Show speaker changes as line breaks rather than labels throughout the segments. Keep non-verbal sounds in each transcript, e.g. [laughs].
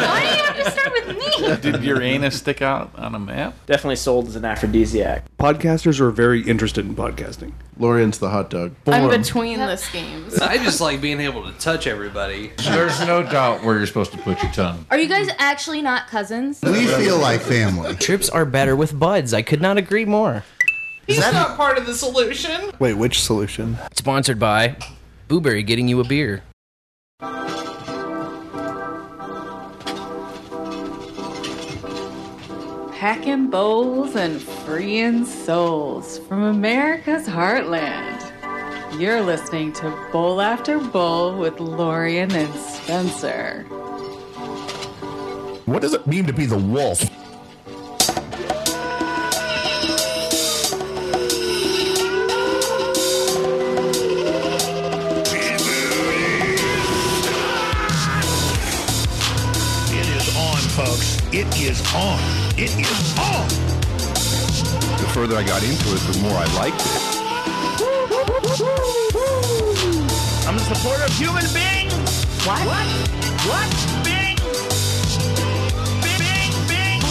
[laughs] Did your anus stick out on a map?
Definitely sold as an aphrodisiac.
Podcasters are very interested in podcasting.
Lorian's the hot dog.
I'm
[laughs]
between the schemes.
I
[laughs]
just like being able to touch everybody.
There's no doubt where you're supposed to put your tongue.
Are you guys actually not cousins?
We feel like family.
Trips are better with buds. I could not agree more.
He's not part of the solution.
Wait, which solution?
Sponsored by Booberry getting you a beer.
Packing bowls and freeing souls from America's heartland. You're listening to Bowl After Bowl with Lorian and Spencer.
What does it mean to be the wolf? It is on, folks. It is on. It is on. The further I got into it, the more I liked it. I'm the supporter of human being. What? What? What? Bing. Bing, bing, bing.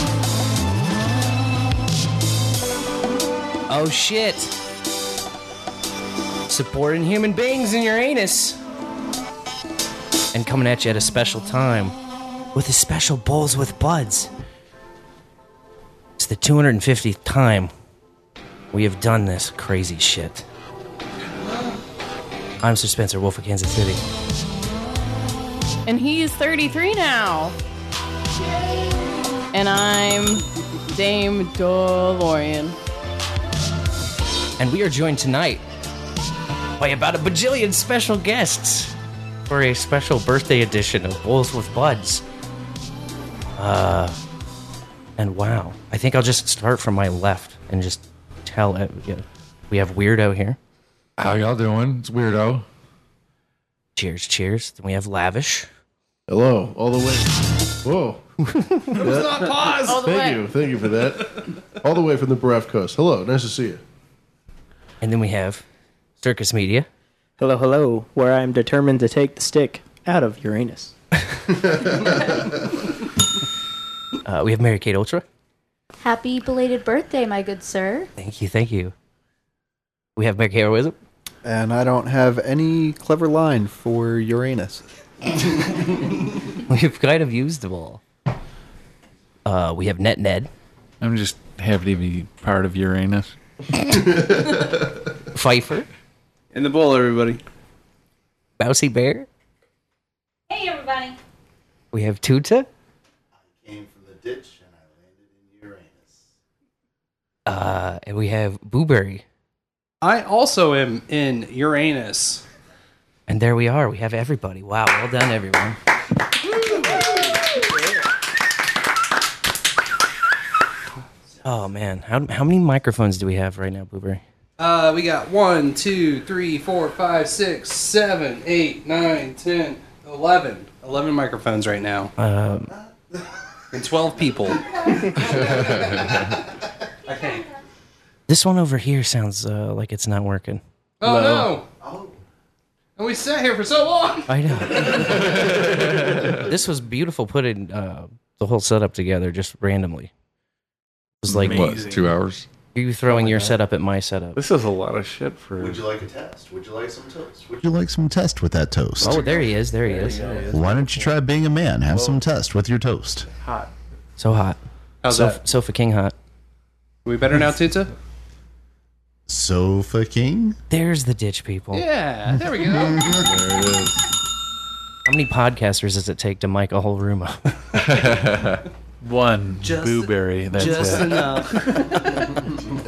Oh shit. Supporting human beings in your anus. And coming at you at a special time with a special Bowls with Buds. It's the 250th time we have done this crazy shit. I'm Sir Spencer, Wolf of Kansas City.
And he's 33 now. And I'm Dame DeLorean.
And
[laughs]
we are joined tonight by about a bajillion special guests for a special birthday edition of Bowls with Buds. Uh, and wow, I think I'll just start from my left and just tell. Uh, yeah. we have Weirdo here.
How y'all doing? It's weirdo.
Cheers, cheers. Then we have Lavish.
Hello, all the way. Whoa.
All the
Thank
way.
you. Thank you for that. All the way from the Baraf Coast. Hello, nice to see you.
And then we have Circus Media.
Hello, hello, where I'm determined to take the stick out of Uranus.
[laughs] Uh, we have Mary Kate Ultra.
Happy belated birthday, my good sir.
Thank you, thank you. We have Mary Kate Heroism.
And I don't have any clever line for Uranus.
We've kind of used them all. Uh, we have Net Ned.
I'm just happy to be part of Uranus.
Pfeiffer.
In the bowl, everybody.
Bousy Bear.
Hey, everybody.
We have Tuta.
Came from the ditch and I landed in Uranus.
Uh, and we have Booberry.
I also am in Uranus.
And there we are. We have everybody. Wow, well done, everyone. Oh man, how, how many microphones do we have right now, Booberry?
Uh, we got one, two, three, four, five, six, seven, eight, nine, ten, eleven. Eleven microphones right now.
Um,
And
[laughs]
12 people. okay.
this one over here sounds uh, like it's not working.
Oh, no. And we sat here for so long.
I know. [laughs] this was beautiful putting uh, the whole setup together just randomly. It was like
Amazing.
Two hours.
you throwing your setup at my
[laughs]
setup.
This is a lot of shit for.
Would you like a test? Would you like some toast? Would
Would you like some test with that toast?
Oh, there he is. There he is.
Why don't you try being a man? Have some test with your toast.
So hot.
How's
Sofa, Sofa King hot.
We better now, Tuta?
Sofa King?
There's the ditch people.
Yeah. There we go.
How many podcasters does it take to mic a whole room up?
One
Just-
blueberry. That's it.
enough.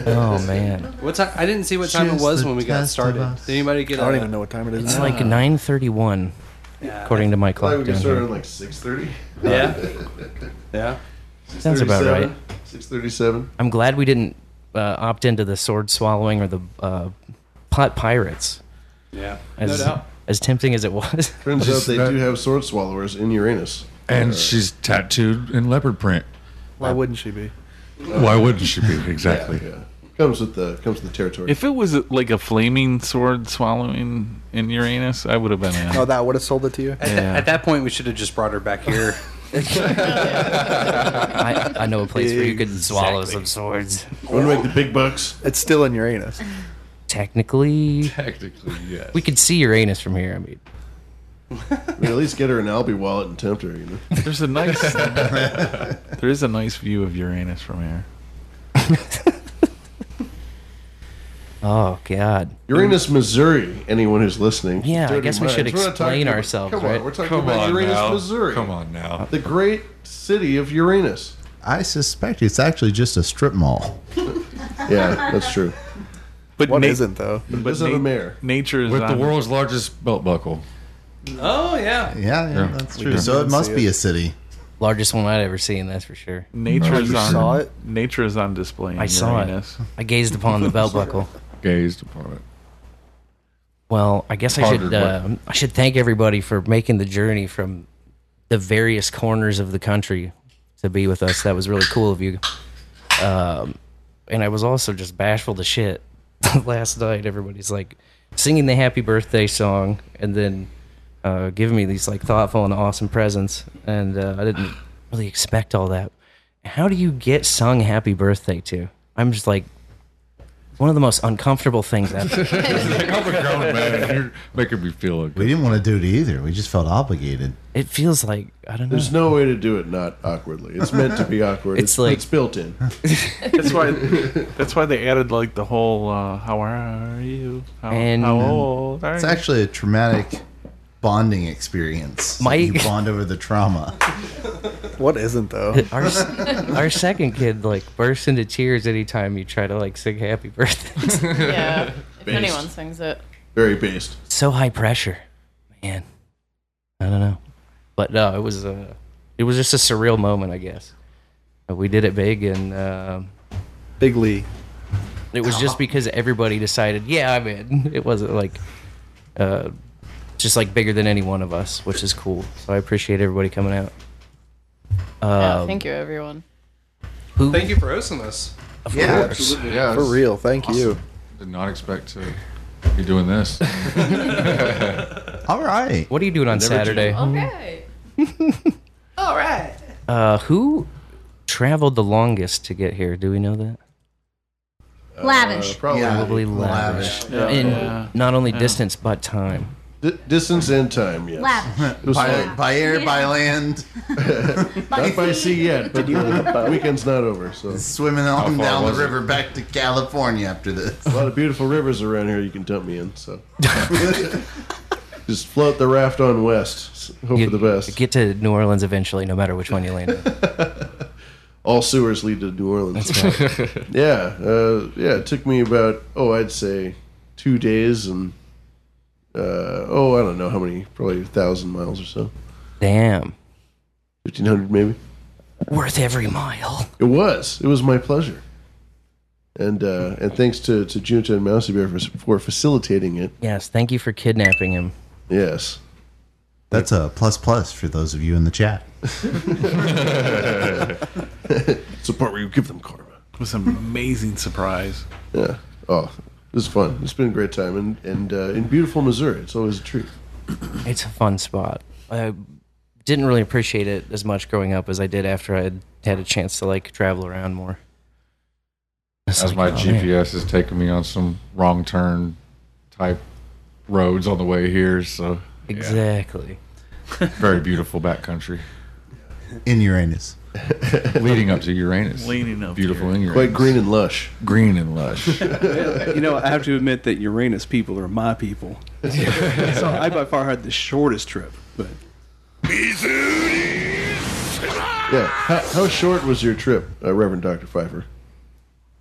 [laughs] oh man,
What time? I didn't see what time it
Just
was
the
when we got
test
started.
of us.
Did anybody get
I don't
a-
even know what time it is
it's
now.
like 9:31, according to my
I
clock.
think we
down
get started
here.
at like 6.30.
Yeah. yeah.
Sounds about right.
6.37.
I'm glad we didn't uh, opt into the sword swallowing or the uh, pot pirates.
Yeah.
As,
no doubt.
As tempting as it
[laughs]
was.
Turns out
Just
they
that-
do have sword swallowers in Uranus.
And she's tattooed in leopard print.
Why wouldn't she be?
Why wouldn't she be? Exactly.
Yeah. Comes with the comes with the territory.
If it was uh, like a flaming sword swallowing in Uranus, I would have been in.
[laughs]
Oh, that would have sold it to you.
At, that point, we should have just brought her back here.
[laughs]
[laughs]
I, I know a place where you could swallow some swords.
Wanna make the
big bucks.
It's still in Uranus.
Technically,
Technically, yes.
we could see Uranus from here. I mean,
I mean, at least get her an Albie wallet and tempt her, you know.
There's a nice. [laughs]
[laughs]
there is a nice view of Uranus from here.
oh God,
Uranus, Missouri. Anyone who's listening,
Yeah, I
Dirty
guess we should
minds. We're not talking
explain
about-
ourselves,
Come
right?
on, we're talking
Come
about
on
Uranus,
now.
Missouri.
Come on now.
the great city of Uranus.
I suspect it's actually just a strip mall.
Yeah, that's true.
But
What
na-
isn't, though? It doesn't have a mayor.
Nature is
With the
on-
world's largest belt buckle.
Oh yeah.
Yeah, yeah,
Yeah.
that's
We
true.
did
So it
not
must
see
be
it.
a city.
largest one I'd ever seen. That's for sure.
Nature is on.
saw it.
Nature is on display. In
I saw it.
Uranus.
I gazed upon the belt buckle.
[laughs]
Gazed upon it.
Well, I guess I should
Pondered
uh, I should thank everybody for making the journey from the various corners of the country to be with us. That was really cool of you. Um, and I was also just bashful to shit [laughs] last night. Everybody's like singing the happy birthday song and then uh, giving me these like thoughtful and awesome presents, and uh, I didn't really expect all that. How do you get sung happy birthday to? I'm just like one of the most uncomfortable
[laughs]
things ever.
I'm a grown man. and You're making me feel
We didn't want to do it either. We just felt obligated.
It feels like I don't know.
There's no way to do it not awkwardly. [laughs] It's meant to be awkward.
It's
It's,
like-
it's built in.
[laughs] That's why. That's why they added like the whole uh, "How are you? How,
And-
how old?" Are
It's
you?"
actually a traumatic bonding experience.
My-
you bond over the trauma.
What isn't though?
[laughs] our, our second kid like bursts into tears anytime you try to like sing happy [laughs] birthday. [laughs]
Yeah. If
Based.
anyone sings it.
Very based.
so high pressure, man. I don't know, but no, it was uh, it was just a surreal moment, I guess. But We did it big, and um,
Bigly.
it was just because everybody decided, yeah, I'm in. [laughs] It wasn't like uh, just like bigger than any one of us, which is cool. So I appreciate everybody coming out.
Yeah,
Um,
thank you, everyone.
Who,
Thank you for hosting us.
Of
Yeah,
course.
absolutely.
Yeah,
For
it's
real, thank you.
Did not expect to be doing this. [laughs]
All right.
What are you doing on
Never do.
Saturday?
Oh.
Okay.
[laughs]
All right.
Uh, who traveled the longest to get here? Do we know that?
Uh,
Lavish.
Probably
Yeah.
Probably
Lavish.
lavish. In
Yeah.
not only
Yeah.
distance but time.
D- distance and time, yes.
Lavish.
It was
By, by air, by land,
not by sea
[laughs]
yet, but the weekend's not over. So
swimming on
far
down the
was it?
river back to California after this.
a lot of beautiful rivers around here you can dump me in.
[laughs]
So just float the raft on west. S- Hope
You-
for the best.
you Get to New Orleans eventually, no matter which one you land
[laughs]
in.
All sewers lead to New Orleans.
That's right.
Yeah, uh, yeah. It took me about oh, I'd say two days and uh, oh, I don't know how many, probably a thousand miles or so,
Damn.
fifteen hundred maybe.
Worth every mile.
It was. It was my pleasure. And uh, and thanks to to Junta and Mousy Bear for for facilitating it.
Yes, thank you for kidnapping him.
Yes.
That's a plus plus for those of you in the chat.
[laughs] It's the part where you give them karma.
It was an amazing surprise.
Yeah. Oh, this is fun. It's been a great time, and and uh, in beautiful Missouri, it's always a treat.
[clears throat] It's a fun
[laughs]
spot. I didn't really appreciate it as much growing up as I did after I had had a chance to like travel around more. It's
As my
like, oh, man.
GPS is taking me on some wrong turn type roads on the way here, so
Exactly.
[laughs] very beautiful backcountry
In Uranus.
leading up to Uranus.
Leading up to
beautiful in Uranus.
Quite green and lush.
green and
[laughs]
lush.
You know, I have to admit that Uranus people are my people.
[laughs]
so I by far had the shortest trip, but
Yeah. How, how short was your trip, uh, Reverend Doctor Pfeiffer?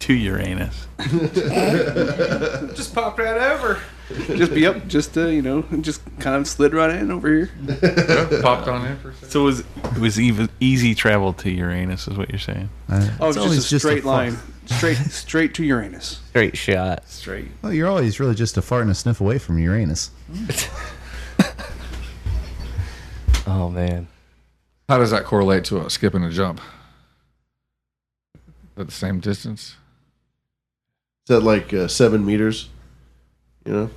To Uranus.
[laughs] Just popped right over.
just be up, just uh, you know, just kind of slid right in over here.
Popped on in for a second.
So it was it was ev- easy travel to Uranus, is what you're saying?
Uh,
Oh,
it's
it's
always
just a straight
fart.
line, straight straight to Uranus.
Straight shot.
Straight.
Well, you're always really just a fart and a sniff away from Uranus.
Oh man.
How does that correlate to a skip and a jump? At the same distance?
Is that like uh, seven meters? You know,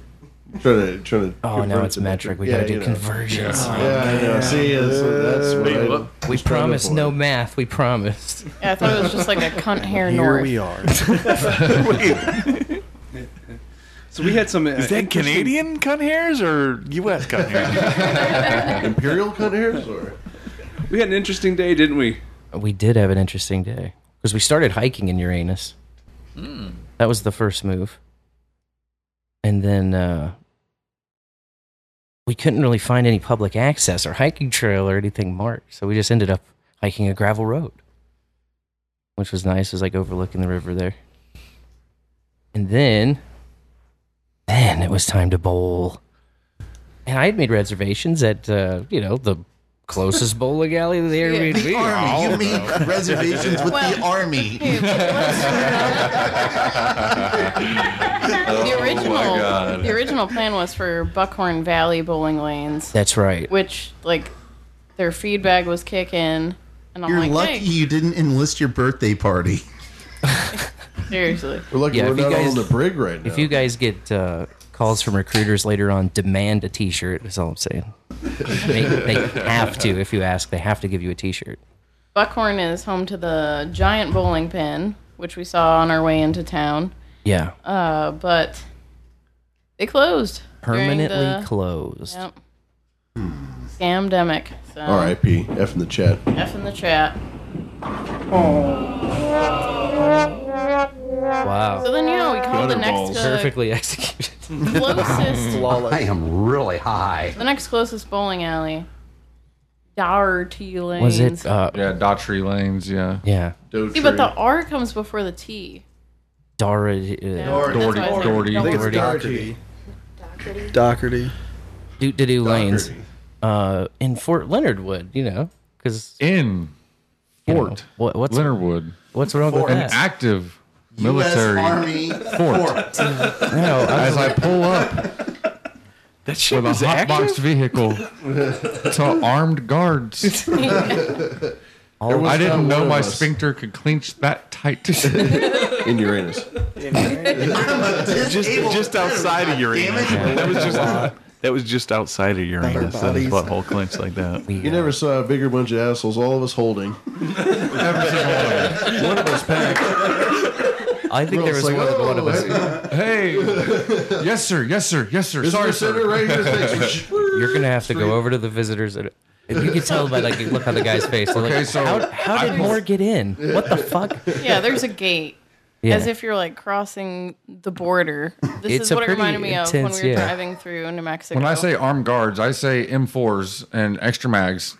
Trying to trying to.
Oh, now
convert
it's
the
metric. We
Yeah,
gotta do
you know.
conversions.
Yeah, yeah, I know. See, that's, that's what I was
we
trying to
promised
avoid.
no math. We promised.
Yeah, I thought it was just like a cunt hair
Here
north.
we are.
So we had some. uh,
Is that Canadian cunt hairs or U.S. cunt
[laughs]
hairs?
Imperial cunt hairs or?
We had an interesting day, didn't we?
We did have an interesting day because we started hiking in Uranus. That was the first move, and then uh, we couldn't really find any public access or hiking trail or anything marked. So we just ended up hiking a gravel road, which was nice. It was like overlooking the river there. And then, then it was time to bowl. And I had made reservations at, uh, you know, the closest bowling alley to the Airbnb.
The army. You mean reservations with the army?
The
Oh,
original,
my God.
the original plan was for Buckhorn Valley bowling lanes,
That's right.
which like their feedback was kicking, and I'm
You're
like,
lucky
hey,
you didn't enlist your birthday party.
seriously,
We're lucky
Yeah,
we're
if you
not
guys-
on the brig right now.
If you guys get uh, calls from recruiters later on, demand a t shirt, is all I'm saying. they, they have to, if you ask, they have to give you a t shirt.
Buckhorn is home to the giant bowling pin, which we saw on our way into town.
Yeah.
Uh, but they closed during
Permanently
the-
closed.
Yep.
Hmm.
Scamdemic. So
R.I.P. F in the chat. [laughs]
F in the chat.
Wow.
So then, you know, we called the next uh,
Perfectly executed.
[laughs]
Closest- Flawless.
I am really high.
The next closest bowling alley. Dougherty Lane.
Was it?
Uh,
yeah, Daughtry Lanes. Yeah.
Yeah.
See, but the R comes before the T.
Dara. Uh,
Doherty. That's why I was
Doherty.
like,
Doherty.
Doherty.
Doherty.
Doot to do lanes. Uh, in Fort Leonard Wood, you know, because
in
Fort what, what's
Leonard Wood.
What's wrong with
An
that?
active military
Army
fort.
fort.
No, as I pull up
that
with a
is active?
hotboxed vehicle to armed guards.
There was
I
not
didn't
one
know
of
my
us.
sphincter could clench that
[laughs]
tight.
In Uranus. [laughs]
[laughs]
just, just outside of Uranus. That was
[laughs]
just that was just outside of Uranus. That
bodies.
butthole clenched
[laughs]
like that.
You never saw a bigger bunch of assholes. All of us holding. One of us packed.
I think there was one of, one of us.
hey, yes sir, yes sir, yes sir.
Is
Sorry,
there
sir.
center
[laughs]
right
[laughs]
here? Thanks.
You're gonna have to go over to the visitors. And, and you can tell by like you look on the guy's face. they're like,
Okay, so
how, how did
I-
more get in? What the fuck?
Yeah, there's a gate.
Yeah.
As if you're like crossing the border. This
It's
is
a
what it
pretty
reminded me of when
intense,
we were
yeah.
driving through New Mexico.
When I say armed guards, I say M4s and extra mags.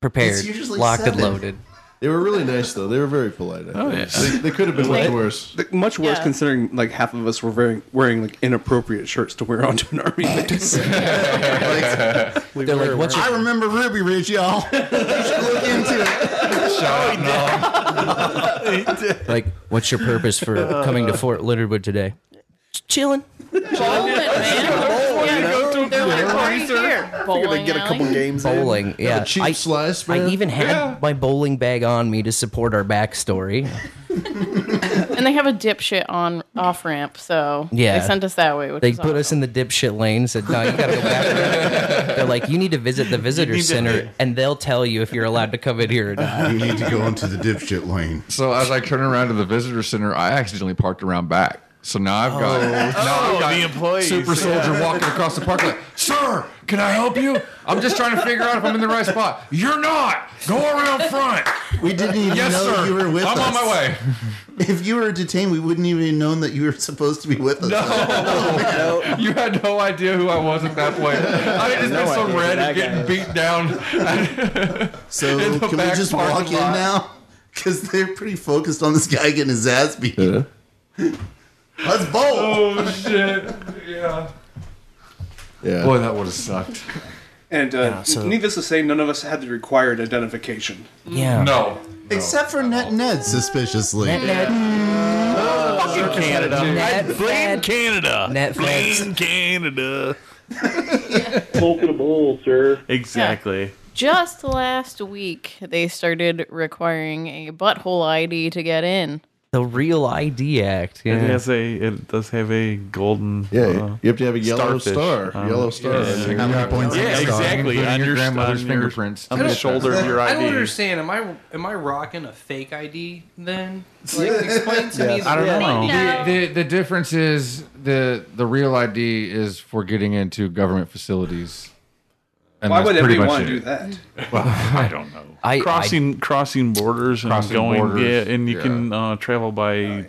Prepared,
locked and loaded. They were really nice though. They were very polite. I
Oh,
think.
yeah.
They, they could have been
Like-
much worse.
Like, much worse
Yeah.
considering like half of us were wearing, wearing like inappropriate shirts to wear onto an army base.
[laughs]
They're like, what's your
I remember Ruby Ridge, y'all. you should look into it.
like? What's your purpose for coming to Fort Leonard Wood today?
Chilling. Bowling, man. Yeah, they're like, party here. Bowling alley.
games
bowling.
in.
Yeah,
Have a cheap
I,
slice,
I
man.
even had
Yeah.
my bowling bag on me to support our backstory.
And they have a dipshit on off ramp, so
Yeah,
they sent us that way, which
they
is
put us in the dipshit lane. Said, "No, you gotta go
[laughs]
back." They're like, "You need to visit the visitor
to-
center, and they'll tell you if you're allowed to come in here or not."
[laughs] You need to go into the dipshit lane.
So as I turn around to the visitor center, I accidentally parked around back. So now I've got,
Oh.
now
Oh,
I've got
the employees.
Oh, super soldier walking across the park like, Sir, can I help you? I'm [laughs] just trying to figure out if I'm in the right spot. You're not. Go around front.
We didn't even
Yes,
know
sir.
you were with
I'm
us.
on my way.
[laughs] If you were detained, we wouldn't even have known that you were supposed to be with us. [laughs]
You had no idea who I was at that point. I had just
No
been some
idea who
red
that
getting beat down.
[laughs] So
In the
can we
back
just
parking
walk in
lot.
now? Because they're pretty focused on this guy getting his ass beat. Let's bowl.
Oh shit! Yeah.
Yeah.
Boy, that would have sucked.
And uh,
Yeah, so-
needless to say, none of us had the required identification.
Yeah.
No.
Except for Net Ned, suspiciously.
Oh,
Fucking Canada.
Net-
I
[laughs]
blame Canada.
Netflix.
Blame
[laughs]
Canada.
Smoking a bowl, sir.
Exactly.
Just last week, they started requiring a butthole ID to get in.
The Real ID Act.
It
Yeah.
has a. It does have a golden. uh,
Yeah, you have to have a yellow
starfish
star,
on
yellow
it.
star.
Yeah,
How many points
Yeah,
on the star,
exactly.
including
On
your
your
grandmother's
on your-
fingerprints?
on the
Yeah.
shoulder of your
I
ID.
don't understand. Am I am I rocking a fake ID then? Like, explain to
[laughs]
me. the- uh,
The, the, the difference is the the real ID is for getting into government facilities. And
Why
that's
would
pretty
everyone
much
do
it.
that?
[laughs]
Well, I don't know. I-
crossing crossing borders and
Crossing
going.
borders,
yeah, and you
yeah.
can uh, travel
Oh,
by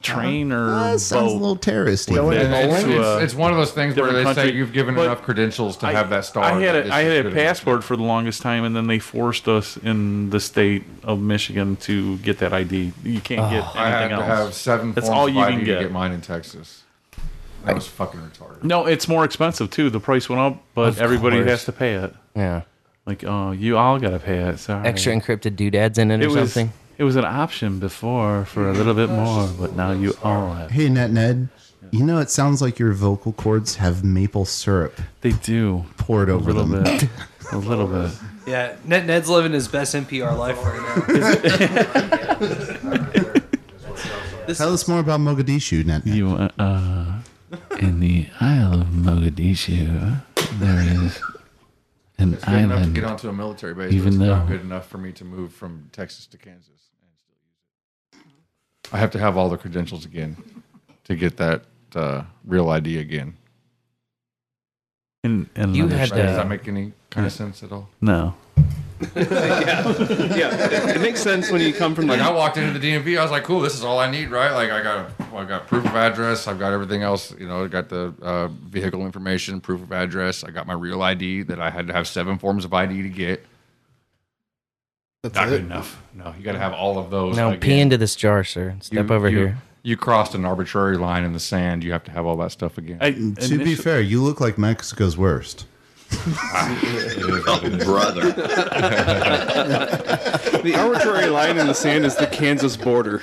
train or
Uh-huh.
Uh,
boat.
sounds a little terrorist.
with
Going
it
And it's,
to uh, a
it's, it's one of those things where they
different
say
country.
you've given
But
enough credentials to
I-
have that star.
I had
that
a, I
this
had
is
a
good enough.
passport for the longest time, and then they forced us in the state of Michigan to get that ID. You can't get anything
I had to
else.
have seven
That's
forms
all
of
you
ID
can
to
get.
get mine in Texas. That was fucking retarded.
No, it's more expensive too. The price went up, but
Of
everybody
course.
has to pay it.
Yeah.
Like, oh, you all gotta pay it. Sorry.
Extra encrypted doodads in it,
It
or
was,
something.
it was an option before for a little bit more, but now you all have.
Hey, Net Ned. You know, it sounds like your vocal cords have maple syrup.
They do.
Poured over
little
them. [laughs]
bit. A little bit.
Yeah, Ned, Ned's living his best NPR life right now.
Tell us more about Mogadishu, Net.
You, uh, uh, in the Isle of Mogadishu, there is an
It's good enough to
island.
get onto a military base,
even
even but it's
though-
not good enough for me to move from Texas to Kansas. I have to have all the credentials again to get that uh, real ID again.
And, and
You
another
had
state.
to-
Does that make any kind of sense at all?
No.
yeah. yeah, it makes sense when you come from
Like
the
I walked into the DMV, I was like, "Cool, this is all I need, right?" Like I got, I got proof of address, I've got everything else. You know, I got the uh, vehicle information, proof of address. I got my real ID that I had to have seven forms of ID to get.
That's
Not good
it.
enough. No, you got to have all of those.
Now
again.
pee into this jar, sir. Step
You-
over
you-
here.
You crossed an arbitrary line in the sand. You have to have all that stuff again.
I,
Mm, To be fair, you look like Mexico's worst.
[laughs]
oh,
the
[laughs]
arbitrary line in the sand is the Kansas border.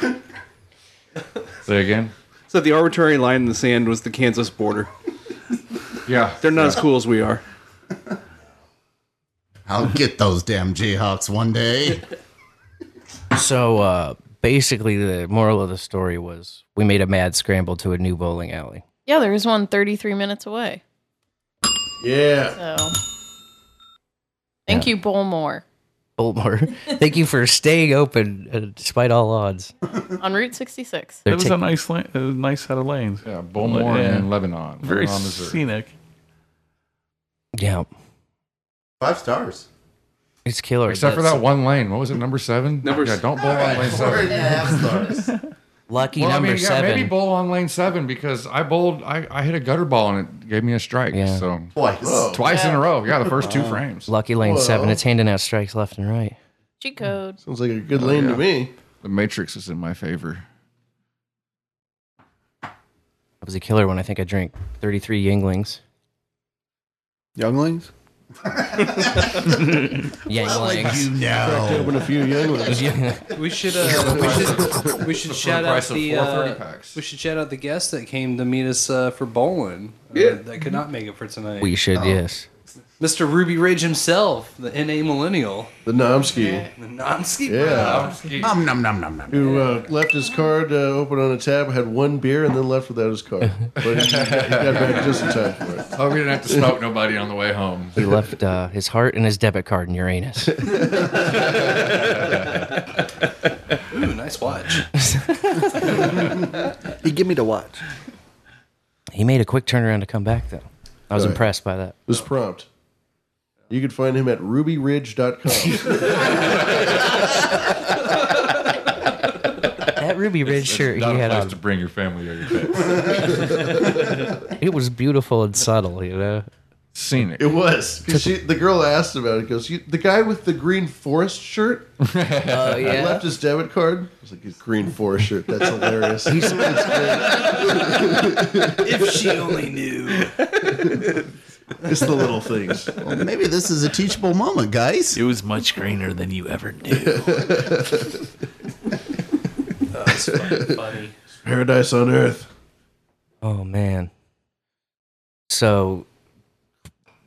Say again.
So the arbitrary line in the sand was the Kansas border.
Yeah,
they're not as cool as we are.
I'll get those damn Jayhawks one day.
[laughs] So uh, basically, the moral of the story was we made a mad scramble to a new bowling alley.
Yeah, there was one 33 minutes away.
Yeah.
So, thank you, Bullmore,
Boltmore, [laughs] thank you for staying open uh, despite all odds.
on Route 66.
They're
It was a
taking-
nice, la- a nice set of lanes.
Yeah, Beaumont and Lebanon.
Very
Lebanon, Missouri.
scenic.
Yeah,
Five stars.
it's killer.
Except for
That's-
that one lane. What was it? Number seven.
Number
yeah,
s-
don't bowl on lane
[laughs]
seven.
lucky
Well,
number
I mean, yeah,
seven.
maybe bowl on lane seven because I bowled. I, I hit a gutter ball and it gave me a strike.
Yeah.
So
Twice.
twice in a row. Yeah,
[laughs]
the first two
Wow.
frames.
Lucky lane seven.
Whoa.
It's handing out strikes left and right.
G code.
Sounds like a good
Oh,
lane
yeah.
to me.
The matrix is in my favor.
That was a killer one. I think I drank thirty-three Yinglings.
Younglings.
Yanglings.
Cracked open a few younglings.
[laughs] we should uh,
[laughs]
we should we should shout
the
out
price of
the
four 30
uh,
packs.
we should shout out the guests that came to meet us uh, for bowling. uh, that could not make it for tonight.
We
Oh.
should, yes.
Mr. Ruby Ridge himself, the NA millennial,
The Nomsky,
the non-ski.
Yeah.
[laughs]
Nom
[laughs]
nom nom nom nom.
who uh, left his card uh, open on a tab, had one beer, and then left without
[laughs]
his card. But he, he got back just in time for it.
Oh, we didn't have to smoke nobody on the way home.
He left uh, his heart and his debit card in
[laughs]
Uranus.
Ooh, nice watch.
He give me the watch.
[laughs] he made a quick turnaround to come back though. [laughs] I was
Right.
impressed by that.
This prompt. You can find him
[laughs]
at rubyridge.com.
That Ruby Ridge shirt he
Not a
had um,
place
on,
to bring your family or your pets.
[laughs] it was beautiful and subtle, you know.
Scenic.
it was. 'Cause she, the girl asked about it. Goes, you, the guy with the green forest
[laughs]
shirt
Oh
left his debit card. I was like, his green forest shirt. That's hilarious. [laughs]
if she only knew.
it's the little things.
Well, maybe this is a teachable moment, guys.
It was much greener than you ever knew.
That's fucking funny.
Paradise on earth.
Oh man. So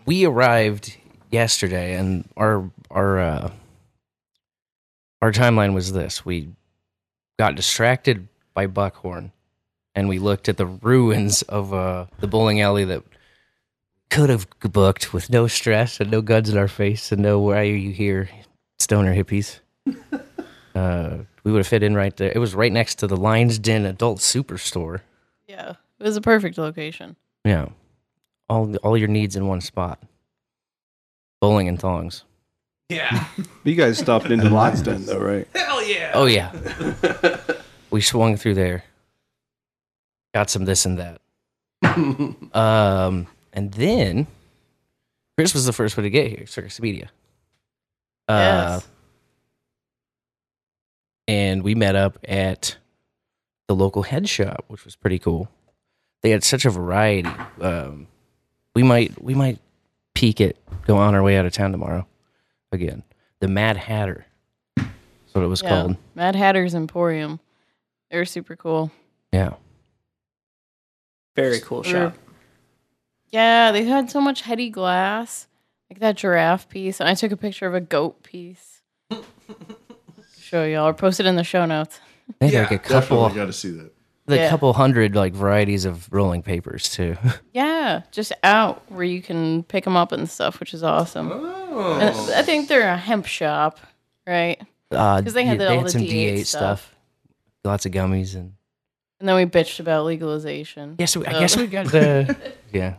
we arrived yesterday and our our uh our timeline was this. We got distracted by buckhorn, and we looked at the ruins of uh, the bowling alley that could have booked with no stress and no guns in our face and no why are you here, stoner hippies. [laughs] uh, we would have fit in right there. It was right next to the Lion's Den Adult Superstore.
Yeah. It was a perfect location.
Yeah, all all your needs in one spot. Bowling and thongs.
Yeah.
[laughs] You guys stopped into
[laughs]
Lion's Den, though, right?
Hell yeah.
Oh yeah.
[laughs]
we swung through there. Got some this
[laughs]
and that. um, and then Chris was the first one to get here, Circus Media. Uh, And we met up at the local head shop, which was pretty cool. They had such a variety. Um, we might we might peek it, go on our way out of town tomorrow again. The Mad Hatter. That's what it was
Yeah.
called.
Mad Hatter's Emporium. They were super cool.
Yeah.
Very cool
They
shop.
were- Yeah, they had so much heady glass, like that giraffe piece, and I took a picture of a goat piece. [laughs] Show y'all or post it in the show notes.
They had like a couple
Definitely got to see that.
the
Yeah.
couple hundred like varieties of rolling papers too. [laughs]
Yeah, just out where you can pick them up and stuff, which is awesome.
Oh.
And I think they're a hemp shop, right?
Uh,
'Cause they had
yeah,
the- all the D8
lots of
[laughs]
gummies, and
And then we bitched about legalization.
Yes, we- I
Uh,
So-
guess
[laughs]
[laughs]
we got [laughs] the- yeah,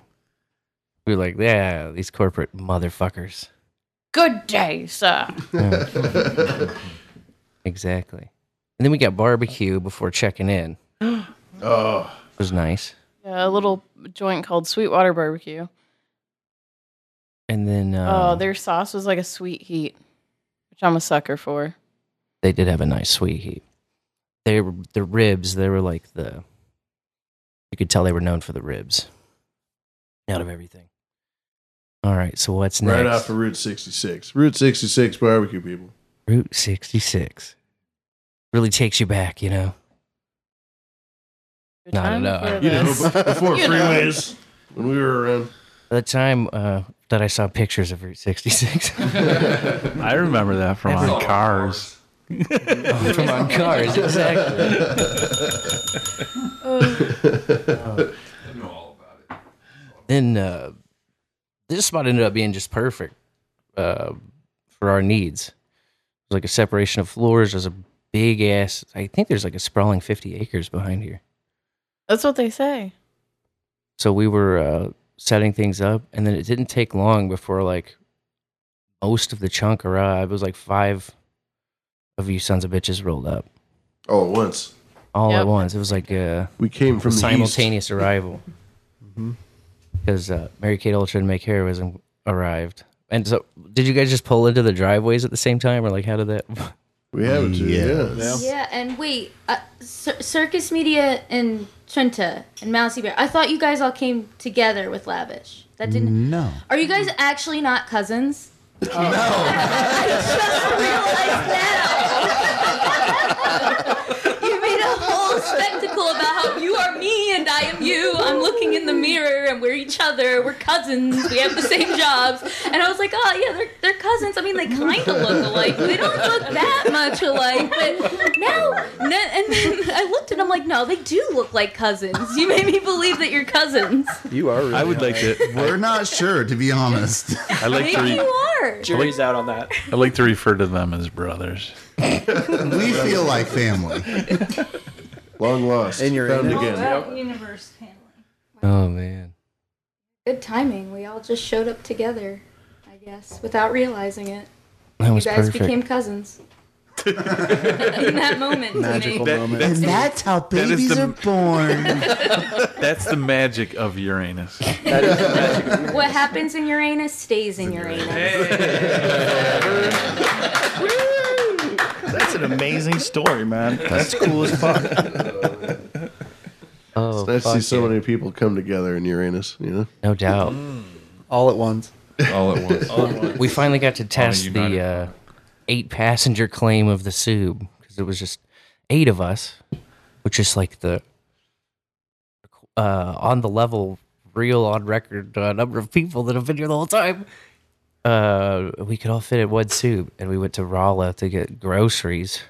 we were like, yeah, these corporate motherfuckers.
good day, sir.
[laughs] Yeah. exactly. And then we got barbecue before checking in.
yeah,
Oh.
It was nice.
a little joint called Sweetwater Barbecue.
And then uh,
Oh, their sauce was like a sweet heat, which I'm a sucker for.
they did have a nice sweet heat. They were the ribs. They were like the. You could tell they were known for the ribs. Out of everything. All right, so what's next?
Right off of Route 66. Route 66 barbecue people.
Route 66. Really takes you back, you know? Not at all.
You know, b- before
[laughs] You know.
freeways, when we were around.
By the time uh, that I saw pictures of Route
[laughs]
66.
I remember that from
Every-
on cars.
From on cars,
exactly.
then uh, this spot ended up being just perfect uh, for our needs. It was like a separation of floors. There's a big ass, I think there's like a sprawling 50 acres behind here.
That's what they say.
so we were uh, setting things up and then it didn't take long before like most of the chunk arrived it was like five of you sons of bitches rolled up
All at once.
all at once it was like uh,
We came from
a
the east.
simultaneous arrival
Mhm.
because uh, mary kate ultra and make heroism arrived and so did you guys just pull into the driveways at the same time or like how did that
we have to
Yeah. and wait, uh, Cir- Circus Media and Trenta and Mousy Bear. I thought you guys all came together with Lavish. That didn't.
No.
Are you guys actually not cousins? [laughs]
You
made a whole spectacle about how you are me and I am you. I'm looking in the mirror and we're each other. We're cousins. We have the same jobs. And I was like, oh yeah, they're they're cousins. I mean, they kind of look alike. They don't look that much alike. But now, no, and then I looked and I'm like, no, they do look like cousins. You made me believe that you're cousins.
You are. Really I would like to. We're not sure, to be honest.
I like to
Maybe
re-
you are.
Jury's
out on that.
I like to refer to them as brothers.
[laughs] we feel like family.
Long lost.
And you're
found
in it.
again.
universe family.
oh man
Good timing. We all just showed up together, I guess, without realizing it.
That was
you guys
perfect.
became cousins. In that moment,
[laughs]
Magical
to me.
moment. And that's
how
That is the-
born.
That's the magic of Uranus.
What happens in Uranus stays in Uranus.
That's an amazing story, man. That's cool as fuck.
Oh,
it's nice to see
fuck
so
yeah.
many people come together in Uranus, you know?
No doubt.
All at once.
All at
[laughs]
once.
we finally got to test
united
the uh, eight passenger claim of the sub because it was just eight of us, which is like the uh, on the level, real on record uh, number of people that have been here the whole time. Uh, we could all fit at one sub, and we went to Rolla to get groceries.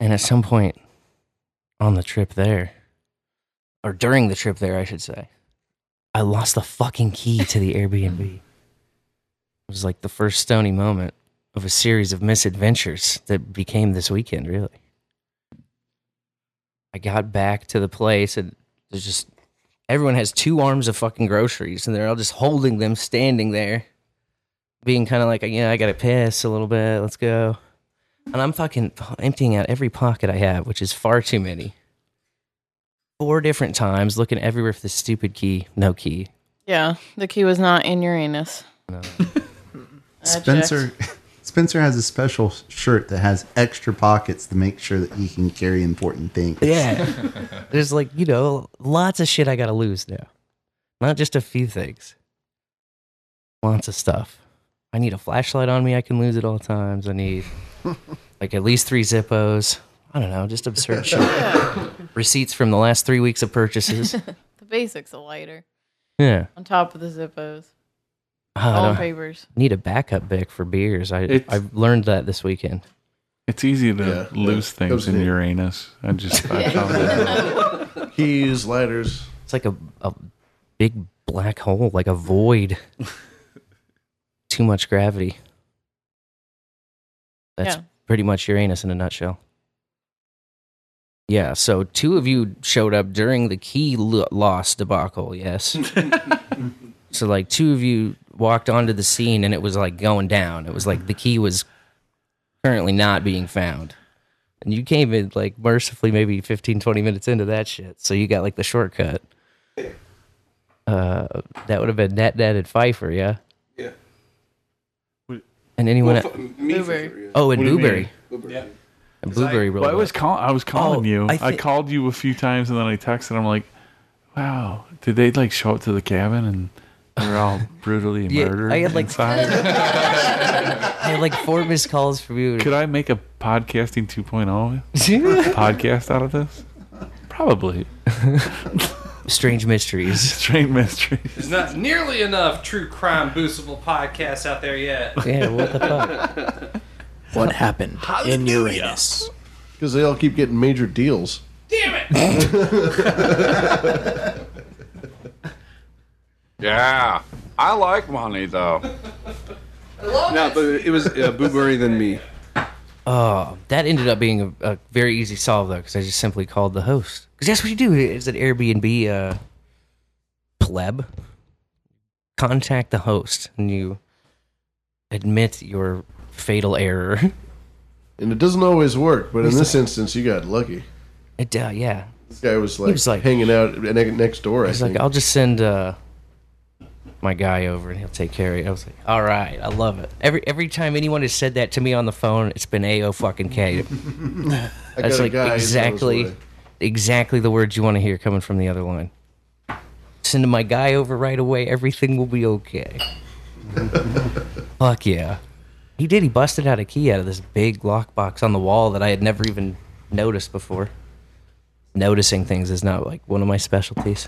And at some point on the trip there, or during the trip there, I should say, I lost the fucking key to the Airbnb. It was like the first stony moment of a series of misadventures that became this weekend, really. I got back to the place and there's just everyone has two arms of fucking groceries and they're all just holding them standing there being kind of like, you know, I got to piss a little bit. Let's go. And I'm fucking emptying out every pocket I have, which is far too many. Four different times, looking everywhere for the stupid key. No key.
Yeah, the key was not in Uranus. [laughs]
No.
Spencer [laughs] Spencer has a special shirt that has extra pockets to make sure that he can carry important things.
Yeah. There's like, you know, lots of shit I got to lose now. Not just a few things. [laughs] Lots of stuff. I need a flashlight on me I can lose at all times. I [laughs] need like at least three Zippos. I don't know, just absurd shit. [laughs] Receipts from the last three weeks of
[laughs]
purchases.
the basics a lighter.
Yeah.
On top of the Zippos.
Oh, I
[laughs] All
don't-
papers.
Need a backup bic for beers. I
It's-
I've learned that this weekend.
It's easy to
Yeah,
lose
yeah.
things in
Those-
Uranus. I just
[laughs]
I found
Yeah. Keys, lighters.
It's like a, a big black hole, like a void. Too much gravity. That's
Yeah.
pretty much Uranus in a nutshell. Yeah, so two of you showed up during the key lo- loss debacle, yes. so like two of you walked onto the scene and it was like going down. It was like the key was currently not being found. And you came in like mercifully maybe 15 20 minutes into that shit. So you got like the shortcut. Uh that would have been net net at Pfeiffer, yeah.
Yeah.
And anyone
Well,
el-
fu- me for Blueberry. sure, yeah.
Oh, and
What do you mean?
Blueberry.
Yeah.
And Blueberry rolled
Well, I was
up.
call- I was calling
Oh,
you. I,
I thi-
called you a few times and then I texted. I'm like, wow, did they like show up to the cabin and they're
[laughs]
all brutally
Yeah,
murdered?
I had like
inside?
[laughs] I had like four missed calls from you.
Could I make a podcasting
[laughs]
2.0 podcast out of this? Probably.
[laughs] Strange mysteries.
Strange mysteries.
There's not nearly enough true crime boostable podcasts out there yet.
Yeah,
what the
fuck?
What happened in Uranus?
Because they all keep getting major deals. Damn it!
Yeah, I like money though.
No, but it was uh, Blueberry than me.
Oh, that ended up being a, a very easy solve though, because I just simply called the host. Because that's what you do. Is an Airbnb uh, pleb? Contact the host and you admit your fatal error. [laughs]
And it doesn't always work, but in
He's
this instance, you got lucky.
It, uh, yeah.
This guy was like,
was like-
hanging out ne- next door. I
He's like,
think.
I'll just send uh, my guy over and he'll take care of it. I was like, all right, I love it. Every every time anyone has said that to me on the phone, it's been A O fucking K.
[laughs] I
That's
got a
like
guy who's on his
exactly
way.
exactly the words you want to hear coming from the other line. Send my guy over right away. Everything will be
[laughs]
okay. Fuck yeah. He did. He busted out a key out of this big lockbox on the wall [laughs] that I had never even noticed before. Noticing things is not like one of my specialties.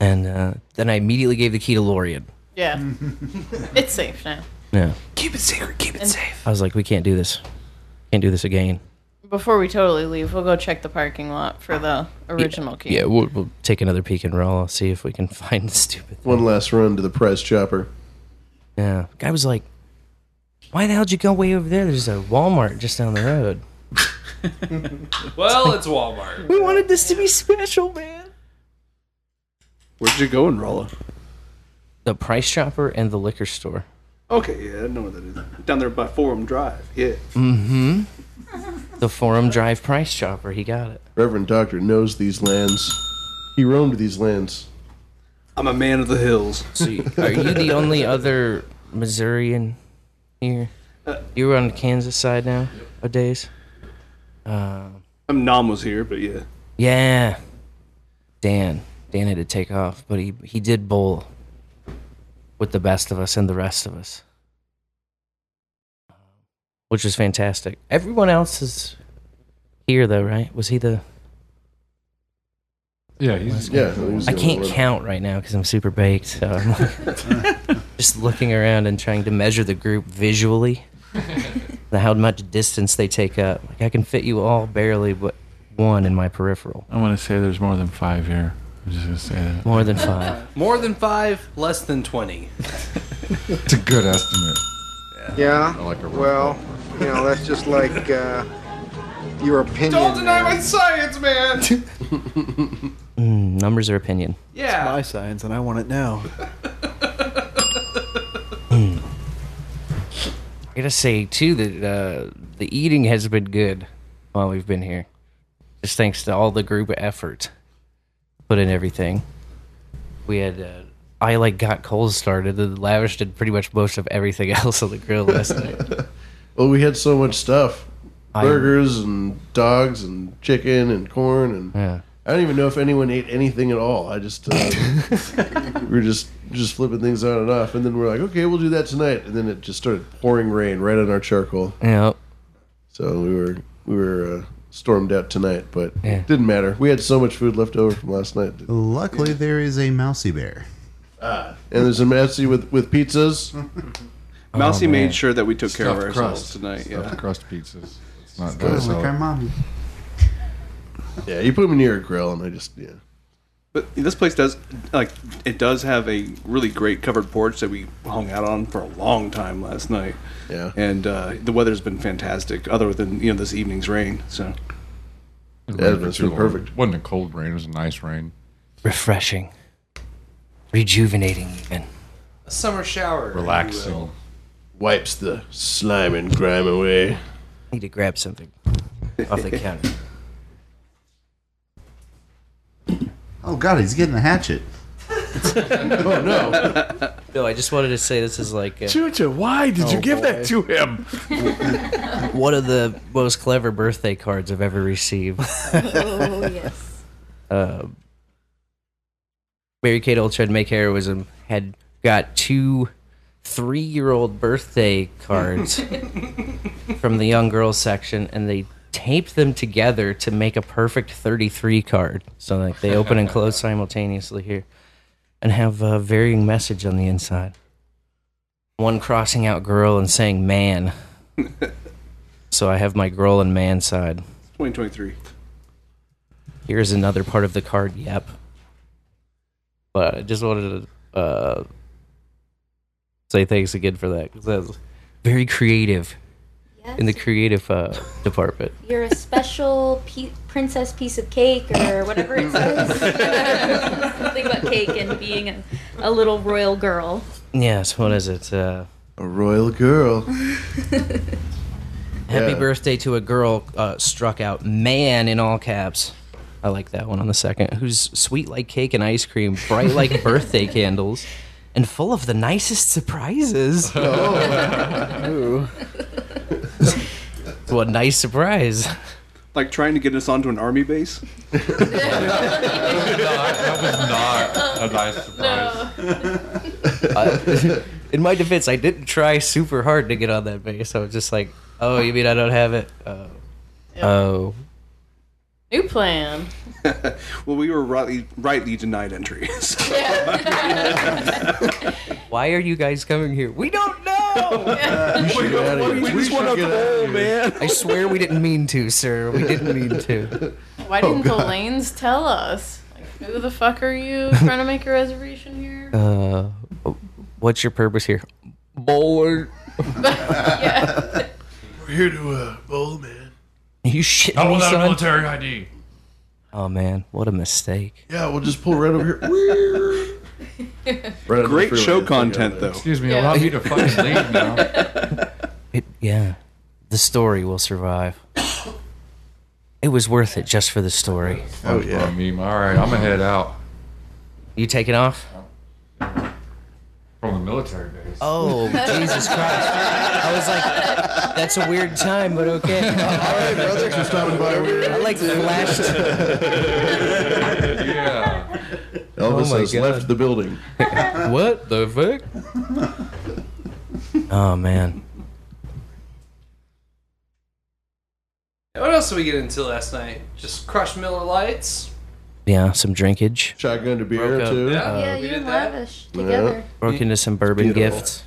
And uh, then I immediately gave the key to Lorian.
Yeah. [laughs] it's safe now.
Yeah.
Keep it secret. Keep it safe.
I was like, we can't do this. Can't do this again.
Before we totally leave, we'll go check the parking lot for the original key.
Yeah, we'll, we'll take another peek and roll. I'll see if we can [laughs] find the stupid.
One last run to the prize chopper.
Yeah. Guy was like, why the hell did you go way over there? There's a Walmart just down the road.
[laughs] well, it's Walmart.
We wanted this to be special, man.
Where'd you go in Rolla?
The price shopper and the liquor store.
Okay, yeah, I know what that is. Down there by Forum Drive. Yeah.
Mm hmm. The Forum Drive price shopper. He got it.
Reverend Doctor knows these lands. He roamed these lands.
I'm a man of the hills.
See, Are you the only other Missourian here? You were on the Kansas side now, a days? Uh,
[laughs] I'm Nom was here, but yeah.
Yeah. Dan. Dan had to take off, but he, he did bowl with the best of us and the rest of us, which was fantastic. Everyone else is here, though, right? Was he the.
Yeah, he's-
Yeah, he was
I
the
can't
only one.
count right now because I'm super baked. So I'm [laughs]
[laughs]
like just looking around and trying to measure the group visually. and how much distance they take up. Like I can fit you all barely, but one in my peripheral.
I want to say there's more than five here. I'm just gonna say that.
More than five.
More than five, less than
[laughs]
20.
It's a good estimate.
Yeah.
I like a roll.
well, you know, that's just like uh, your opinion.
Don't deny
uh,
my science, man!
Mm, numbers are opinion.
Yeah.
It's my science, and I want it
[laughs]
now.
I gotta say too that uh, the eating has been good while we've been here, just thanks to all the group effort put in everything. We had uh, I like got cold started and lavish did pretty much most of everything [laughs] else on the grill last night.
Well, we had so much stuff.
I-
Burgers and dogs and chicken and corn and
Yeah.
I don't even know if anyone ate anything at all. I just
[laughs]
uh, we were just just flipping things on and off, and then we're like, okay, we'll do that tonight, and then it just started pouring rain right on our charcoal.
Yep.
So we were we were uh, stormed out tonight, but
Yeah.
it didn't matter. We had so much food left over from last night,
Luckily, there is a mousy bear.
Ah. and there's a messy with with pizzas.
[laughs] Mousy
Oh,
made sure that we took care of
Stuffed
ourselves
crust.
tonight.
Stuffed
yeah.
crust pizzas. It's not
Good,
that
like our mommy.
Yeah, you put them near a grill, and I just yeah.
But this place does like it does have a really great covered porch that we hung out on for a long time last night.
Yeah.
And uh, the weather's been fantastic, other than you know this evening's rain. So
It rained for too long. wasn't a cold rain. It was a nice rain.
Refreshing, rejuvenating even.
A summer shower. if you will.
Wipes the slime and grime away.
Need to grab something off the counter.
[laughs]
Oh God, he's getting the hatchet.
oh no!
No, I just wanted to say this is like uh,
Chucha, why did you
Oh,
give that to
[laughs]
boy.
him?
[laughs] one of the most clever birthday cards I've ever received. [laughs]
Oh, yes.
um, Mary Kate Ultra and Make Heroism had got two three year old birthday
[laughs]
cards from the young girls section and they taped them together to make a perfect 33 card. So like they open
[laughs]
and close simultaneously here and have a varying message on the inside. One crossing out girl and saying man. so I have my girl and man side.
2023.
Here's another part of the card. Yep. But I just wanted to uh, say thanks again for that 'cause that was very creative in the creative uh, department.
You're a special pe- princess piece of cake or whatever it
[laughs]
says. Something about cake and being a, a little royal girl.
Yes. What is it? Uh,
A royal girl.
Happy
Yeah.
birthday to a girl uh, struck out man in all caps. I like that one on the second. Who's sweet like cake and ice cream, bright like birthday candles, and full of the
[laughs]
nicest surprises. what a nice surprise.
Like trying to get us onto an army base. [laughs]
that was not a nice surprise.
[laughs] I- [laughs] in my defense, I didn't try super hard to get on that base. I was just like, oh, you mean I don't have it? Oh. Oh.
New plan.
well, we were rightly, rightly denied entry. [laughs] so-
Why are you guys coming here? We don't
[laughs]
know!
We should get out of here. We should get out of here. [laughs]
I swear we didn't mean to, sir. We didn't mean to.
Why
Oh,
didn't the lanes tell us? Like, who the fuck are
[laughs]
you trying to make a reservation here? [laughs]
Uh, what's your purpose here?
[laughs]
Bowler.
We're here to uh, bowl, man.
You shit.
Not without a military ID.
Oh man, what a mistake.
Yeah, we'll just pull right over here. Right on the
Great
freeway,
show
just like
content,
out
though.
there.
Excuse me, allow me to fucking leave now.
[laughs] It, yeah. The story will survive. It was worth it just for the story.
Oh yeah. All right, I'm gonna head out
You taking off?
from the military base.
Oh, Jesus Christ. I was like, that's a weird time, but okay. All right,
brother. Thanks for stopping by. I
like flashed.
[laughs]
yeah.
Elvis
Oh my
has
God.
left the building.
what the fuck? Oh man.
What else did we get into last night? Just crushed Miller Lights.
Yeah, some drinkage.
Shotgun to beer
Broke up,
too.
uh,
yeah, you and Lavish
Yeah.
together.
broke into some bourbon
Beautiful.
gifts.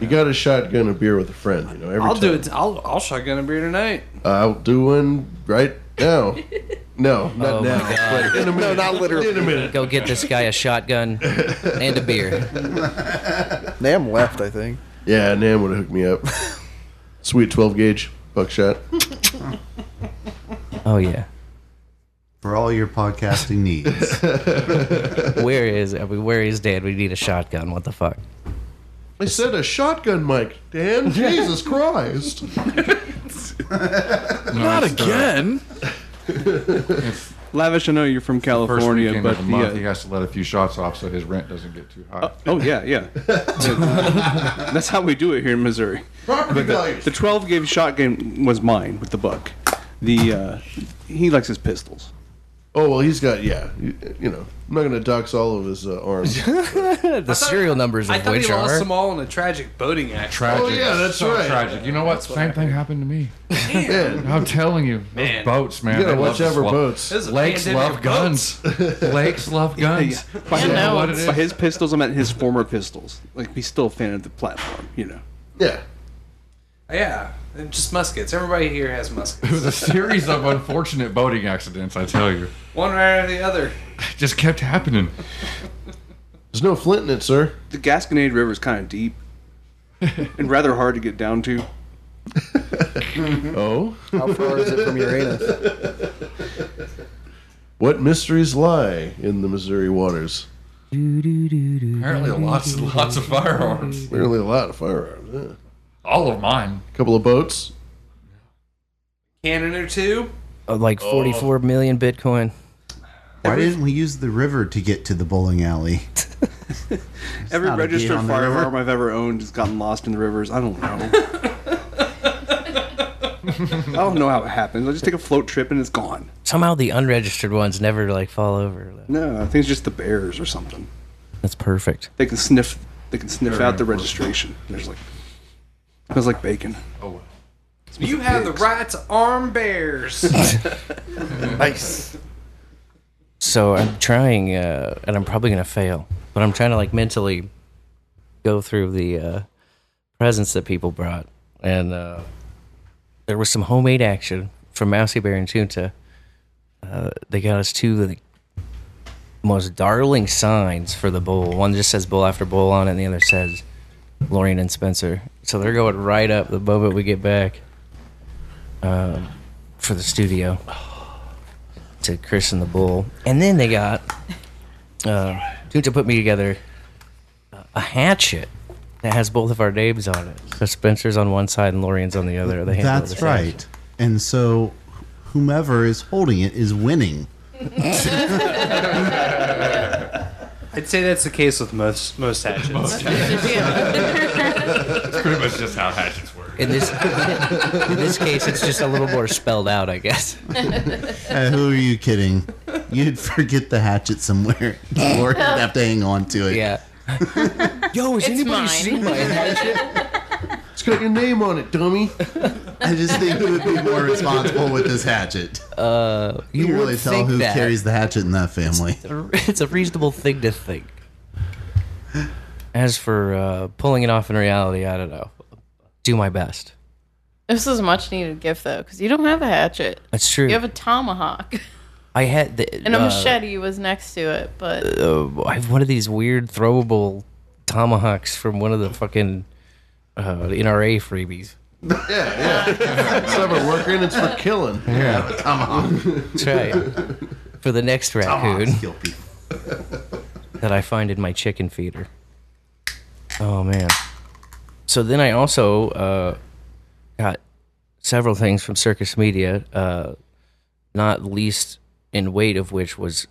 You got to shotgun a beer with a friend. You know, every
I'll
time.
do it. I'll, I'll shotgun a beer tonight.
I'll do one right
[laughs]
now. No, not
Oh my
now.
God.
But in a minute. In a minute.
Go get this guy a shotgun and a beer.
Nam left, I think. Yeah, Nam would have
[laughs]
hooked me up. Sweet 12 gauge buckshot.
Oh, yeah.
For all your podcasting needs.
[laughs] Where is I mean, where is Dad? We need a shotgun. What the fuck?
I said a shotgun mic,
[laughs]
Dan. Jesus Christ.
Not again.
uh, Lavish, I know you're from
First
California,
weekend
but
of the
the,
month,
uh,
he has to let a few shots off so his rent doesn't get too high.
oh yeah,
[laughs]
yeah. That's how we do it here in Missouri.
Property
But the,
values.
the 12 gauge shotgun was mine with the buck. The uh, he likes his pistols.
Oh, well, he's got, yeah, you, you know, I'm not going to dox all of his uh, arms.
[laughs] the serial numbers
I thought he lost them all in a tragic boating accident.
Tragic. so Tragic. You know what?
That's
Same thing happened
[laughs]
to me.
Man.
I'm telling you, those
Man.
boats, man.
You gotta
they
watch
love
out
to
for
swap-
boats. This
Lakes
is a
love
pandemic
guns. [laughs] Lakes love guns.
Yeah, yeah. By,
You know what it
by
is?
his pistols, I meant his former pistols. Like he's still a fan of the platform, you know.
Yeah.
Oh, Yeah, and just muskets. Everybody here has muskets.
[laughs] It was a series of unfortunate boating accidents. I tell you,
One right after the other.
it just kept happening.
There's no flint in it, sir.
The Gasconade River is kind of
[laughs]
deep and rather hard to get down to.
oh,
How far is it from Uranus?
[laughs]
[laughs]
What mysteries lie in the Missouri waters?
Apparently, lots
[laughs]
and lots of firearms. [laughs]
Clearly, a lot of firearms. Yeah.
All of mine.
A couple of boats.
Cannon or two.
Oh, like
Oh.
forty-four million Bitcoin.
Why didn't we use the river to get to the
[laughs]
bowling alley?
Every
not a gate
registered
on the river.
firearm I've ever owned has gotten lost in the rivers. I don't know. I don't know how it happens. I just take a float trip and it's gone.
Somehow the unregistered ones never like fall over.
No, I think it's just the bears or something.
That's perfect.
They can sniff. They can sniff
Very
out the
important.
registration. There's like smells like bacon.
Oh,
You have the right to arm bears.
nice.
So I'm trying, uh, and I'm probably gonna fail, but I'm trying to like mentally go through the uh, presents that people brought, and uh, there was some homemade action from Mousy Bear and Junta. Uh, they got us two of the most darling signs for the bowl. One just says "bowl after bowl" on it, and the other says "Lorian and Spencer." So they're going right up the moment we get back um, for the studio to christen the bull. And then they got uh, Junta put me together a hatchet that has both of our names on it. So Spencer's on one side and Lorian's on the other. They handle
That's
this
right.
action.
And so whomever is holding it is winning.
[laughs] I'd say that's the case with most most hatchets. [laughs]
That's pretty much just how hatchets work.
In this [laughs] in this case, it's just a little more spelled out, I guess.
Uh, who are you kidding? You'd forget the hatchet somewhere, [laughs] or you'd have to hang on to it.
Yeah. Yo, has anybody seen my hatchet?
It's got your name on it, [laughs] dummy.
I just think you would be more responsible with this hatchet.
Uh,
You,
would
really tell
think
who
that.
carries the hatchet in that family. [laughs]
It's a reasonable thing to think. As for uh, pulling it off in reality, I don't know. Do my best.
This is a much needed gift though, because you don't have a hatchet.
That's true.
You have a tomahawk, [laughs]
I had the,
and a
uh,
machete was next to it. But
uh, I have one of these weird throwable tomahawks from one of the fucking uh, NRA freebies.
It's not for working. It's for killing.
Yeah.
Tomahawk.
That's right. For the next raccoon that I find in my chicken feeder. Oh man. So then I also uh, got several things from Circus Media, uh, not least in weight of which was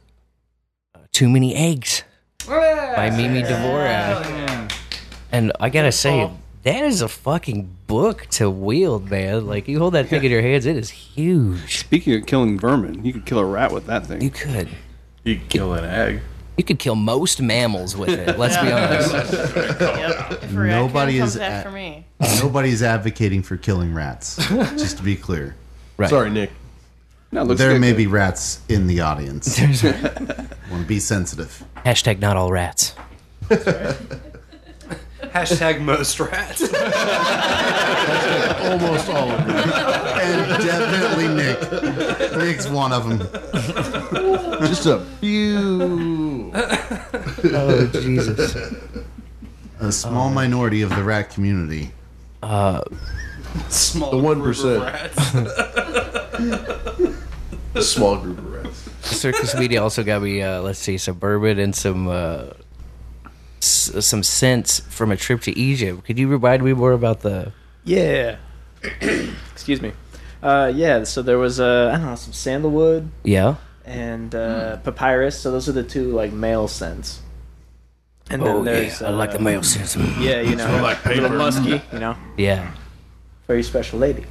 uh, too many eggs by Mimi Dvorak. And I gotta say, that is a fucking book to wield, man. Like you hold that thing in your hands, it is huge.
Speaking of killing vermin, you could kill a rat with that thing. You
could.
You could kill an egg.
You could kill most mammals
[laughs]
with it. Let's be
Yeah. [laughs]
honest.
[laughs]
Nobody
comes
is
after me. [laughs]
nobody is advocating for killing rats. Just to
[laughs]
be clear.
Right.
Sorry, Nick.
No, it looks
there
good,
may
though.
be rats in
[laughs]
the audience. [laughs] Want to be sensitive.
Hashtag not all rats.
Hashtag most
[laughs]
rats.
Almost all of them.
[laughs]
and definitely Nick. Nick's one of
[laughs]
them.
Just a few.
oh, Jesus. A
Uh,
small minority of the rat community. Uh,
Small
The one
group of
percent.
[laughs]
a small group of rats.
Circus media also got me, uh, let's see, some bourbon and some uh, s- some scents from a trip to Egypt. Could you remind me more about the?
[laughs] Yeah. [clears throat] Excuse me. Uh, yeah, so there was, uh, I don't know, some sandalwood
Yeah.
and uh, papyrus. So those are the two, like, male scents. And then
Oh,
there's. uh,
yeah, I like the male scents.
Yeah, you know.
Smell like
a little
paper.
musky, you know.
Yeah.
Very special lady.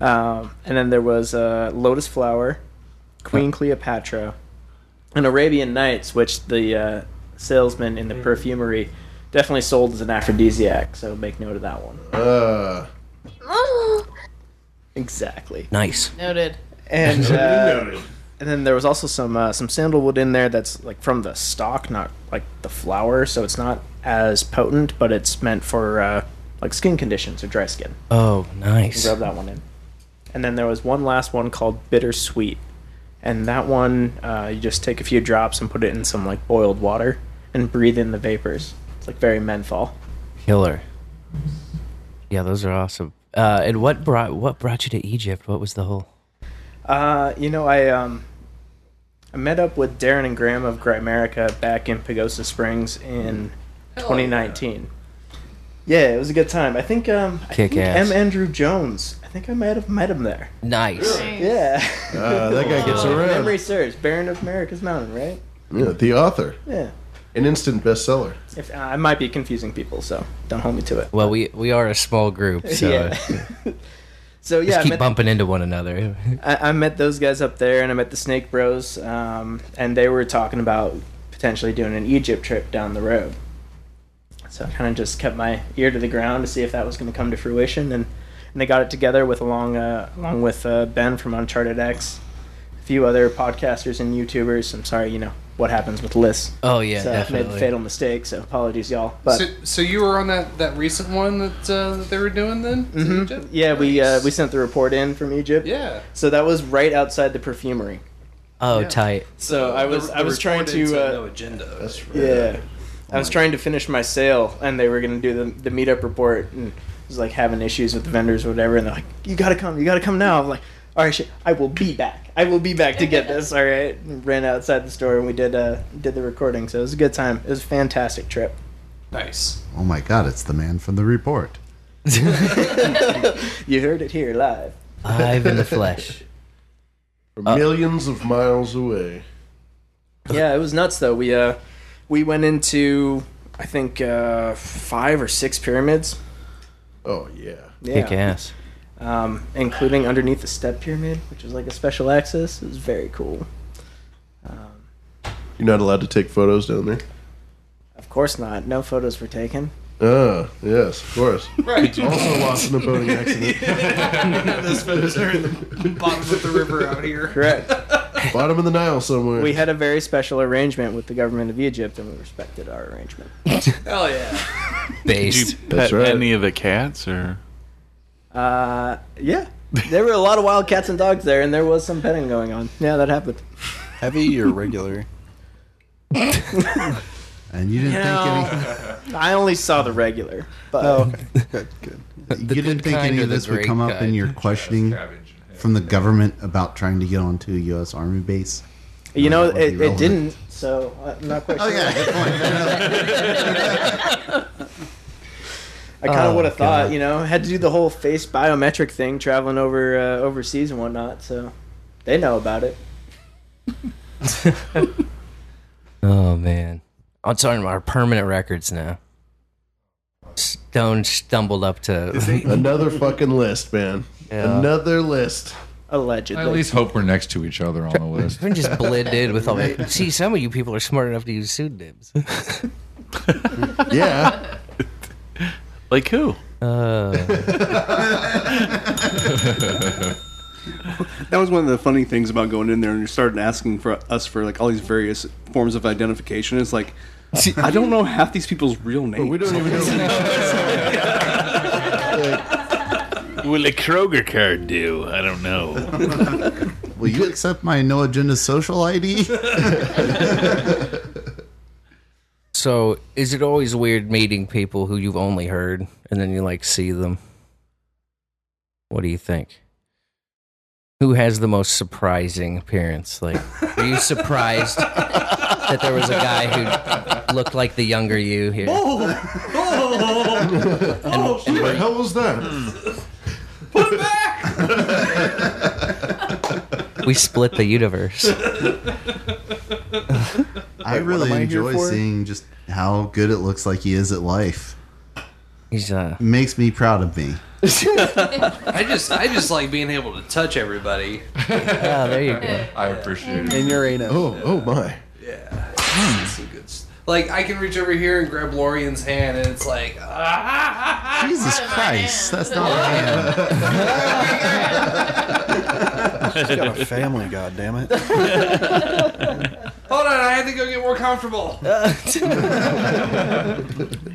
Um, and then there was uh, Lotus Flower, Queen Cleopatra, and Arabian Nights, which the uh, salesman in the perfumery definitely sold as an aphrodisiac. So make note of that one.
Uh.
Exactly.
Nice.
[laughs]
Noted.
And uh, and then there was also some uh, some sandalwood in there that's like from the stalk, not like the flower, so it's not as potent, but it's meant for uh, like skin conditions or dry skin.
Oh, nice.
Rub that one in. And then there was one last one called bittersweet, and that one uh, you just take a few drops and put it in some like boiled water and breathe in the vapors. It's like very menthol.
Killer. Yeah, those are awesome. Uh, and what brought what brought you to Egypt? What was the whole?
Uh, you know, I um, I met up with Darren and Graham of Grimerica back in Pagosa Springs in 2019. Yeah. it was a good time. I think um, I
Kick
think
ass.
M. Andrew Jones. I think I might have met him there.
Nice.
Yeah.
Ah, that guy gets
[laughs]
around.
Memory serves. Baron of America's Mountain, right?
Yeah, the author.
Yeah.
An instant bestseller.
If uh, I might be confusing people, so don't hold me to it.
Well, we we are a small group, so
[laughs] Yeah. So yeah,
just
I
keep
met-
bumping into one another.
I, I met those guys up there, and I met the Snake Bros, um, and they were talking about potentially doing an Egypt trip down the road. So I kind of just kept my ear to the ground to see if that was going to come to fruition, and, and they got it together with along uh, along with uh, Ben from Uncharted X, a few other podcasters and YouTubers. I'm sorry, you know what happens with lists.
Oh, yeah,
so I made
definitely.
a fatal mistake. So apologies, y'all. But
so, so you were on that, that recent one that, uh, that they were doing then? to
Mhm.
Egypt?
yeah, we uh, we sent the report in from Egypt.
Yeah.
So that was right outside the perfumery.
Oh, tight.
So I was
The-
I
the
was trying
recorded
to
said
uh,
no agenda. That's
yeah, I was trying to finish my sale, and they were gonna do the the meetup report, and I was like having issues with the vendors or whatever, and they're like, "You gotta come, you gotta come now." I'm like, "All right, shit, I will be back. I will be back to
[laughs]
get this." All right, and ran outside the store, and we did uh did the recording. So it was a good time. It was a fantastic trip.
Nice.
[laughs] Oh my God, it's the man from the report.
You heard it here live.
Live in the
[laughs]
flesh.
From millions of miles away.
Yeah, it was nuts though. We uh we went into I think uh five or six pyramids.
Oh yeah.
Yeah.
Kick ass.
Um, including underneath the step pyramid, which is like a special access. It was very cool. Um,
You're not allowed to take photos down there.
Of course not. No photos were taken.
Ah, yes, of course.
Right.
Also lost in a boating
[laughs]
accident.
Those fellas are in the bottom of the river out here.
[laughs] Correct.
Bottom of the Nile somewhere.
We had a very special arrangement with the government of Egypt, and we respected our arrangement.
Hell yeah.
Based. Did you pet
That's right.
any of the cats or?
Uh, yeah. There were a lot of wild cats and dogs there, and there was some petting going on. Yeah, that happened.
Heavy or
[laughs]
regular?
and you didn't
You Oh. know, I only saw the regular. But
Good, good.
You didn't think
kind
any
or
of
the
this would
great
come up in
kind?
your questioning from the government about trying to get onto a U.S. Army base?
[laughs] you know,
That would be
it, it
relevant.
didn't. So I'm not quite sure. Oh yeah, good point. [laughs] I kind of
Oh,
would have thought,
God.
you know, had to do the whole face biometric thing, traveling over uh, overseas and whatnot. So they know about it.
Oh
[laughs]
man, it's on our permanent records now. Stone stumbled up [laughs] to
Another fucking list, man.
Yeah.
Another list.
Allegedly.
I at least hope we're next to each other on the list.
Everyone just blend in with all that. See, some of you people are smart enough to use
[laughs]
pseudonyms.
yeah.
Like
[laughs]
who?
That was one of the funny things about going in there and you started asking for us for like all these various forms of identification. It's like, See, I don't know half these people's real names. we don't even
[laughs] Will a Kroger card do? I don't know.
Will you accept my no agenda
[laughs]
social [laughs] ID?
So, is it always weird meeting people who you've only heard and then you like see them? What do you think? Who has the most surprising appearance? Like, were you surprised that there was a guy who looked like the younger you here?
oh, oh, who the hell was that?
We split the universe.
I
Wait, what
really
am I here
enjoy
for?
[laughs]
seeing just how good it looks like he is at life.
He's uh
makes me proud of me.
I just I just like being able to touch everybody.
Yeah, there
[laughs]
you go.
I appreciate it.
And
your anus.
Oh, oh my.
It's so good. s- Like I can reach over here and grab Lorian's hand, and it's like, [laughs]
Jesus
[laughs]
Christ, that's not what
Oh,
She's got a family, God damn it.
hold on, I have to go get more
[laughs]
comfortable.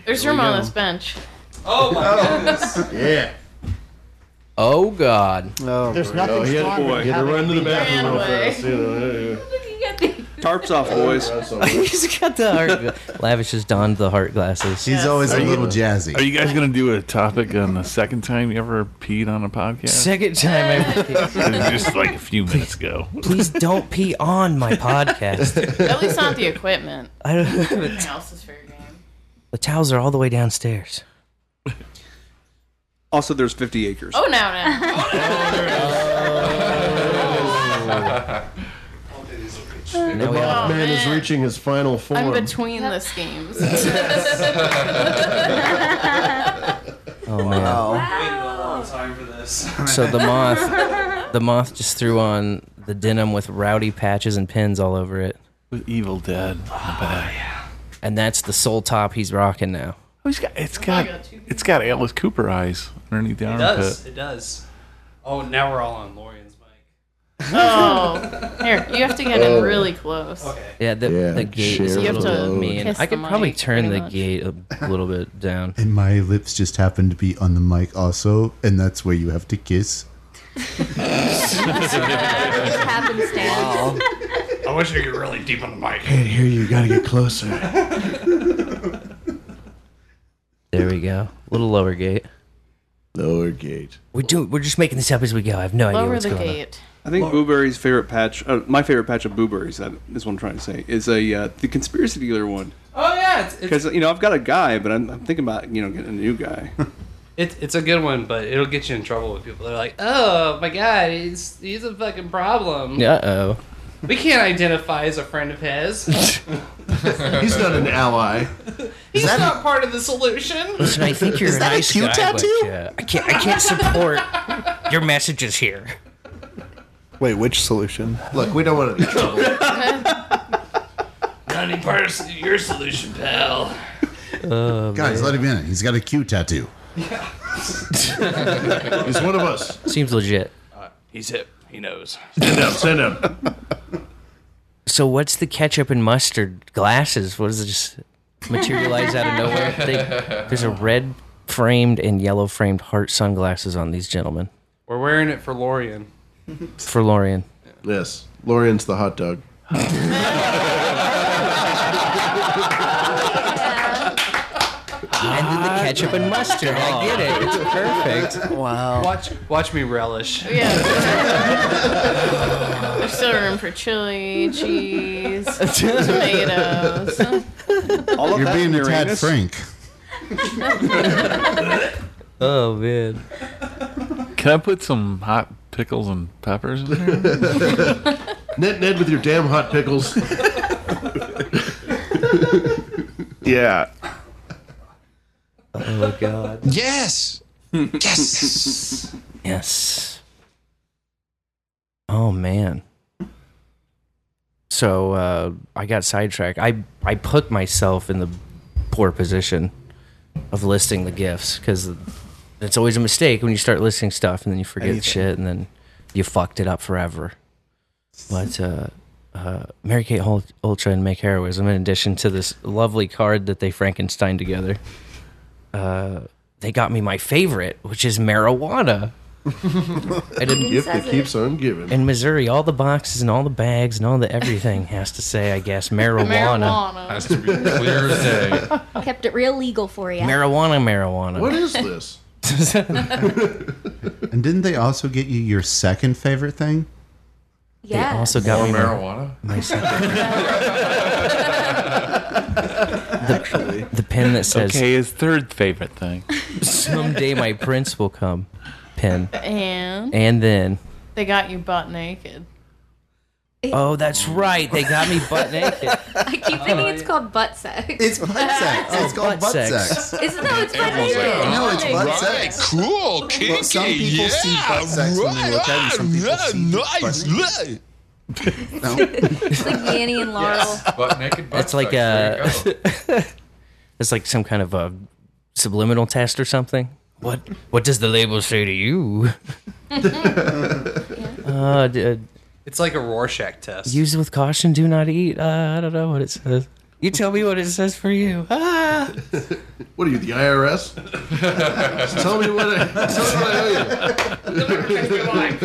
There's room on this bench.
Oh my goodness.
Yeah.
Oh God.
Oh,
There's nothing
he had,
stronger
he had to
than
run to the
having
bathroom real
me ran
fast. You know,
Tarps off, boys.
He's got the heart. gla- Lavish has donned the heart glasses.
He's always a little jazzy.
Are you guys gonna do a topic on the second time you ever peed on a podcast?
Second time I [laughs]
It's just like a few minutes ago.
Please don't pee on
[laughs]
my podcast.
At least not the equipment.
I don't,
Everything else is fair game.
the towels are all the way downstairs.
Also, there's 50 acres.
Oh, now, now.
[laughs]
[laughs]
The
we are.
Mothman is reaching his final form.
I'm between the
[laughs]
schemes.
Oh man. So the
[laughs]
[laughs]
moth, the moth just threw on the denim with rowdy patches and pins all over it.
With Evil Dead. Oh yeah.
And that's the sole top he's rocking now.
Oh, he's got it's got it's got Alice Cooper eyes underneath the
It
armpit.
does. It does. Oh, now we're all on Lorian's mic.
[laughs]
[laughs]
Oh, here you have to get in really close. Okay.
Yeah, the, the gate is a
You have
little
to
bit mean.
kiss
I could
the
probably
mic,
turn
pretty
the gate a little bit down.
And my lips just happen to be on the mic also, and that's where you have to kiss.
Just happenstance.
I wish I could really deep on the mic.
Can't hear you. Gotta get closer.
There we go. little lower gate.
Lower gate.
We do. We're just making this up as we go. I have no idea
Lower
what's
the
going
gate.
I think Booberry's favorite patch, uh, my favorite patch of Booberry's, that is what I'm trying to say, is a uh, the conspiracy dealer one.
Oh yeah, it's, it's,
Because, you know, I've got a guy, but I'm, I'm thinking about, you know, getting a new guy. [laughs]
it's it's a good one, but it'll get you in trouble with people. They're like, oh my god, he's he's a fucking problem.
on. Uh oh.
We can't identify as a friend of
[laughs]
his.
[laughs]
[laughs]
He's not an ally.
he's not part of the solution.
Listen, I think you're
Is
a
that a
nice
cute
guy,
tattoo?
but uh, I can't. I
[laughs]
can't support your messages here.
Wait, which solution?
Look, we don't want to.
Not any part of your solution, pal.
[laughs] Um,
Guys, let him in. He's got a Q tattoo.
He's one of us.
Seems legit.
Uh, He's hip. He knows.
Stand up. Stand up.
So what's the ketchup and mustard glasses? What does it just [laughs] materialize out of nowhere? They, there's a red framed and yellow framed heart sunglasses on these gentlemen
[laughs] We're wearing it for Lorian.
for Lorian.
Yes, Lorian's the hot dog.
And then the ketchup and mustard. I get it.
[laughs]
It's perfect.
Wow. Watch watch me relish.
[laughs]
There's still room for chili, cheese, tomatoes.
All of
You're
that
being
in
a
your
tad
anus?
frank.
Oh man.
[laughs] Can I put some hot pickles and peppers in there?
Ned, Ned, with your damn hot pickles.
[laughs]
yeah.
Oh god.
Yes. yes.
[laughs] Yes. Oh man. So uh, I got sidetracked. I I put myself in the poor position of listing the gifts because it's always a mistake when you start listing stuff and then you forget
Anything.
shit and then you fucked it up forever. But uh, uh, Mary Kate Hol- Ultra and Make Heroism, in addition to this lovely card that they Frankenstein together, uh, they got me my favorite, which is
[laughs]
marijuana. I didn't
Gift that keeps on giving.
in Missouri, all the boxes and all the bags and all the everything has to say, I guess, marijuana.
Marijuana.
Has to be clear as day.
Kept it real legal for you.
[laughs] Marijuana, [laughs] marijuana.
What
[laughs]
is this?
And didn't they also get you your second favorite thing?
Yeah.
They also got
More
me my-
marijuana?
My,
[laughs]
[laughs] second. the, the pen that says
Okay,
his third favorite thing. Someday
[laughs]
my prince will come. Pen.
And
And then
they got you butt naked.
Oh, that's right. They got me butt naked.
I keep thinking it's called butt sex. It's
butt
[laughs]
sex.
It's Oh, called butt butt sex. sex.
Isn't no, it's butt
Everyone's like, "Oh,
naked.
no, it's butt Right. sex.
Cool,
Well, some people see butt sex when they look at it. Some people see nice.
[laughs]
it's like Yanny and Laurel.
Butt naked butt
It's like uh,
sex. There
a.
you go.
[laughs] it's like some kind of a subliminal test or something. What What does the label say to
[laughs]
you? uh, d- [laughs] uh,
It's like a Rorschach test.
use with caution. Do not eat. Uh, I don't know what it
[laughs]
says. You tell me what it says for you. Ah.
[laughs] What are you,
[laughs]
the IRS? Just tell me what I, tell me what I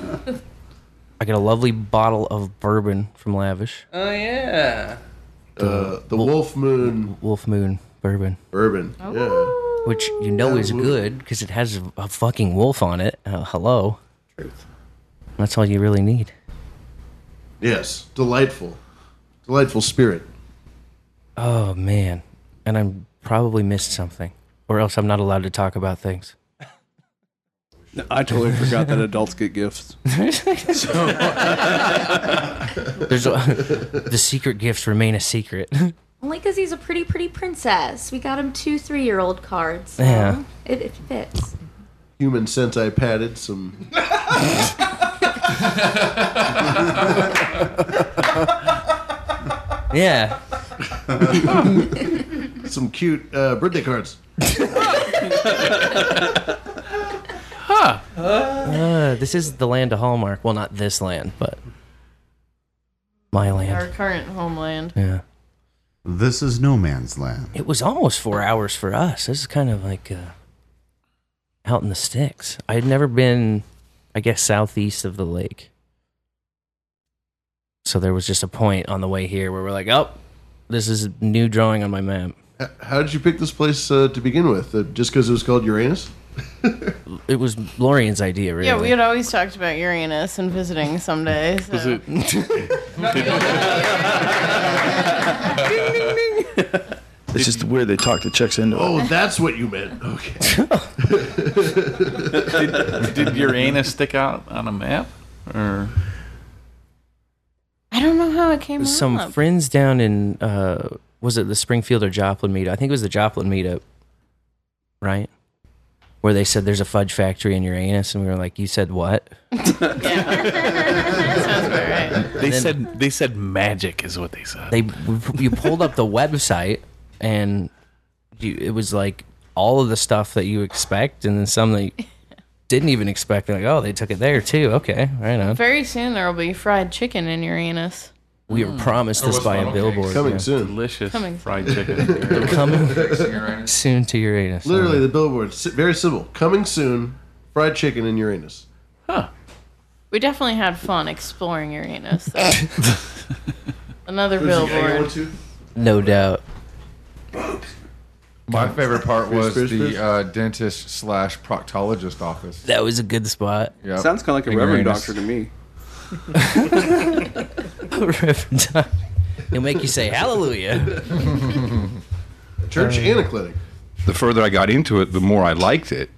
[laughs] owe you.
I got a lovely bottle of bourbon from Lavish.
[laughs] Oh yeah.
Uh, the Wolf Moon. Wolf Moon bourbon.
Bourbon.
Oh.
Yeah.
Which you know is good because it has a, a fucking wolf on it. Uh, hello. Truth. That's all you really need.
Yes, delightful, delightful spirit.
Oh man, and I'm probably missed something, or else I'm not allowed to talk about things.
No, I totally forgot that adults
[laughs]
get gifts.
There's
[laughs]
a, the secret gifts remain a secret. [laughs]
Only because he's a pretty, pretty princess. We got him two three-year-old cards. so
Yeah.
It, it fits.
Human sense I patted some.
[laughs] yeah.
[laughs] some cute uh, birthday cards.
Huh. Uh, this is the land of Hallmark. Well, not this land, but my land.
Our current homeland.
Yeah.
This is no man's land.
It was almost four hours for us. This is kind of like uh, out in the sticks. I had never been, I guess, southeast of the lake. So there was just a point on the way here where we're like, oh, this is a new drawing on my map.
H- How did you pick this place uh, to begin with? Uh, just because it was called Uranus?
it was Lorian's idea, really.
Yeah, we had always talked about Uranus and visiting someday.
[laughs]
So.
It's just weird they talk the chicks into [laughs]
Oh,
it.
that's what you meant. Okay.
did, did Uranus stick out on a map? Or
I don't know how it came
some
up.
friends down in uh was it the Springfield or Joplin meetup? I think it was the Joplin meetup, right? Where they said there's a fudge factory in Uranus, and we were like, "You said what?" [laughs]
They
said they said magic is what they said. They you pulled up the website and you, it was like all of the stuff that you expect, and then some that you didn't even expect. Like, oh, they took it there too. Okay, right on.
Very soon there will be fried chicken in Uranus.
We were promised this by a billboard.
Coming
yeah.
soon.
Delicious
Coming
fried
soon.
chicken.
Coming soon to Uranus.
Literally, the billboard. si- Very simple. Coming soon, fried chicken in Uranus.
We definitely had fun exploring Uranus.
[laughs]
though. Another
There's a guy you
billboard.
want to?
No doubt.
My favorite part was
Fish, fish,
the
fish.
Uh, dentist slash proctologist office.
That was a good spot.
Yeah.
Sounds kind of like a
In
reverend
Uranus.
doctor to me.
Reverend Doc. He'll make you say hallelujah.
[laughs] Church
Uh,
and a clinic.
The further I got into it, the more I liked it.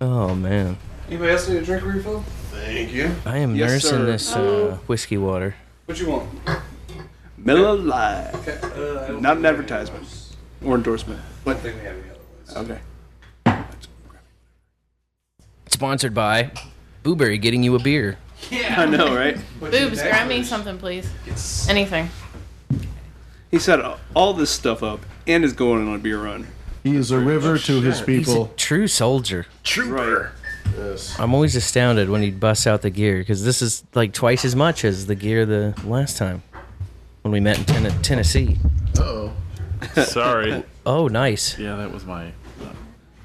Oh man,
Anybody else need a drink refill? Thank you.
I am
Yes,
nursing
sir.
this uh,
Hello.
whiskey water.
What you want?
Miller Lite.
Uh,
Not an advertisement or endorsement.
One thing we have any other.
Okay.
Sponsored by Booberry, getting you a beer.
Yeah.
I know, right?
Boobs, grab me something, please. Anything.
He set all this stuff up and is going on a beer run.
He is a river to his
Shit.
people.
True soldier.
Trooper.
I'm always astounded when he busts out the gear because this is like twice as much as the gear the last time when we met in ten- Tennessee.
Oh,
[laughs] Sorry.
Oh, nice.
Yeah, that was my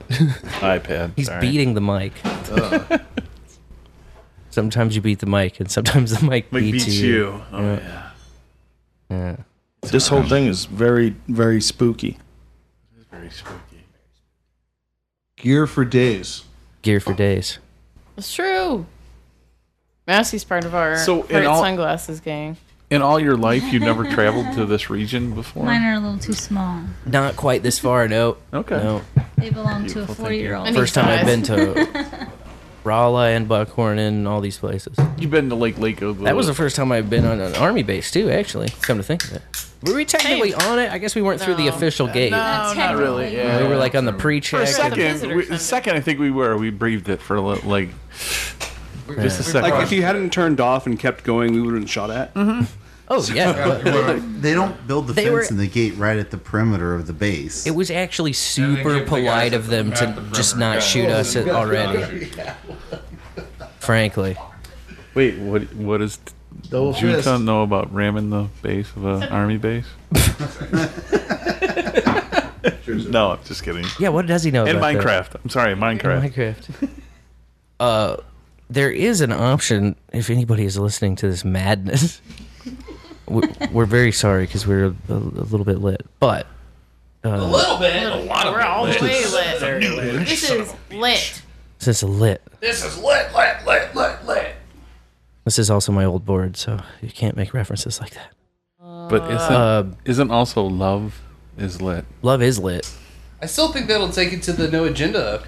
iPad.
He's
Sorry.
beating
[laughs]
the mic.
Ugh.
sometimes you beat the mic, and sometimes the mic,
Mic
beats,
beats you. Oh,
yeah. Yeah.
This whole thing is very, very spooky.
Very spooky. Gear for days.
Gear for days.
It's true. Massey's part of our
So, in
Bright
all-
sunglasses gang.
In all your life, you never traveled to this region before?
Mine are a little too small.
Not quite this far, no.
Okay.
No.
They belong to a four-year-old.
First time I've been to
[laughs]
Rolla and Buckhorn and all these places.
You've been to Lake Lake Obo.
That was the first time I've been on an army base too. Actually, come to think of it, were we technically on it? I guess we weren't through the official gate.
No, not really. Yeah,
we were like on the pre-check.
For a second, we, second, I think we were. We breathed it for a little, like just a second.
Like if you hadn't turned off and kept going, we would have been shot at.
Oh
[laughs]
yeah.
they don't build the
They
fence
were-
and the gate right at the perimeter of the base.
It was actually super polite of them to just not shoot us at-
[laughs]
already. Frankly,
Wait, what? What does
Double fist.
Juton know about ramming the base of an army
[laughs]
base? no, I'm just kidding.
Yeah, what does he know
In
about that?
Minecraft. I'm sorry, Minecraft.
Minecraft. [laughs] uh, there is an option if anybody is listening to this madness. [laughs] we're, we're very sorry because we're a, a, a little bit lit, but uh,
A
little bit. A lot of
We're all
lit.
the way
This
lit.
is a new age,
This
son
is lit.
since it's lit,
This is lit, lit, lit, lit, lit.
this is also my old board, so you can't make references like that.
But isn't
Uh,
isn't also love is lit?
Love is lit.
I still think that'll take it to the no agenda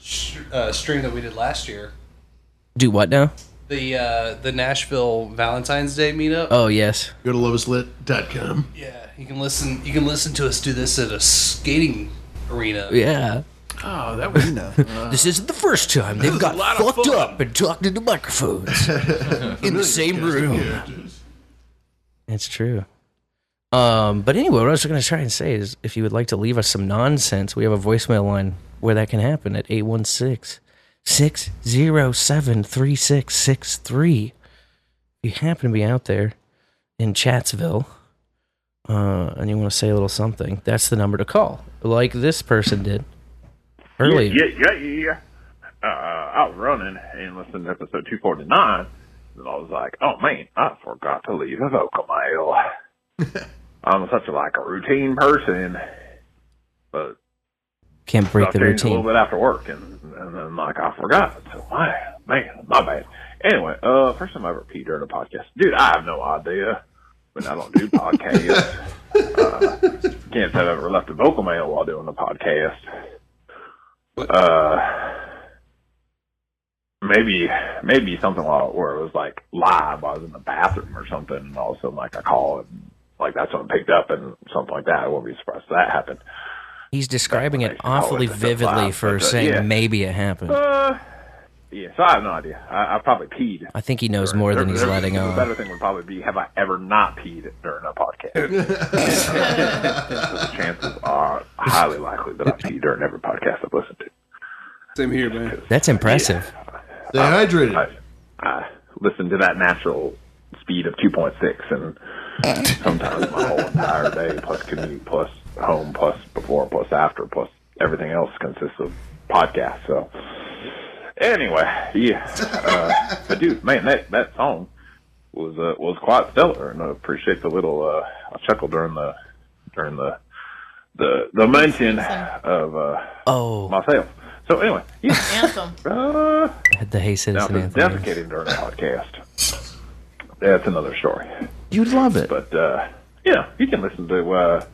sh- uh, stream that we did last year.
Do what now?
The uh, the Nashville Valentine's Day meetup.
Oh yes.
Go to loveislit.com.
Yeah, you can listen. You can listen to us do this at a skating arena.
Yeah.
Oh, that
was-
[laughs]
this isn't the first time
This
they've
is
got
a lot of
fucked
fun.
up and talked into [laughs] microphones [laughs] in the same room. It's true. Um, but anyway, what I was going to try and say is if you would like to leave us some nonsense, we have a voicemail line where that can happen at 816 607 3663. If you happen to be out there in Chatsville uh, and you want to say a little something, that's the number to call, like this person did earlier.
Yeah, yeah, yeah. yeah. Uh, I was running and listening to episode 249, and I was like, oh man, I forgot to leave a voicemail. I'm such a, like a routine person, but
Can't break
I
the
changed a
routine.
little bit after work, and, and then like I forgot. So my man, my bad. Anyway, uh, first time I ever peed during a podcast, dude. I have no idea, but I don't do podcasts. uh, can't say I've ever left a vocal mail while doing a podcast. Uh, maybe maybe something while- where it was like live. I was in the bathroom or something, and all of a sudden like I call and like that's when I picked up and something like that. I wouldn't be surprised if that happened.
He's describing it awfully vividly for
but, uh,
saying
yeah.
maybe it happened.
Uh, yeah, so I have no idea. I, I probably peed.
I think he knows more than he's
There-
letting uh,
The better
on.
thing would probably be, have I ever not peed during a
[laughs]
podcast? Chances are highly likely that I pee during every podcast I've listened to.
Same here, man.
That's impressive.
They hydrated. I, Uh, I listened to that natural speed of 2.6, and sometimes my whole entire day, plus commute, plus home, plus before, plus after, plus everything else consists of podcasts. So, anyway, yeah. Uh, but dude, man, that that song was uh, was quite stellar, and I appreciate the little. Uh, I chuckled during the during the the the mention of uh,
oh
myself. So anyway, yeah.
[laughs]
Anthem.
Uh,
The Hey Citizen
now, if it's
Anthem.
defecating during a podcast. That's another story.
You'd love it.
But uh, yeah, you can listen to uh,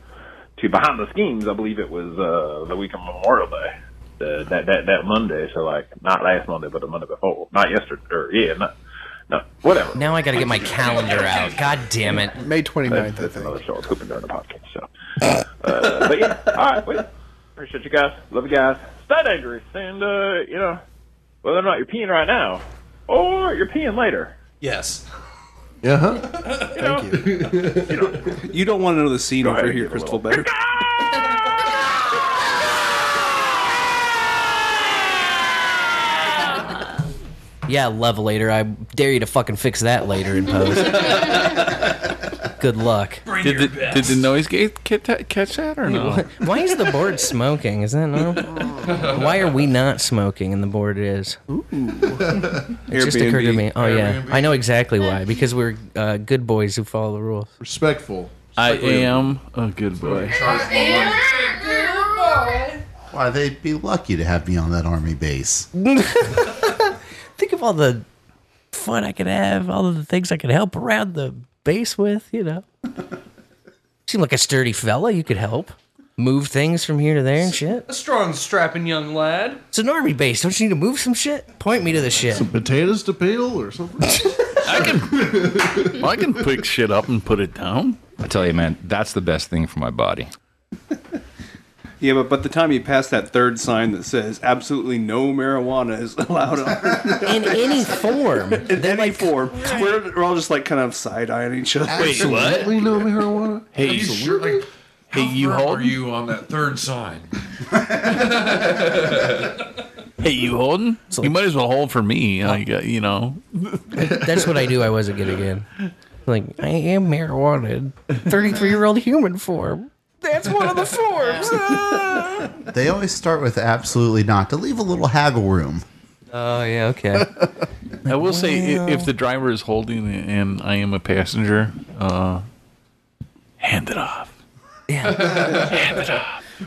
to Behind the Schemes. I believe it was uh, the week of Memorial Day, the, that that that Monday. So like not last Monday, but the Monday before. Not yesterday, or yeah, not no, whatever.
Now I got to get my calendar out. Oh, God damn it.
May 29th, that's,
uh,
that's another show. I was hoping during the podcast.
[laughs]
So, uh, but yeah, all right, well, appreciate you guys. Love you guys. Stay dangerous, and uh, you know whether or not you're peeing right now or you're peeing later.
Yes.
Yeah.
[laughs]
Huh?
Uh-huh. Thank [laughs] you. you don't want to know the scene over here, Crystal.
[laughs]
Better.
Yeah, love later. I dare you to fucking fix that later in post.
[laughs]
Good luck.
Did the, did the noise gate ca- ta- catch that or no?
Why is the board smoking? Is that
[laughs]
normal? Why are we not smoking and the board is? It just occurred to me. Oh yeah, I know exactly why. Because we're uh, good boys who follow the rules.
Respectful.
I am a good boy.
Why, they'd be lucky to have me on that army base.
Think of all the fun I could have, all of the things I could help around the base with. You know, [laughs] seem like a sturdy fella. You could help move things from here to there and shit.
A strong, strapping young lad.
It's an army base. Don't you need to move some shit? Point me to the shit.
Some potatoes to peel or something.
I can pick shit up and put it down.
I tell you, man, that's the best thing for my body.
Yeah, but by the time you pass that third sign that says absolutely no marijuana is allowed on
[laughs] in any
[laughs]
form,
in any form, we're, we're all just like kind of side eyeing each other.
Wait, what?
Absolutely no marijuana.
Hey,
Are you sure? Like, how
Hey, you
firm
hold-
are you on that
[laughs]
third sign?
Hey, you holding? you might as well hold for me. Like uh, you know,
Oh.
[laughs]
That's what I knew I wasn't gonna get. Like I am marijuana, thirty-three year old human form. That's one of
[laughs]
the forms. Ah.
They always start with absolutely not to leave a little haggle room.
Oh yeah, okay.
I will say i-
Well.
if the driver is holding and I am a passenger, uh, hand it off.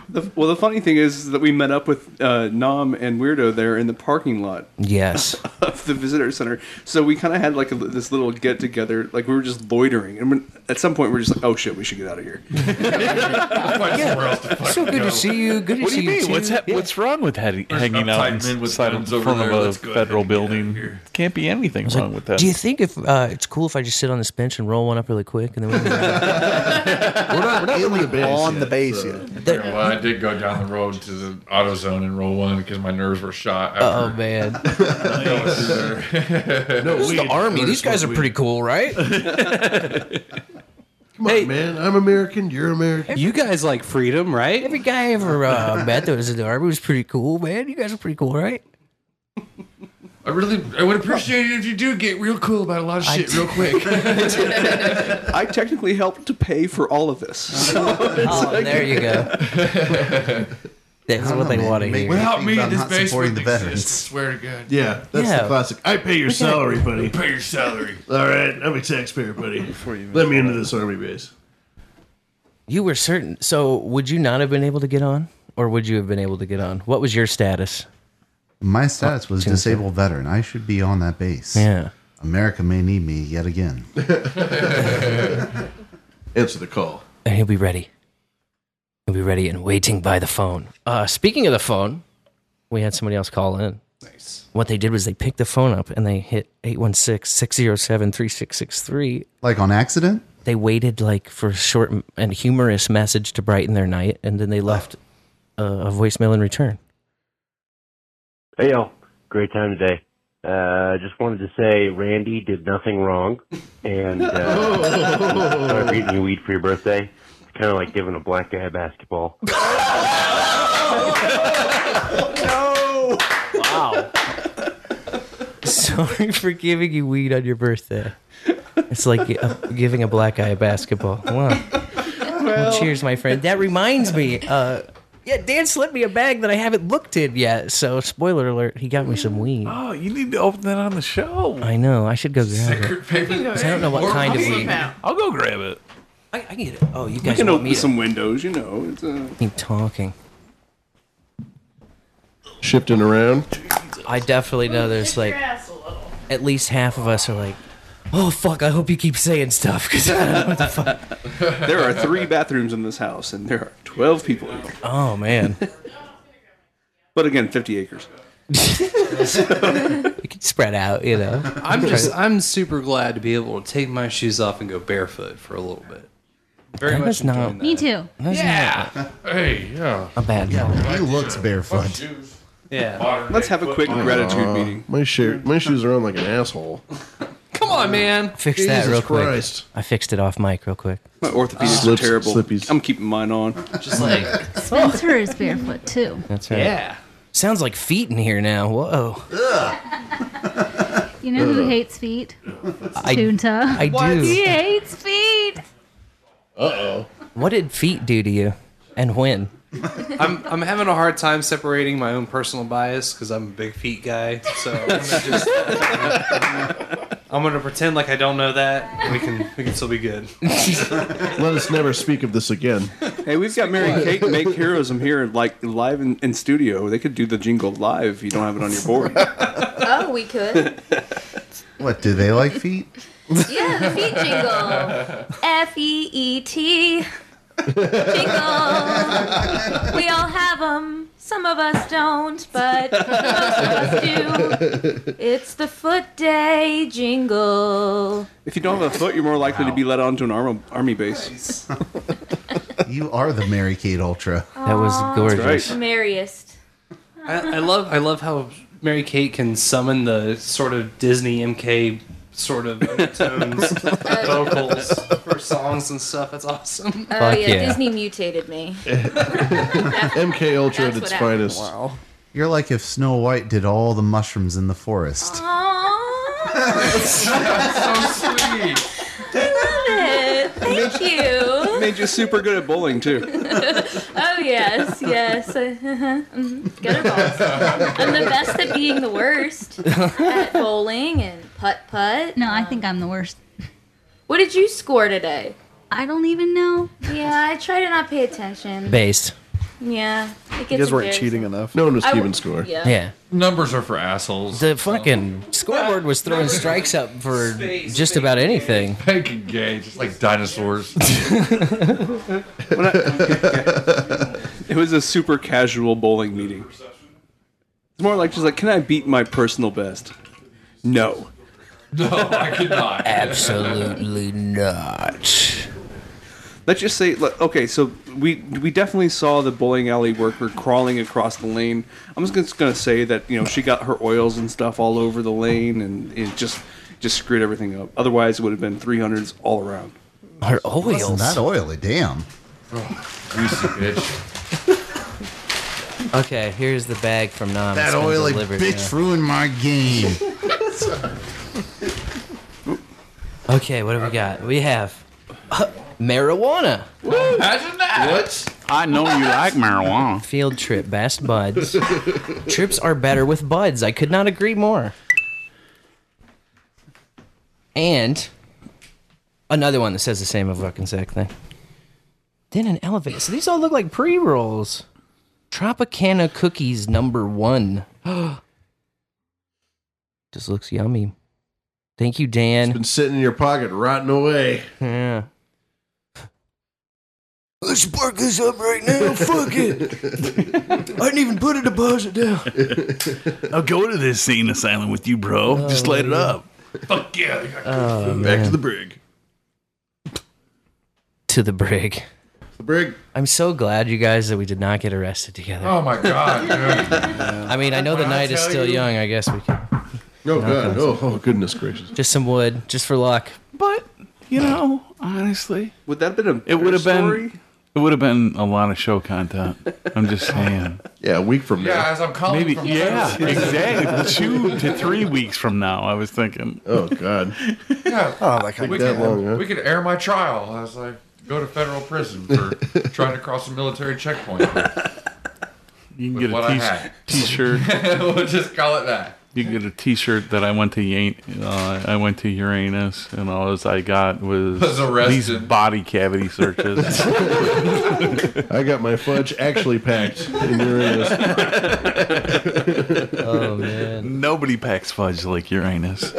The- well, the funny thing is that we met up with uh, Nom and Weirdo there in the parking lot
Yes.
[laughs] of the visitor center. So we kind of had like a, this little get together. Like we were just loitering, and when, at some point we are just like, "Oh shit, we should get out of
[laughs]
here."
So good to see you. Good to
What do
see
you mean?
too.
what's hap- what's wrong with head- hanging out
uptight men with
inside in
guns over
front of
there.
a
Let's go ahead
federal
and get out of
building?
here.
Can't be anything
I was
wrong
like,
with that.
Do you think if uh, it's cool if I just sit on this bench and roll one up really quick and then we
[laughs]
can
We're not, we're not really
on the base
so-
yet.
well, I did go down the road to the auto zone and roll one because my nerves were shot.
Oh
After [laughs]
man.
going through there.
No,
This is the
weed.
army.
Go to
These guys are
smoke
pretty
[laughs]
weed.
cool, right?
Come on, man. I'm American. You're American.
You guys like freedom, right?
Every guy I ever uh, [laughs] met that was in the army was pretty cool, man. You guys are pretty cool, right?
I really, I would appreciate it if you do get real cool about a lot of shit real
[laughs]
[laughs]
quick.
Oh,
I technically helped to pay for all of this. So it's
[laughs] Oh,
like-
there you go.
[laughs]
That's what they want to hear.
Without me,
about
this
not
base
supporting
wouldn't
the
exist.
veterans.
Swear to God.
Yeah, that's
Yeah.
the classic. I pay your salary, buddy.
Pay your
[laughs]
salary.
All right, I'm a taxpayer, buddy.
[laughs]
Let me into this army base.
You were certain. So, would you not have been able to get on, or would you have been able to get on? What was your status?
My status was
Jim said-
disabled veteran. I should be on that base.
Yeah.
America may need me yet again.
Answer the call.
And he'll be ready. He'll be ready and waiting by the phone. Uh, speaking of the phone, we had somebody else call in. Nice. What they did was they picked the phone up and they hit 816 607 3663.
Like on accident?
They waited like for a short m- and humorous message to brighten their night, and then they left uh, a voicemail in return.
Hey, y'all. Great time today. Uh, just wanted to say Randy did nothing wrong. And
[laughs] Oh.
uh, sorry for getting you weed for your birthday. It's kind of like giving a black guy a basketball.
Wow. Sorry for giving you weed on your birthday. It's like uh, giving a black guy a basketball. Wow. Well, cheers, my friend. That reminds me. Uh, yeah, Dan slipped me a bag that I haven't looked in yet. So, spoiler alert, he got me some weed.
Oh, you need to open that on the show.
I know. I should go grab it.
[laughs] Secret paper.
I don't know what kind of
Or-
weed. I,
I'll go grab it.
I can get it. Oh, you
we
guys
can
want me
open
to
some windows, you know. It's uh
keep talking?
Shifting around.
I definitely know there's like at least half of us are like, oh fuck, I hope you keep saying stuff because I don't know what the fuck.
[laughs] there are three bathrooms in this house, and there are twelve people in here.
[laughs] Oh
[laughs]
man.
But again, fifty acres.
we could spread out, you know.
I'm just I'm super glad to be able to take my shoes off and go barefoot for a little bit. Very
That
much
is not-
enjoying that.
Me too.
yeah.
Hey, yeah.
a bad guy.
He looks barefoot.
Yeah.
Let's have a quick gratitude meeting.
My shoe, my shoes are on like an asshole.
Come on, man.
Fix
Jesus
that real
Christ.
quick. I fixed it off mic real quick.
My orthopedics
Slips,
are terrible.
slippies.
I'm keeping mine on.
Just like
Spencer is barefoot too.
That's right.
yeah.
Sounds like feet in here now. Whoa.
You know who hates feet?
I-
Junta. [laughs]
I do.
He hates feet.
Uh oh. What did feet do to you, and when?
I'm I'm having a hard time separating my own personal bias because I'm a big feet guy. So [laughs] I'm gonna, just, uh, I'm gonna pretend like I don't know that. and We can we can still be good.
Let us never speak of this again.
Hey, we've got Mary Kate Make Heroism here, like live in, in studio. They could do the jingle live if you don't have it on your board.
Oh, we could.
What do they like
[laughs]
feet?
Yeah, the feet jingle. F E E T. Jingle. We all have them. Some of us don't, but most of us do. It's the foot day jingle.
If you don't have a foot, you're more likely to be let onto an arm, army base.
you are the Mary Kate Ultra.
That was
Aw,
gorgeous.
The
[laughs]
merriest.
I, I love I love how Mary Kate can summon the sort of Disney MK sort of [laughs] tones vocals for songs and stuff. That's awesome.
Oh yeah, Disney mutated me.
MK Ultra
That's
at
what
its
happened.
finest.
Wow.
You're like if Snow White did all the mushrooms in the forest.
That's
so sweet.
I love it. Thank you.
Made you super good at bowling too.
oh yes, yes. [laughs] Uh, uh-huh. Mhm. Get her balls. I'm the best at being
[laughs]
the worst at bowling and putt putt. Um,
No, I think I'm the worst.
What did you score today?
I don't even know.
Yeah, I try to not pay attention.
Based.
Yeah, it gets
You guys weren't
embarrassing.
cheating enough.
No one was
I w-
keeping score.
Yeah.
Yeah.
Numbers are for assholes.
The fucking scoreboard was throwing strikes up for just about anything.
Fucking gay, just like
[laughs]
dinosaurs.
When I- it was a super casual bowling meeting. It's more like just like, can I beat my personal best? No.
No, I could not.
Absolutely not.
Let's just say, like, okay, so we we definitely saw the bowling alley worker crawling across the lane. I'm just gonna- just gonna say that you know she got her oils and stuff all over the lane, and it just just screwed everything up. Otherwise, it would have been 300s all around.
Our
oils.
Not oily, damn.
Greasy bitch.
[laughs] Okay, here's the bag from Nom.
that
It's been
oily
delivered,
bitch
yeah.
ruined my
[laughs]
game.
Okay, what have we got? We have uh, marijuana.
Imagine that. What?
I know you like marijuana. Field trip, best buds.
[laughs]
Trips are better with buds. I could not agree more. And another one that says the same fucking exact thing. Then an elevator. So these all look like pre rolls. Tropicana cookies number one. Just looks yummy. Thank you, Dan.
Been sitting in your pocket, rotting away.
Yeah.
Let's spark this up right now. Fuck
[laughs]
it. I didn't even put a deposit down.
I'll go to this scene asylum with you, bro.
Oh,
Just light it up.
Fuck yeah.
Oh,
Back to
man.
the brig.
to the brig.
The brig.
I'm so glad you guys that we did not get arrested together.
Oh my god, dude.
I mean, I know the
When I
night is
tell
still
you-
young. I guess we can.
Oh,
knock
God.
on
Oh,
some-
oh, goodness gracious.
Just some wood, just for luck.
But you know, honestly,
would that have been a
it would have been it would have been a lot of show content. I'm just [laughs] saying.
Yeah, a week from
Yeah,
[laughs]
as I'm calling
Maybe
from
yeah,
Texas.
exactly. Two to three weeks from now, I was thinking.
[laughs]
Oh God.
Yeah.
Oh, like I
we,
did
could,
long, huh?
we could air my trial. I was like, go to federal prison
[laughs]
for trying to cross a military checkpoint.
You
With
can
what I
get
had.
a t- t-shirt.
[laughs] we'll just call it that.
You can get a T-shirt that I went to Yan- uh, I went to Uranus, and all I got was,
Was arrested.
these body cavity [laughs] searches.
I got my fudge actually packed
[laughs]
in Uranus.
Oh man.
Nobody packs fudge like
[laughs]
Uranus.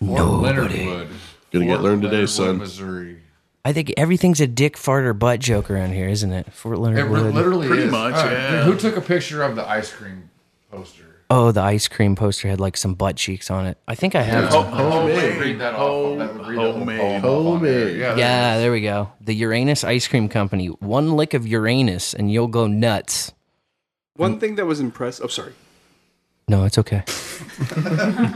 Leonard Wood.
Gonna get
Fort
learned today,
Leonard Wood,
son.
Missouri.
I think everything's a dick fart or butt joke around here, isn't it? Fort Leonard
It re-
Wood.
literally
Pretty
is.
much,
All right,
yeah.
Who took a picture of the ice cream poster?
Oh, the ice cream poster had like some butt cheeks on it. I think I have.
Oh,
some.
homemade. Read that
Oh.
off. That would read that whole poem off on
Oh,
there.
Homemade.
Yeah.
Yeah, there we go. The Uranus Ice Cream Company. One lick of Uranus and you'll go nuts.
One
Mm.
thing that was impressive. Oh, sorry.
No, it's okay.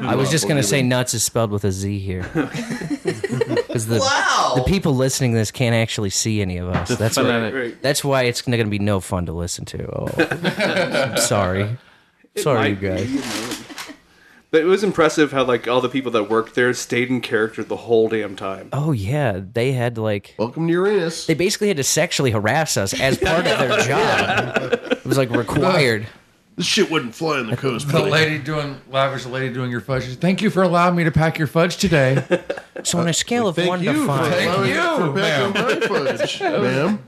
I was just going
Unbelievable.
to say nuts is spelled with a Z here. Because the,
Wow.
the people listening to this can't actually see any of us.
The
That's why,
phonetic- Right.
that's why it's going to be no fun to listen to. Oh, I'm sorry.
It
sorry, you
might be,
guys.
know. It was impressive how like all the people that worked there stayed in character the whole damn time.
Oh yeah, they had like
welcome to Uranus.
They basically had to sexually harass us as part of their job. It was like required.
This [laughs] shit wouldn't fly on the coast.
The lady doing lavish, the lady doing your fudge. she- Thank you for allowing me to pack your fudge today.
So on a scale of one
you
to
for
five,
allowing
Thank
us
you,
to pack
ma'am.
up
[laughs]
my fudge, ma'am.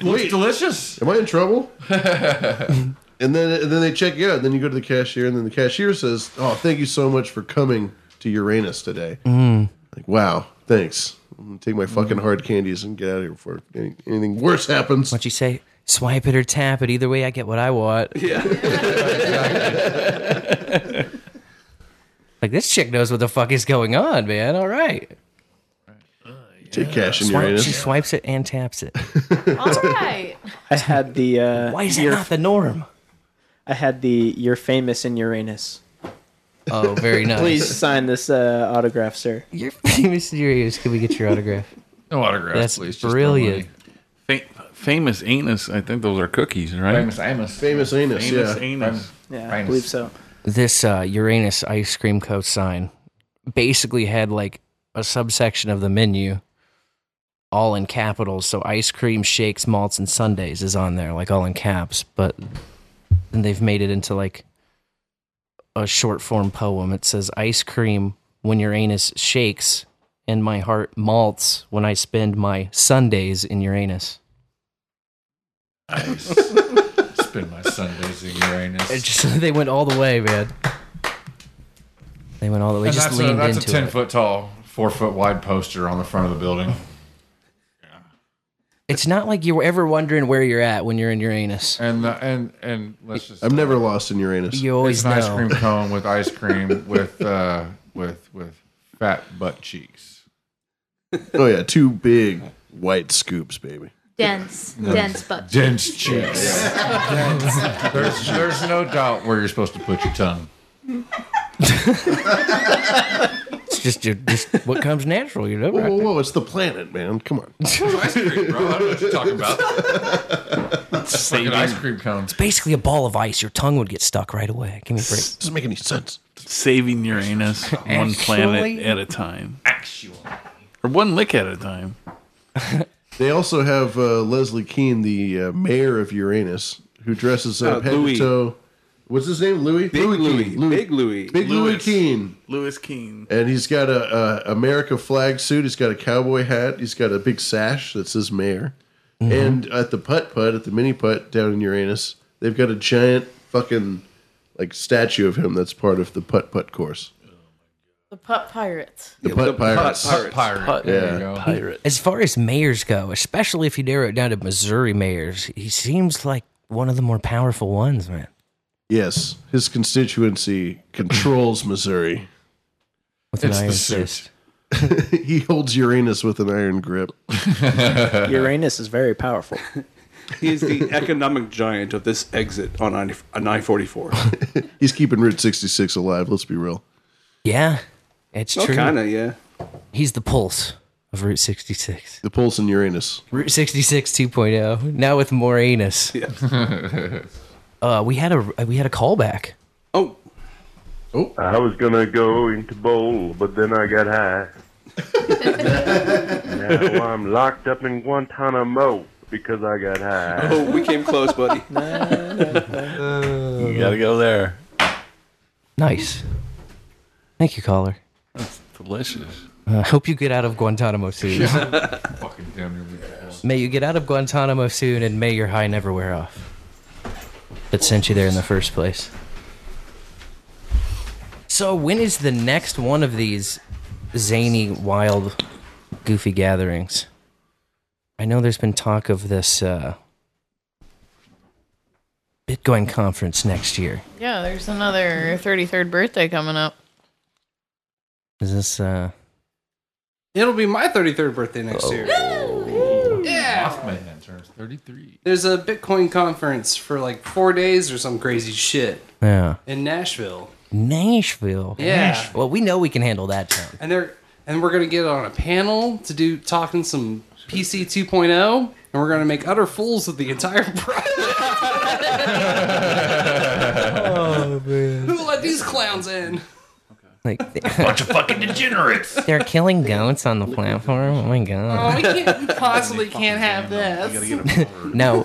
Looks
[laughs]
delicious.
Am I
[laughs]
in trouble? and then and then they check you out. And then you go to the cashier, and then the cashier says, "Oh, thank you so much for coming to Uranus today.
Mm.
Mm-hmm.
Like, wow, thanks. I'm gonna take my fucking hard candies and get out of here before any, anything worse happens."
What'd you say? Swipe it or tap it. Either way, I get what I want. [laughs]
Yeah.
Like this chick knows what the fuck is going on, man. All right.
Take cash in
Swipe-
Uranus.
She swipes it and taps it. [laughs]
[laughs]
All right.
I had the. Uh,
Why is that not the norm?
I had the "You're famous in Uranus."
Oh,
[laughs]
very nice.
Please sign this uh, autograph, sir.
You're famous in Uranus. Can we get your autograph?
No autographs,
That's
please. Just no
brilliant.
Fa- famous anus. I think those are cookies, right?
Famous anus.
Famous anus.
Famous
yeah.
anus.
Yeah, I
Famous.
believe so.
This uh, Uranus ice cream coat sign basically had like a subsection of the menu all in capitals. So ice cream, shakes, malts, and sundaes is on there, like all in caps. But then they've made it into like a short form poem. It says, Ice cream when your anus shakes and my heart malts when I spend my Sundays in Uranus.
Nice. Spend my Sundays in Uranus.
It just [laughs] they went all the way, man. They went all the way.
And
just
that's a,
leaned
that's a
into
10
it.
foot tall, four foot wide poster on the front of the building.
It's not like you were ever wondering where you're at when you're in Uranus.
And the, and and let's just
I'm never
[laughs]
lost in Uranus.
You always
it's an ice
know.
cream cone with ice cream with uh, with with fat butt cheeks.
[laughs] Oh yeah, two big white scoops, baby.
Dense,
No.
dense butt.
Dense
cheeks.
cheeks.
Dense.
There's there's no doubt where you're supposed to put your [laughs] tongue.
It's just, your- just what comes natural, you know.
Whoa, whoa,
Right?
whoa! It's the planet, man. Come on.
ice cream, bro. I don't know what you're talking about. It's like an
Saving-
ice cream cone.
It's basically a ball of ice. Your tongue would get stuck right away. Give me a break.
Doesn't make any sense.
Saving Uranus one planet
Actually?
at a time,
Actual.
or one lick at a time.
They also have uh, Leslie Keene, the uh, mayor of Uranus, who dresses up
Uh,
head
Louis.
to toe. What's his name? Louis. Big Louis. Louis. Louis. Big
Louis.
Big Louis
Louis.
Keene.
Louis Keene.
And he's got a, a America flag suit. He's got a cowboy hat. He's got a big sash that says mayor.
Mm-hmm.
And at the putt putt, at the mini putt down in Uranus, they've got a giant fucking like statue of him that's part of the putt putt course.
The Pup Pirates.
The putt pirates.
Putt pirate. There you go.
As far as mayors go, especially if you narrow it down to Missouri mayors, he seems like one of the more powerful ones, man.
Yes, his constituency
[laughs]
controls Missouri.
With an It's the iron suit.
[laughs] he holds Uranus with an iron grip. [laughs]
Uranus is very powerful.
He is the economic giant of this exit on I- on I forty four.
He's keeping Route 66 alive, let's be real.
Yeah, it's
Well,
true.
kinda, yeah.
He's the pulse of Route 66.
The pulse in Uranus.
Route 66 2.0. oh. Now with more anus. uh, we had a we had a callback.
I was gonna go into bowl, but then I got high. now I'm locked up in Guantanamo because I got high.
Oh, we came close,
[laughs]
buddy.
Uh, You gotta go there.
Nice. Thank you, caller.
That's delicious.
Uh, I hope you get out of Guantanamo soon.
Fucking damn near. ridiculous.
[laughs] may you get out of Guantanamo soon, and may your high never wear off. That sent you there in the first place. So when is the next one of these zany, wild, goofy gatherings? I know there's been talk of this uh, Bitcoin conference next year.
Yeah, there's another 33rd birthday coming up.
Is this uh,
It'll be my 33rd birthday next year. Yeah.
Mothman turns 33.
There's a Bitcoin conference for like four days or some crazy shit
yeah
in Nashville,
Nashville?
Yeah.
Nash- Well, we know we can handle that town.
and they're and we're gonna get on a panel to do talking some PC 2.0, oh, and we're gonna make utter fools of the entire. [laughs] Pro-
oh man.
Who let these clowns in?
Like [laughs]
Bunch of fucking
[laughs]
degenerates.
They're killing goats on the platform. Oh my
Oh, we,
god.
can't, we possibly can't have this.
[laughs] Now,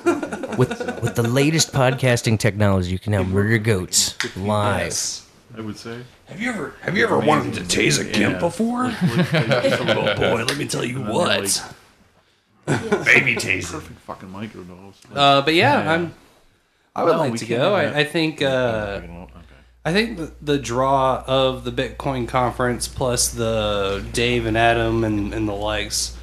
with with the latest podcasting technology, you can now murder goats live.
I would say.
Have you ever have you ever wanted to tase a gimp
Yeah.
before? [laughs] oh boy, let me tell you what.
[laughs]
Baby taser.
Perfect fucking micro dolls.
Uh, but yeah, I'm. I would
No,
like
we
to
can't
go.
do
I,
that.
I think. Uh, I think the, the draw of the Bitcoin conference plus the Dave and Adam and, and the likes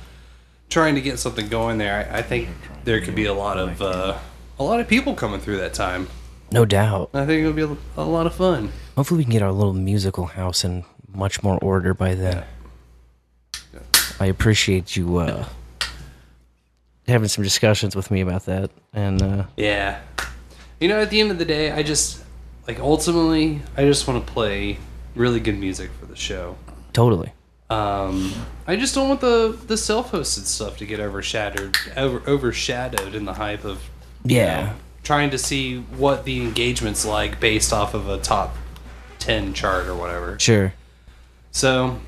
trying to get something going there. I, I think there could be a lot of uh, a lot of people coming through that time.
No doubt.
I think it'll be a, a lot of fun.
Hopefully, we can get our little musical house in much more order by then. I appreciate you uh, having some discussions with me about that, and uh,
Yeah. You know, at the end of the day, I just like ultimately, I just want to play really good music for the show.
totally.
Um, I just don't want the the self-hosted stuff to get overshadowed over, overshadowed in the hype of you
Yeah.
know, trying to see what the engagement's like based off of a top 10 chart or whatever.
Sure.
So,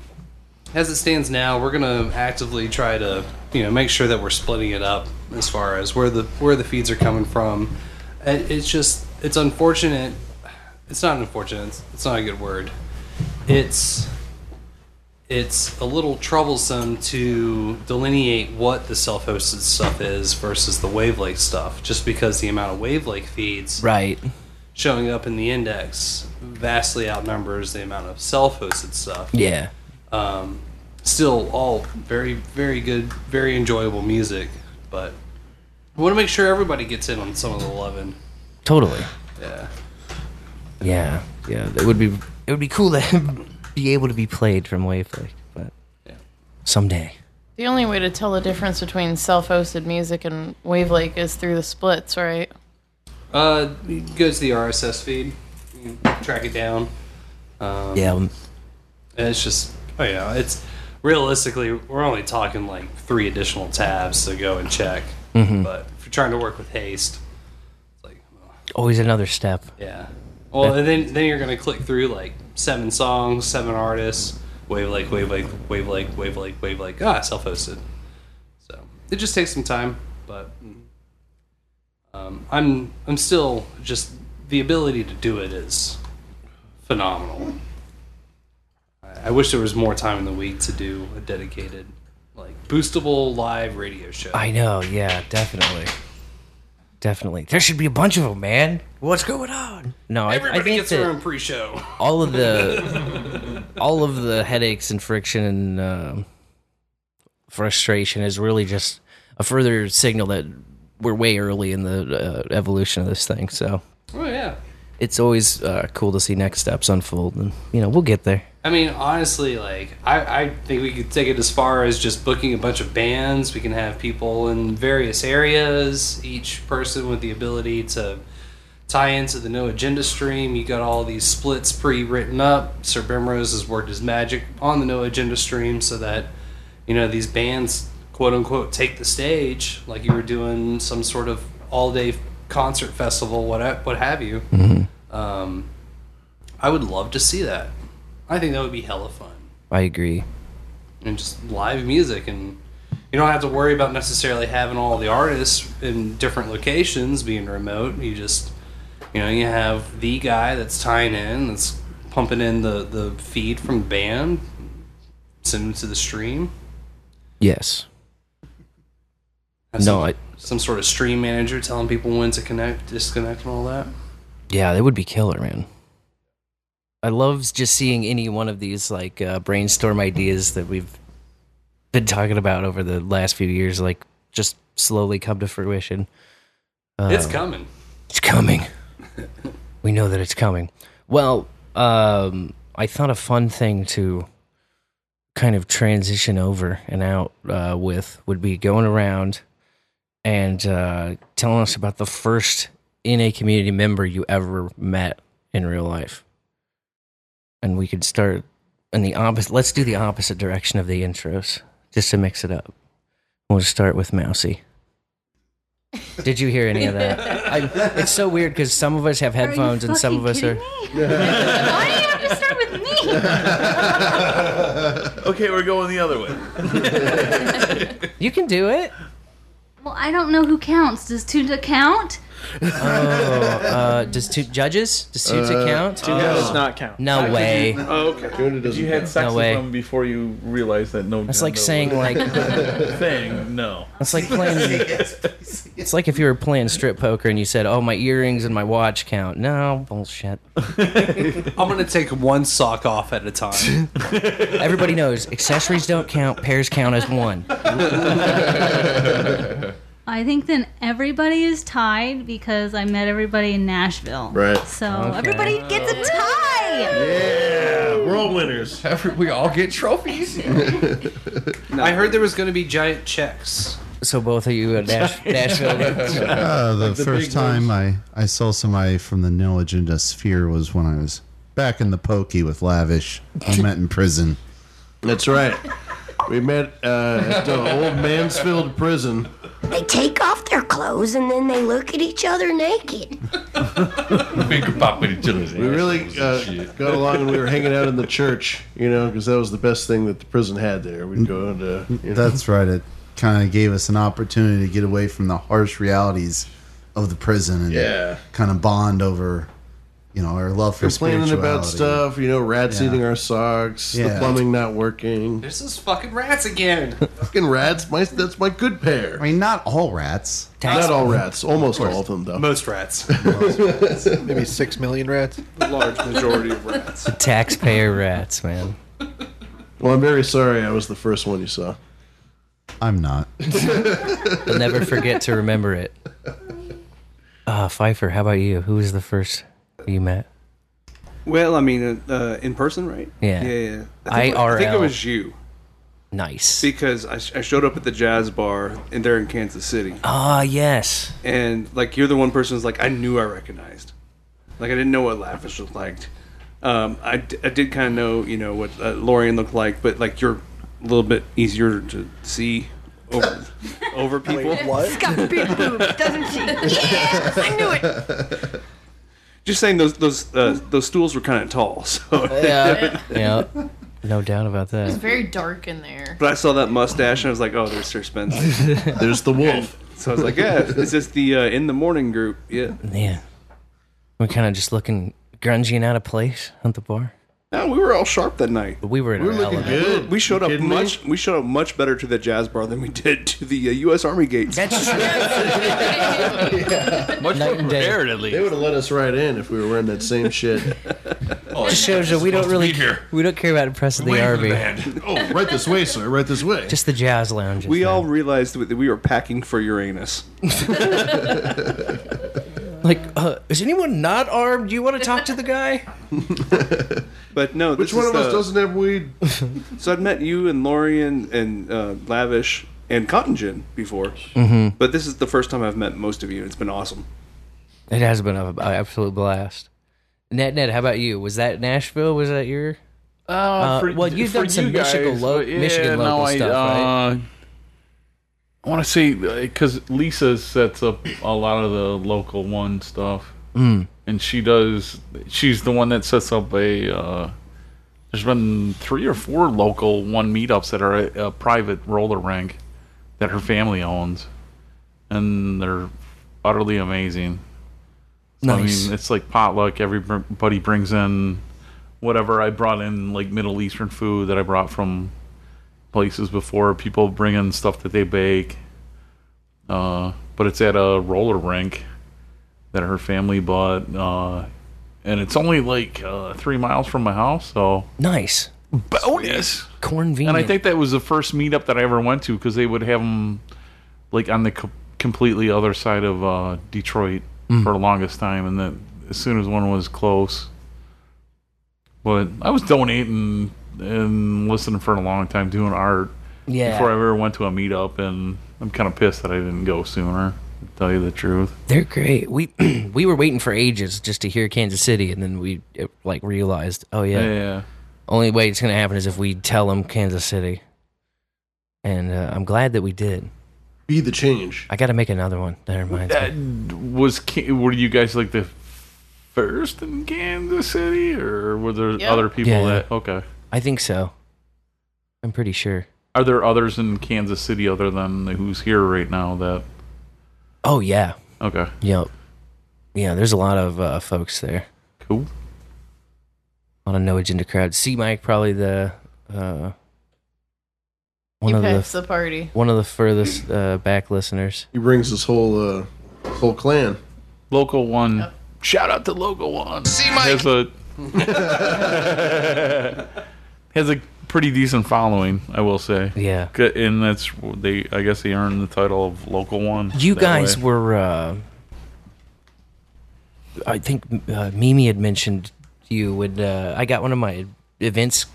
as it stands now, we're gonna actively try to you know make sure that we're splitting it up as far as where the where the feeds are coming from. It- It's just it's unfortunate. It's not unfortunate. It's, it's not a good word. It's it's a little troublesome to delineate what the self-hosted stuff is versus the wavelength stuff, just because the amount of wavelength feeds
Right.
showing up in the index vastly outnumbers the amount of self-hosted stuff.
Yeah.
Um, still, all very, very good, very enjoyable music, but I want to make sure everybody gets in on some of the loving.
Totally.
Yeah.
Yeah. Yeah. It would be it would be cool to [laughs] be able to be played from Wavelength, but someday.
The only way to tell the difference between self-hosted music and Wavelake is through the splits, right?
Uh, you can go to the RSS feed, you can track it down. Um,
Yeah. um,
and it's just, oh yeah, it's realistically we're only talking like three additional tabs to go and check.
Mhm.
But if you're trying to work with haste,
Always another step.
Yeah. Well, and then then you're gonna click through like seven songs, seven artists, wave like wave like wave like wave like wave like ah self hosted. So it just takes some time, but mm, um, I'm I'm still just the ability to do it is phenomenal. I, I wish there was more time in the week to do a dedicated like boostable live radio show.
I know. Yeah. Definitely. Definitely. There should be a bunch of them, man. What's going on? No, I, I
Everybody
think
gets their
that-
own pre-show.
all
[laughs]
of the all of the headaches and friction and um frustration is really just a further signal that we're way early in the uh, evolution of this thing. So
Oh yeah.
it's always uh, cool to see next steps unfold, and you know we'll get there.
I mean, honestly, like I, I think we could take it as far as just booking a bunch of bands. We can have people in various areas, each person with the ability to tie into the no agenda stream. You got all these splits pre written up. Sir Bimrose has worked his magic on the no agenda stream so that, you know, these bands quote unquote take the stage, like you were doing some sort of all day concert festival, what what have you. Um, I would love to see that. I think that would be hella fun.
I agree.
And just live music and you don't have to worry about necessarily having all the artists in different locations being remote. You just you know, you have the guy that's tying in, that's pumping in the, the feed from the band, sending it to the stream.
Yes.
Have
No,
some,
I-
some sort of stream manager telling people when to connect, disconnect and all that.
Yeah, that would be killer, man. I love just seeing any one of these like uh, brainstorm ideas that we've been talking about over the last few years, like just slowly come to fruition.
it's
Uh,
coming.
It's coming. we know that it's coming. Well, um, I thought a fun thing to kind of transition over and out uh, with would be going around and uh, telling us about the first NA community member you ever met in real life. And we could start in the opposite. Let's do the opposite direction of the intros just to mix it up. We'll start with Mousy. Did you hear any of that? I, it's so weird because some of us have
you
headphones and some of us are.
Why do you have to start with me?
okay, we're going the other way.
You can do it.
well, I don't know who counts. Does Tunda count?
Oh, uh, does two judges? Does two
Uh,
count? Oh.
two does not count.
No
Actually,
way.
you-
Oh, okay. you had sex
No
with
way.
them before you realized that no.
That's like
no [laughs]
saying, like-
thing. No.
That's like
[laughs]
[laughs]
playing. it's like if you were playing strip poker and you said, "Oh, my earrings and my watch count." No bullshit.
[laughs] I'm gonna take one sock off at a
[laughs]
time.
Everybody knows accessories don't count. Pairs count as one.
I think then everybody is tied because I met everybody in Nashville.
Right.
So
Okay.
everybody gets a tie.
Yeah, we're all winners.
we all get trophies.
[laughs]
I heard there was gonna be giant checks.
So both of you are
[laughs]
Nash- Nashville.
Uh, the,
Like [laughs] the
first
big
time I, I saw somebody from the No Agenda sphere was when I was back in the pokey with Lavish. I met in prison.
That's right. We met uh, at the old Mansfield [laughs] prison.
They take off their clothes and then they look at each other naked.
We really uh, got along and we were hanging out in the church, you know, because that was the best thing that the prison had there. We'd go into. You know,
That's right. It kind of gave us an opportunity to get away from the harsh realities of the prison and
Yeah.
kind of bond over, you know, our love for
complaining about
spirituality.
stuff, you know, rats
Yeah.
eating our socks,
Yeah.
the plumbing not working.
There's those fucking rats again.
[laughs] Fucking rats, my, that's my good pair. I
mean, not all rats.
Not all rats. Almost all of them, though.
Most
[laughs]
rats. [laughs]
Maybe six million rats.
Large majority of rats.
The taxpayer rats, man.
Well, I'm very sorry I was the first one you saw. [laughs]
I'm not.
I'll never forget to remember it. Uh, Pfeiffer, how about you? Who was the first you met?
Well, I mean, uh, uh, in person, right?
Yeah.
Yeah, yeah. I think, I think it
IRL.
was you.
Nice.
Because I, sh- I showed up at the jazz bar, and they're in Kansas City.
Ah, yes.
And, like, you're the one person who's like, I knew I recognized. Like, I didn't know what Lavish looked like. Um, I, d- I did kind of know, you know, what uh, Lorian looked like, but, like, you're a little bit easier to see over,
[laughs]
over people.
She's got big boobs, doesn't
[laughs]
she? Yes, I knew it.
[laughs]
[laughs] Just saying, those those uh, those stools were kind of tall. So [laughs]
Yeah.
Yeah. No doubt about
It's
that.
very dark in there.
But I saw that mustache and I was like, oh, there's Sir Spencer.
[laughs]
there's the wolf.
So I was like, yeah, is this the uh, in the morning group? Yeah.
Yeah. We're kind of just looking grungy and out of place at the bar.
No, we were all sharp that night.
But we were in our element.
We showed up
kidding me?
much. We showed up much better to the jazz bar than we did [laughs] to the uh, U.S. Army gates.
That's
Much
more prepared, at least.
They would have let us right in if we were wearing that
[laughs]
same shit.
Just shows that we don't really we don't care about impressing the army.
oh, right this way, sir. Right this
[laughs]
way.
Just the jazz lounges.
we all realized that we were packing for Uranus.
Like, uh, is anyone not armed? Do you want to talk to the guy?
But no,
Which one of us doesn't have weed?
doesn't? So I'd met you and Lori and, and uh, Lavish and Cotton Gin before,
Mhm.
but this is the first time I've met most of you. It's been awesome.
It has been an absolute blast. Net, net. How about you? Was that Nashville? Was that your?
Uh,
Uh,
for-
well, you've
for
done some
you guys,
Michigan lo-
but yeah,
Michigan local
no, I,
stuff, right?
uh, I want to say because Lisa sets up a lot of the local one stuff,
Mm.
and she does. She's the one that sets up a. Uh, there's been three or four local one meetups that are a, a private roller rink that her family owns, and they're utterly amazing. So, I
Nice.
mean, it's like potluck. Everybody brings in whatever I brought in, like Middle Eastern food that I brought from places before. People bring in stuff that they bake. Uh, but it's at a roller rink that her family bought. Uh, and it's only like uh, three miles from my house, so.
Nice.
Bonus.
Cornvenient.
And I think that was the first meetup that I ever went to because they would have them like on the co- completely other side of uh, Detroit
Mm.
for the longest time, and then as soon as one was close, but I was donating and listening for a long time, doing art
Yeah.
before I ever went to a meetup, and I'm kind of pissed that I didn't go sooner. To tell you the truth,
They're great. We [clears throat] we were waiting for ages just to hear Kansas City, and then we it, like realized, oh yeah,
Yeah.
Only way it's gonna happen is if we tell them Kansas City. And uh, I'm glad that we did.
Be the change.
I got to make another one. That reminds me.
That was Ca- were you guys like the first in Kansas City, or were there
Yeah.
other people
Yeah.
that? Okay,
I think so. I'm pretty sure.
are there others in Kansas City other than the who's here right now? That
Oh yeah.
Okay.
Yep. Yeah, there's a lot of uh, folks there.
Cool.
A lot of no agenda crowd. See Mike probably the uh one
He
of
packs
the,
the party.
One of the furthest uh, back listeners.
He brings his whole uh whole clan.
Local one. Shout out to Local One. See Has a
[laughs]
has a pretty decent following, I will say.
Yeah.
C- And that's they. I guess they earned the title of Local One.
You
that
guys
way.
were uh I think uh, Mimi had mentioned you would uh I got one of my events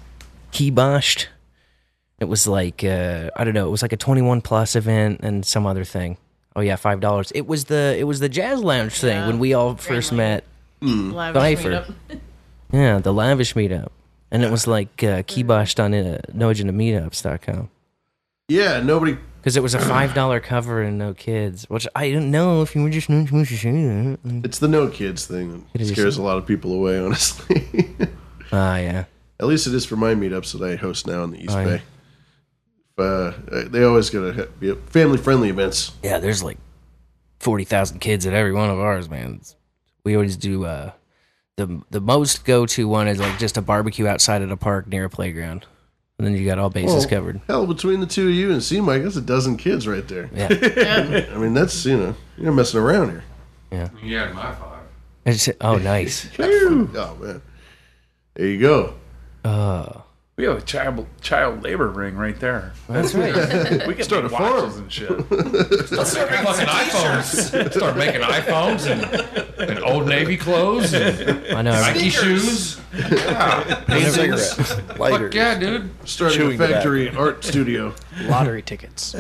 keyboshed. It was like uh I don't know, it was like a 21 plus event and some other thing. Oh yeah, $5. It was the it was the Jazz Lounge thing when we all first met. Hmm.
Lavish
Pfeiffer.
meetup.
Yeah, the lavish meetup. And it was like uh, keyboshed on uh, noagendameetups.com.
Yeah, nobody.
Because it was a $5 cover and no kids, which I didn't know if you were just. It's
It's the no kids thing
It
that
is.
scares a lot of people away, [laughs] honestly.
Ah, yeah.
At least it is for my meetups that I host now in the East
Oh, yeah.
Bay. Uh, they always gotta be family friendly events.
Yeah, there's like 40,000 kids at every one of ours, man. It's- We always do. Uh, the, the most go to one is like just a barbecue outside at a park near a playground. And then you got all bases
Well,
[laughs] covered.
Hell, between the two of you and C Mike, that's a dozen kids right there.
Yeah.
[laughs] I mean, that's you know you're messing around here.
Yeah.
Yeah, in my five.
It's, oh,
[laughs]
nice.
oh man, there you go.
Uh, Oh,
We have a child child labor ring right there.
That's right.
[laughs] we can start
Start a
watches and shit.
Let's start making fucking iPhones. Start making iPhones and, and old Navy clothes. And
I know.
Nike
Sneakers.
shoes. Yeah. Paintings. Fuck yeah, dude.
Starting
Chewing
a
tobacco.
factory art studio.
Lottery
[laughs]
tickets.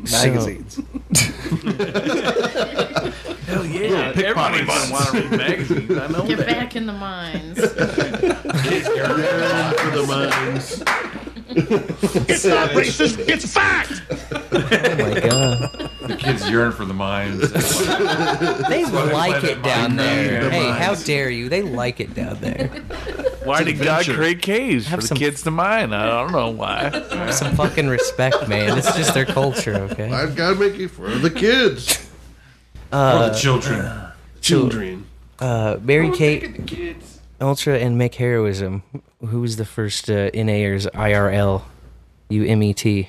Magazines.
Hell yeah.
pickpockets.
Everybody want to read magazines. I know
Get
that.
back in the
[laughs]
mines.
It's not racist. It's a fact.
Oh, my God.
[laughs]
The kids yearn for the mines.
They
why they
like
play that
it down
mind
there.
game.
Hey, how dare you? They like it down there.
Why
It's
did God
adventure.
create caves
Have
for the
some-
kids to mine? I don't know why.
[laughs] Have some fucking respect, man. It's just their culture, okay?
I've got to make it for
[laughs]
the kids.
Uh,
For the children. Children.
Uh, Mary
Oh,
Kate,
taking the kids.
Ultra, and Mick Heroism. Who was the first uh, NAers IRL? You MET.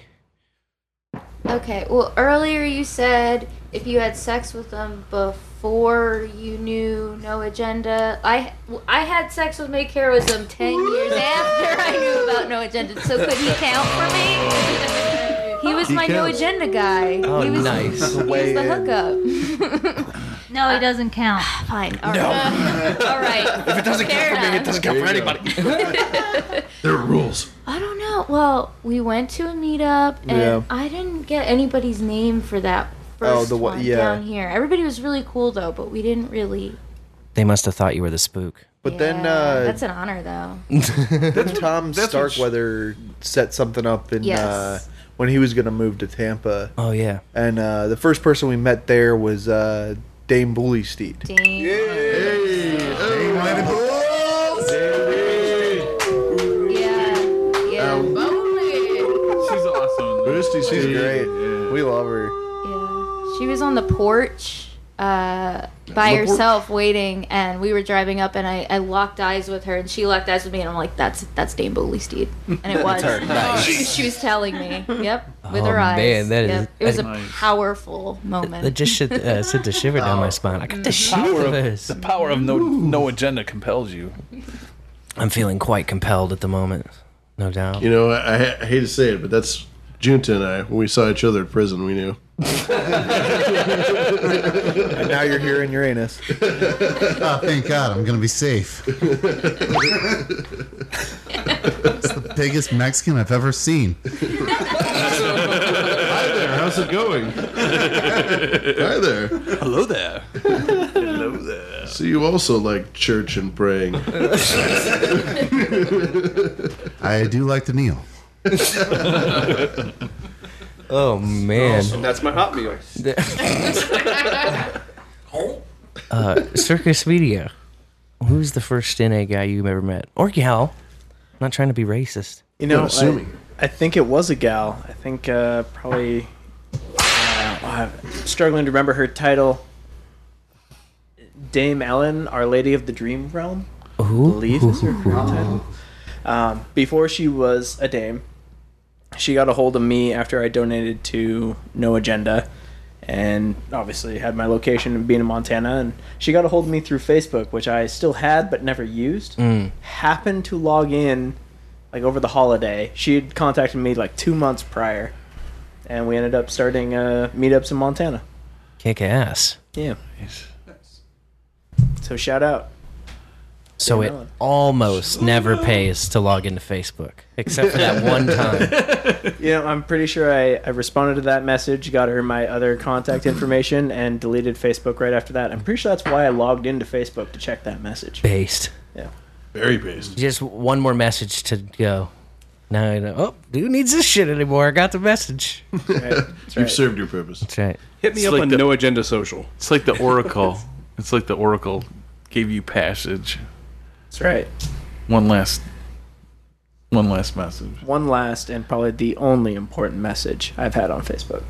Okay, well, earlier you said if you had sex with them before you knew no agenda. I, I had sex with Make Heroism 10 years [laughs] after I knew about no agenda, so could he count
[laughs]
for me? He was
He
my no
counts.
agenda guy.
Uh,
he was,
Oh, nice.
He was the hookup.
No, it doesn't count.
[sighs] Fine. All right. All right.
If it doesn't count
Fair
for me, it
enough.
doesn't
count for There you go. [laughs] There are rules.
I don't know. Well, we went to a meetup, and
Yeah.
I didn't get anybody's name for that
Oh,
first
the one-
one,
yeah.
down here. Everybody was really cool though, but we didn't really.
They must have thought you were the spook.
But then
Yeah,
uh,
that's an honor though. [laughs]
Tom Starkweather set something up in
Yes.
uh, when he was going to move to Tampa.
Oh, yeah.
And uh, the first person we met there was uh, Dame Bullysteed.
Dang. Yeah. Yeah.
Um,
She's awesome.
She's great. We love her.
She was on the porch uh, by
the porch.
herself waiting, and we were driving up, and I, I locked eyes with her, and she locked eyes with me, and I'm like, "That's that's Dame Bully Steed,"
[laughs]
and it was.
That's her. Nice.
[laughs]
She, she was telling me, "Yep," with
Oh,
her eyes.
man, that is-
yep. it was a
that is-
powerful moment.
That just should, uh, sent a shiver down my spine. I got the
Power
shivers.
of, the power of no no agenda compels you.
I'm feeling quite compelled at the moment, no doubt.
You know, I, I hate to say it, but that's Junta and I. When we saw each other at prison,
[laughs]
we knew.
and now
[laughs]
you're here in Uranus.
oh, thank God, I'm gonna be safe. It's the biggest Mexican I've ever seen.
Hi there. How's it going? Hi there.
[laughs]
Hello there.
Hello there. So you also like church and praying.
I do like to kneel.
Oh [laughs] man.
And that's my hot meal.
uh, Circus Media. Who's the first NA guy you ever met, or gal? I'm not trying to be racist.
You know, I, I think it was a gal. I think uh, probably. Uh, I'm struggling to remember her title. Dame Ellen, Our Lady of the Dream Realm.
Ooh.
believe is her current title. [laughs] Um, before she was a dame, she got a hold of me after I donated to No Agenda, and obviously had my location and being in Montana. And she got a hold of me through Facebook, which I still had but never used.
Mm.
Happened to log in like over the holiday. She had contacted me like two months prior, and we ended up starting uh, meetups in Montana.
Kick ass.
Yeah. So shout out.
So it almost never pays to log into Facebook, except
[laughs]
for that one time.
you know, I'm pretty sure I, I responded to that message, got her my other contact information, and deleted Facebook right after that. I'm pretty sure that's why I logged into Facebook to check that message.
Based.
Yeah.
Very based.
Just one more message to go. Now I know. Oh, dude needs this shit anymore. I got the
[laughs]
message.
You've served your purpose.
That's right.
Hit
me up on
No
Agenda Social.
It's like the
[laughs]
Oracle. it's like the Oracle gave you passage.
That's right.
One last, one last message.
One last and probably the only important message I've had on Facebook.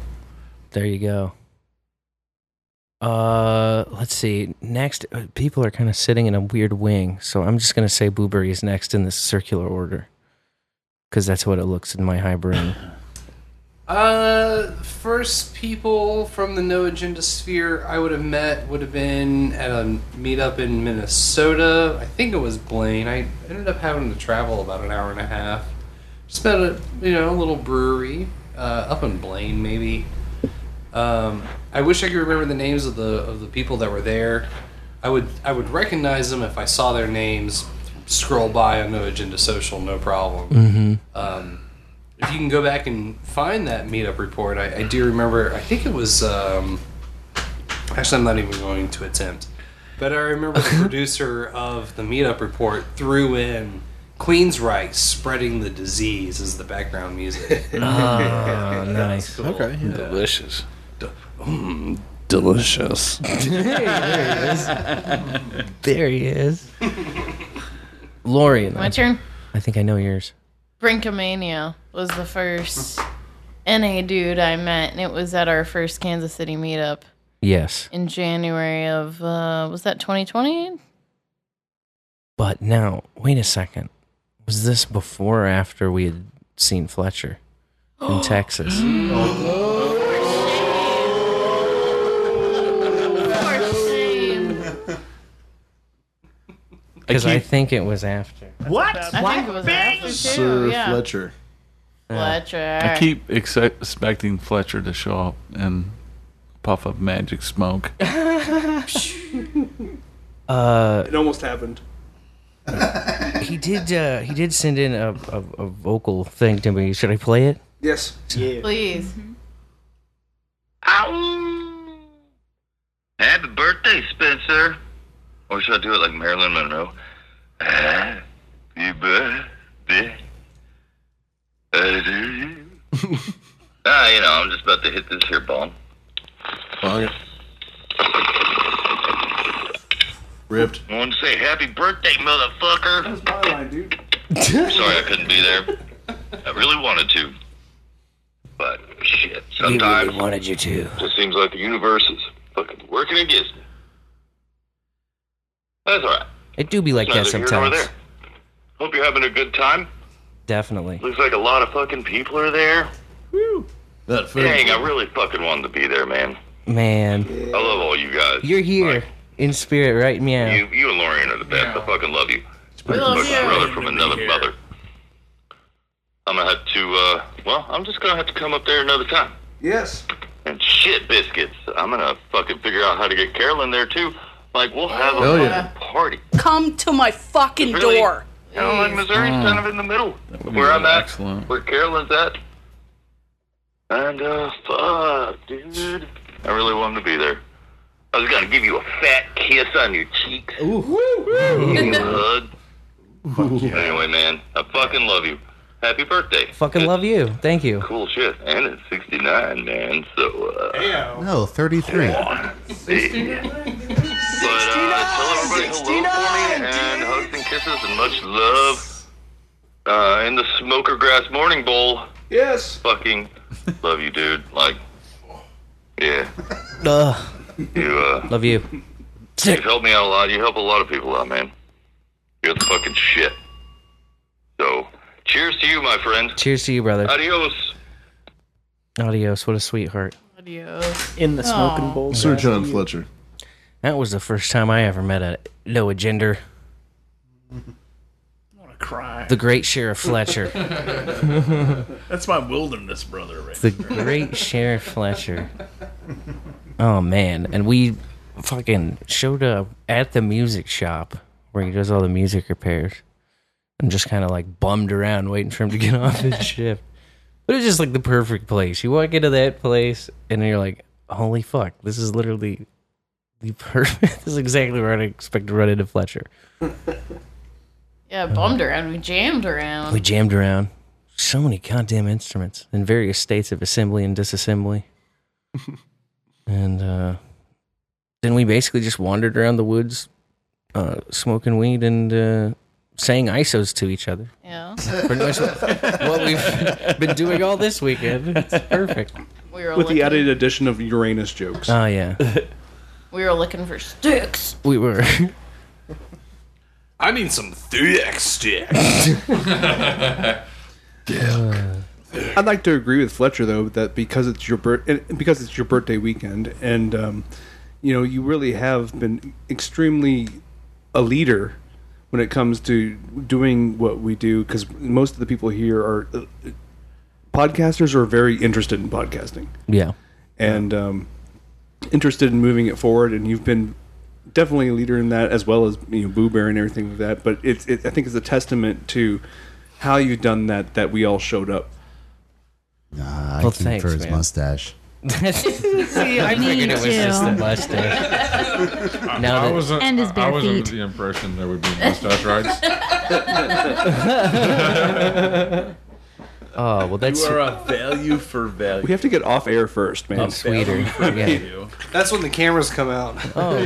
There you go. Uh, let's see. Next, uh, people are kind of sitting in a weird wing, so I'm just gonna say Blueberry is next in this circular order, because that's what it looks in my high brain.
Uh, first people from the No Agenda sphere I would have met would have been at a meetup in Minnesota. I think it was Blaine. I ended up having to travel about an hour and a half. Just met a you know a little brewery uh, up in Blaine maybe. Um, I wish I could remember the names of the of the people that were there. I would I would recognize them if I saw their names. Scroll by on No Agenda Social, no problem.
Mhm.
Um, if you can go back and find that meetup report, I, I do remember. I think it was. Um, actually, I'm not even going to attempt. But I remember the producer of the meetup report threw in Queensryche spreading the disease as the background
[laughs]
music.
Ah, nice.
Okay,
Delicious. D- mm,
[laughs]
delicious.
[laughs] there he is. Lori.
My turn.
I think I know yours.
Brinkomania was the first NA dude I met, and it was at our first Kansas City meetup
Yes,
in January of uh, was that 2020?
but now wait a second. Was this before or after we had seen Fletcher
[gasps]
in Texas? Because I
keep-
think it was after.
What? I think it was after too.
Sir
Oh, yeah. [laughs]
Fletcher.
Fletcher.
I keep ex- expecting Fletcher to show up and puff up magic smoke.
Uh,
It almost happened.
he did. Uh, he did send in a, a, a vocal thing to me. Should I play it?
Yes.
Yeah.
Please.
Happy birthday, Spencer. Or should I do it like Marilyn Monroe? Happy birthday. Uh, you Ah, know, I'm just about to hit this here bomb.
Ripped.
I want to say happy birthday, motherfucker. That's my line, dude. [laughs] Sorry I couldn't be there. I really wanted to. But shit, sometimes
wanted you to.
Just seems like the universe is fucking working against me. That's alright.
It do be like that
Neither here nor
sometimes.
there. Hope you're having a good time.
Definitely.
Looks like a lot of fucking people are there.
That
Dang, I really fucking wanted to be there, man.
Man,
I love all you guys.
you're here in spirit right meow.
You, you and Lorian are the best. I fucking love you. Fucking brother from another mother. I'm gonna have to. uh Well, I'm just gonna have to come up there another time.
Yes.
And shit, biscuits. I'm gonna fucking figure out how to get Carolyn there too. Like we'll have a
Hell
fucking
yeah.
party.
Come to my fucking
Really?
door.
You know, like Missouri's
Mm.
Mm.
kind of in the middle of of where I'm at,
Excellent.
where Carolyn's at. And uh, fuck, dude. I really wanted to be there. I was gonna give you a fat kiss on your cheek. Give you a hug. Anyway, man, I fucking love you. Happy birthday.
Fucking love you. Thank you.
Cool shit. And it's 69, man. So, uh.
No, 33.
But, uh, tell everybody hello for me and hugs and kisses and much love. Uh, in the Smoker Grass Morning Bowl.
Yes.
Fucking love you, dude. Like, yeah.
Ugh.
You, uh.
Love you.
You've helped me out a lot. You help a lot of people out, man. You're the fucking shit. So, cheers to you, my friend.
Cheers to you, brother.
Adios.
Adios. What a sweetheart.
Adios.
In the smoking
Aw.
bowl.
Sir
grass.
John Fletcher.
That was the first time I ever met a low gender.
Cry.
The great Sheriff
[laughs]
Fletcher.
That's my wilderness brother right
The
there.
great Sheriff Fletcher. Oh man, and we fucking showed up at the music shop where he does all the music repairs. I'm just kind of like bummed around waiting for him to get [laughs] off his shift. But it's just like the perfect place. You walk into that place and you're like, holy fuck, this is literally the perfect. [laughs] this is exactly where I'd expect to run into Fletcher.
Yeah, bummed around. We jammed around.
We jammed around so many goddamn instruments in various states of assembly and
[laughs]
disassembly. and uh, then we basically just wandered around the woods, uh, smoking weed and uh, saying ISOs to each other.
Yeah.
Pretty much what we've
[laughs]
been doing [laughs] all this weekend. It's perfect.
We were
With the
looking.
added addition of Uranus jokes.
Oh,
[laughs]
yeah.
We were looking for sticks.
we were.
I mean some thick
[laughs]
stick. [laughs] yeah.
Uh, I'd like to agree with Fletcher though that because it's your bir- and- because it's your birthday weekend and um, you know you really have been extremely a leader when it comes to doing what we do because most of the people here are uh, uh, podcasters are very interested in podcasting
Yeah.
and um, interested in moving it forward. And you've been definitely a leader in that, as well as you know, Boo Bear and everything like that. But it's, it, I think it's a testament to how you've done that that we all showed up.
Nah, I
Well,
keep
thanks,
for his
man.
mustache.
See, I
Me
figured it was
too.
just the
[laughs]
mustache.
I,
Now
I
that-
was, uh,
And his
I
bare
was under [laughs]
feet.
the impression there would be mustache rides.
Oh well, that's
you are a value for value.
We have to get off air first, man.
A value for
[laughs]
value.
That's when the cameras come out. [laughs]
Oh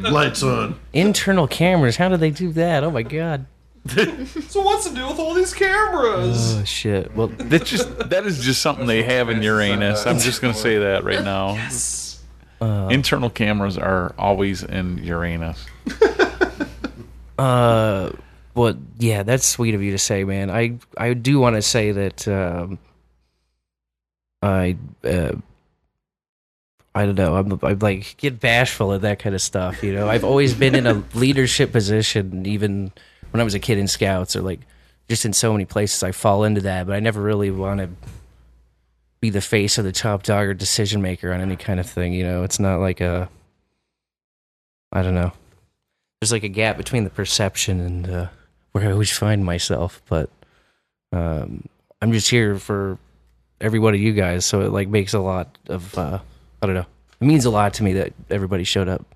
my
Lights on.
Internal cameras. How did they do that? Oh my god.
so what's the deal with all these cameras?
Uh,
Oh shit. Well,
that's just [laughs] that is just something they have in Uranus. I'm just gonna say that right now. Internal cameras are always in Uranus.
Uh, well, yeah, that's sweet of you to say, man. I I do want to say that um, I uh, I don't know. I'm I'm like get bashful at that kind of stuff. You know, I've always been in a leadership position, even when I was a kid in scouts or like just in so many places. I fall into that, but I never really want to be the face of the top dog or decision maker on any kind of thing. You know, it's not like a I don't know there's like a gap between the perception and uh, where I always find myself. But um, I'm just here for every one of you guys, so it like makes a lot of uh, I don't know. It means a lot to me that everybody showed up,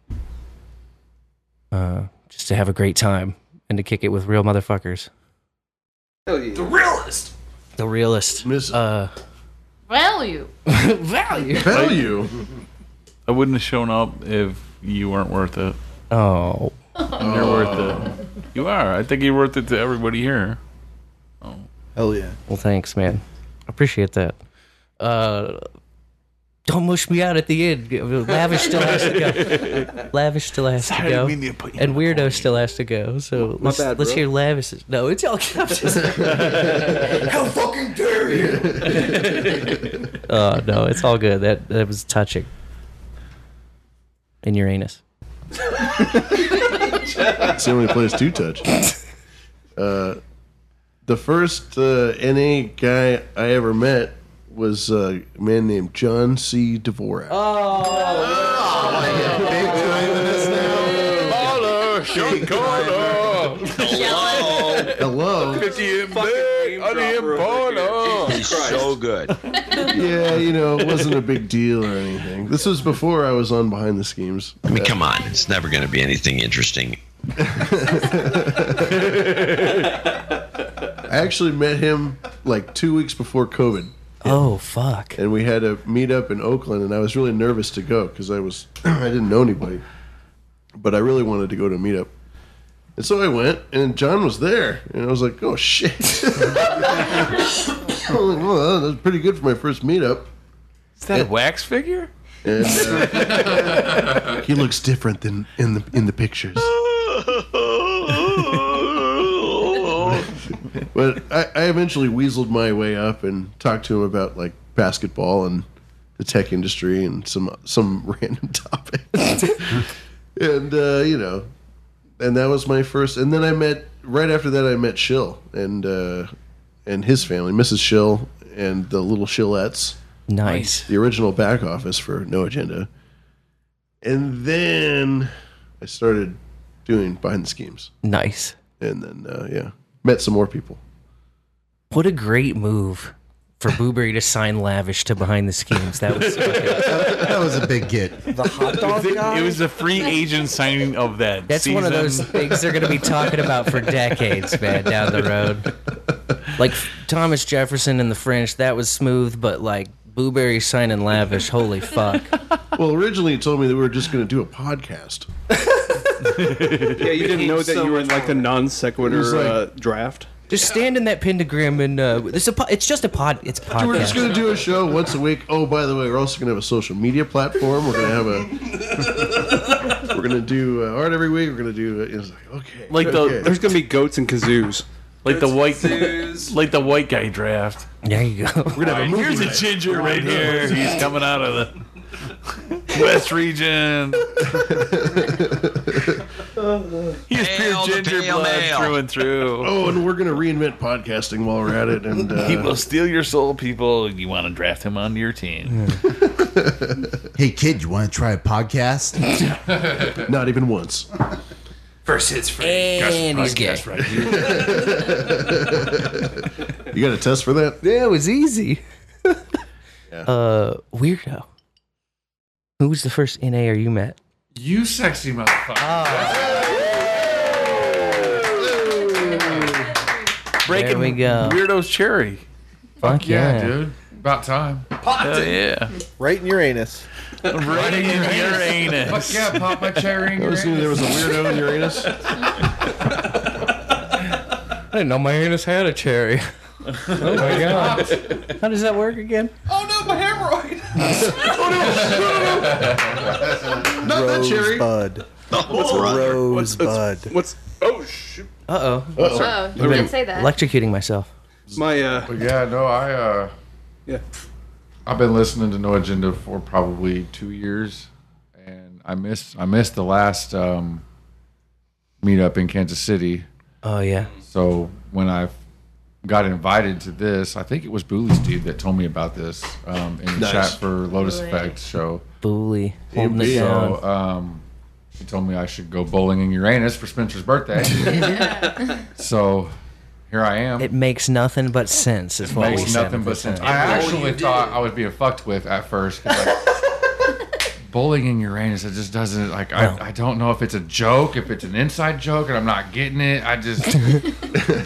uh, just to have a great time and to kick it with real motherfuckers,
The realist.
the realist. uh,
Value.
[laughs] Value.
Value.
I wouldn't have shown up if you weren't worth it.
oh,
And [laughs] you're worth it. You are. I think you're worth it to everybody here.
Oh.
Hell yeah.
well, thanks, man. Appreciate that. Uh, don't mush me out at the end. Lavish still has to go. Lavish still has
Sorry, I
to
didn't
go.
mean to put you
and weirdo still has to go. So let's,
bad,
let's
bro.
hear Lavish's. No, Oh, it's all
[laughs]
[laughs]
How fucking dare you?
[laughs]
Oh no, it's all good. That that was touching. In Uranus.
It's the only place to touch. Uh, the first uh, NA guy I ever met was uh, a man named John C. Dvorak.
Oh.
Holler, Sean Connor.
Hello.
Indian big, onion porno. He's so
[laughs]
good.
yeah, you know, it wasn't a big deal or anything. This was before I was on Behind the Schemes.
I mean, come on. It's never going to be anything interesting
I actually met him like two weeks before COVID.
Oh fuck!
And we had a meetup in Oakland, and I was really nervous to go because I was [clears throat] I didn't know anybody, but I really wanted to go to a meetup. And so I went, and John was there, and I was like, "Oh shit!" [laughs] I was like, well, that was pretty good for my first meetup.
Is that a
And-
wax figure?
and, uh,
[laughs]
he looks different than in the in the pictures. [laughs] but I, I eventually weaseled my way up and talked to him about like basketball and the tech industry and some some [laughs] random topics. [laughs] and uh, you know, and that was my first. And then I met right after that. I met Shill and uh, and his family, Mrs. Shill and the little Shillettes.
Nice.
The original back office for No Agenda. And then I started doing behind the schemes.
Nice.
And then uh, yeah, met some more people.
What a great move for Booberry to sign lavish to behind the schemes. That
[laughs]
was
that was a big get.
the hot
It- It was a free agent signing of that.
That's one of those
season.
things they're going to be talking about for decades, man, down the road. Like Thomas Jefferson and the French, that was smooth, but like Booberry signing lavish, holy fuck.
[laughs] Well, originally you told me that we were just going to do a podcast.
yeah, you didn't know that you were in like the non
It
sequitur
was like-
uh, draft.
Just stand in that pentagram and uh, this a po- it's just a pod. It's a podcast.
We're just going to do a show once a week. Oh, by the way, we're also going to have a social media platform. We're going to have
[laughs]
a. we're going to do uh, art every week. We're going to do. It was like okay,
Like the-
okay.
There's gonna be goats and kazoos.
like the white, [laughs] like the white guy draft.
There you go.
We're gonna have a
movie
Here's a
night.
ginger
We're
right
gonna have a
here.
movie
He's
night.
coming out of the
[laughs]
West Region.
[laughs]
He is pure ginger blood through and through.
Oh, and we're going to reinvent podcasting while we're at
[laughs]
it. And uh,
he will steal your soul, people. You want to draft him onto your [laughs] team?
Hey kid, you want to try a podcast?
[laughs] Not even once.
First hits for
And he's gay.
Right
[laughs]
You got a test for that?
Yeah, it was easy. [laughs] Uh, weirdo. Who was the first NAR you met?
You sexy motherfucker. Ah.
Breaking
there we go.
Weirdo's cherry.
Fuck
yeah,
yeah.
dude. About time.
Hell yeah.
Right in your anus.
[laughs] Right in your anus.
Fuck yeah, pop my
[laughs]
cherry in
I
your
was
anus.
knew there was a weirdo in your anus.
I didn't know my anus had a cherry. [laughs] oh my god. [laughs] How does that work again?
Oh no, my
[laughs]
hemorrhoid!
Not that cherry.
[laughs]
Rosebud.
Oh,
What's Rosebud.
What's oh shoot.
Uh oh.
Uh-oh.
Oh, you didn't say that.
Electrocuting myself.
My uh
But yeah, no, I uh
Yeah.
I've been listening to No Agenda for probably two years and I missed I missed the last um meetup in Kansas City.
Oh yeah.
So when I got invited to this, I think it was Booley's dude that told me about this um, in the
Nice.
chat for Lotus
Booley.
Effect show.
Booley holding it down.
So, um, she told me I should go bowling in Uranus for Spencer's birthday. so here I am.
It makes nothing but sense. Is what we
Makes
said
nothing
at
but
the
sense. I
time.
actually thought I was being fucked with at first. 'cause, like, Bowling in Uranus, it just doesn't like I, I don't know if it's a joke, if it's an inside joke, and I'm not getting it. I [laughs] just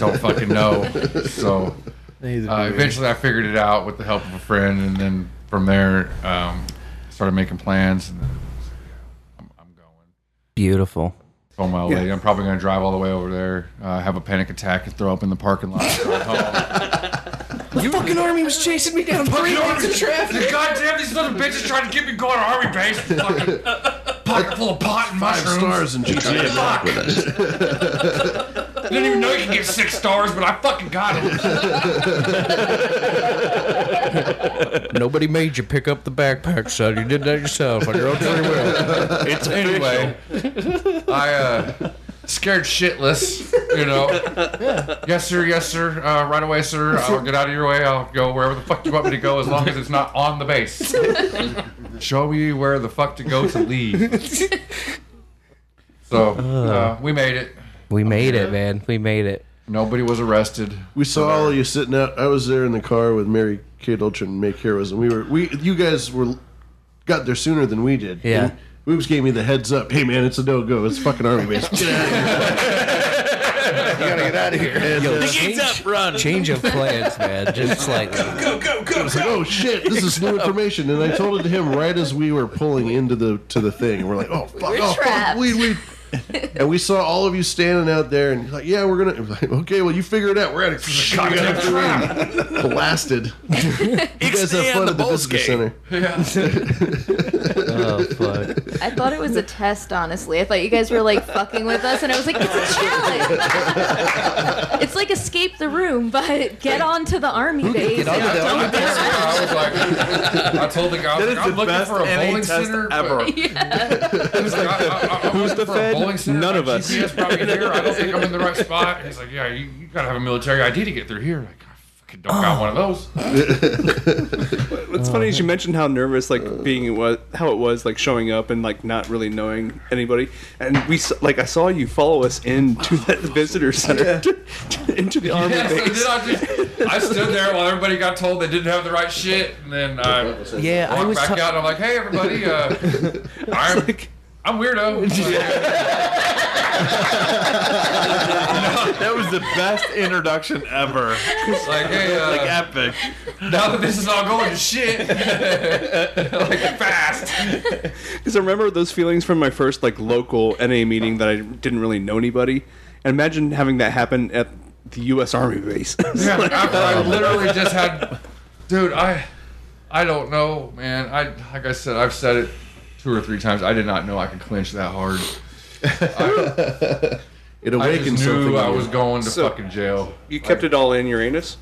don't fucking know. So
Neither
uh,
do we.
eventually, I figured it out with the help of a friend, and then from there, um, started making plans. And
Beautiful.
told my old lady, I'm probably going to drive all the way over there, uh, have a panic attack, and throw up in the parking lot. drive home.
The fucking army was chasing me down
Fucking
three lanes
army-
of traffic.
The goddamn these little bitches trying to get me going to army base. Fucking pocket full of pot and
Five
mushrooms.
stars in GTA.
Fuck. I didn't even know you could get six stars, but I fucking got it.
Nobody made you pick up the backpack, son. You did that yourself on your own free will.
It's anyway. I uh, scared shitless, you know. Yes, sir. Yes, sir. Uh, right away, sir. I'll get out of your way. I'll go wherever the fuck you want me to go, as long as it's not on the base. Show me where the fuck to go to
[laughs]
[laughs]
leave. So uh, we made it.
We made it, man. We made it.
Nobody was arrested.
We saw all of you sitting out. I was there in the car with Mary Kate Ultra and Make Heroes, and we were we you guys were got there sooner than we did.
Yeah.
And Boobs gave me the heads up. Hey man, it's a no go. It's fucking army
[laughs]
base. Get out of here. you gotta get out of here. And,
Yo,
uh,
change, change of plans, man. Just like
go go go. I was like, oh shit, this
[laughs]
is new information. And I told it to him right as we were pulling into the to the thing. We're like, oh fuck,
We're
oh fuck,
trapped.
we we. And we saw all of you standing out there, and he's like, yeah, we're gonna. I'm like, okay, well, you figure it out. We're at it. Shot
[laughs]
Blasted. You guys have fun at the visitor center.
oh fuck.
I thought it was a test, honestly. I thought you guys were like fucking with us, and I was like, it's a challenge. it's like escape the room, but get onto the army base.
I told the guy- I was like, I told the guy, I was
That is
like, I'm
the
looking
best
for a
NA
bowling
test
center
ever.
[laughs]
Who's the Fed? None of us.
GPS brought me here. I don't think I'm in the right spot. And he's like, yeah, you, you gotta have a military ID to get through here. Like, I fucking don't
Oh.
got one of those.
[laughs] What's funny is you mentioned how nervous like being was how it was like showing up and like not really knowing anybody, and we s- like I saw you follow us into [laughs] that visitor center [laughs] into the army
Yeah, so
base.
then I, just, I stood there while everybody got told they didn't have the right shit, and then I
Yeah, I
walked
was
back
ta-
out. And I'm like, hey, everybody,
[laughs]
uh, I'm,
[laughs]
I'm weirdo.
[laughs] that was the best introduction ever.
Like, hey, uh,
like epic.
Now that this is all going to
[laughs]
shit, like fast.
Because I remember those feelings from my first like local NA meeting that I didn't really know anybody, and imagine having that happen at the U.S. Army base. [laughs]
Yeah, after I
Um,
literally just had, dude, I, I don't know, man. I like I said, I've said it two or three times. I did not know I could clinch
[laughs]
that hard. I,
it
I
awakened
just
something
knew
in
I
you.
was going to
So,
fucking jail.
you kept it all in your anus.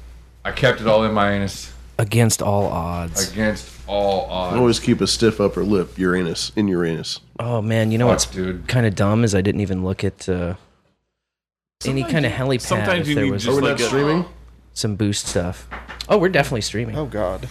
I kept it all in my anus
against all odds.
against all odds.
Always keep a stiff upper lip, Uranus, in Uranus.
Oh man, you know what's kind of dumb is I didn't even look at uh, any
Sometimes
kind of
you-
helipad.
sometimes
if
you
there
need
was
just Are we like not a-
streaming?
Some boost stuff. Oh, we're definitely streaming. Oh
God,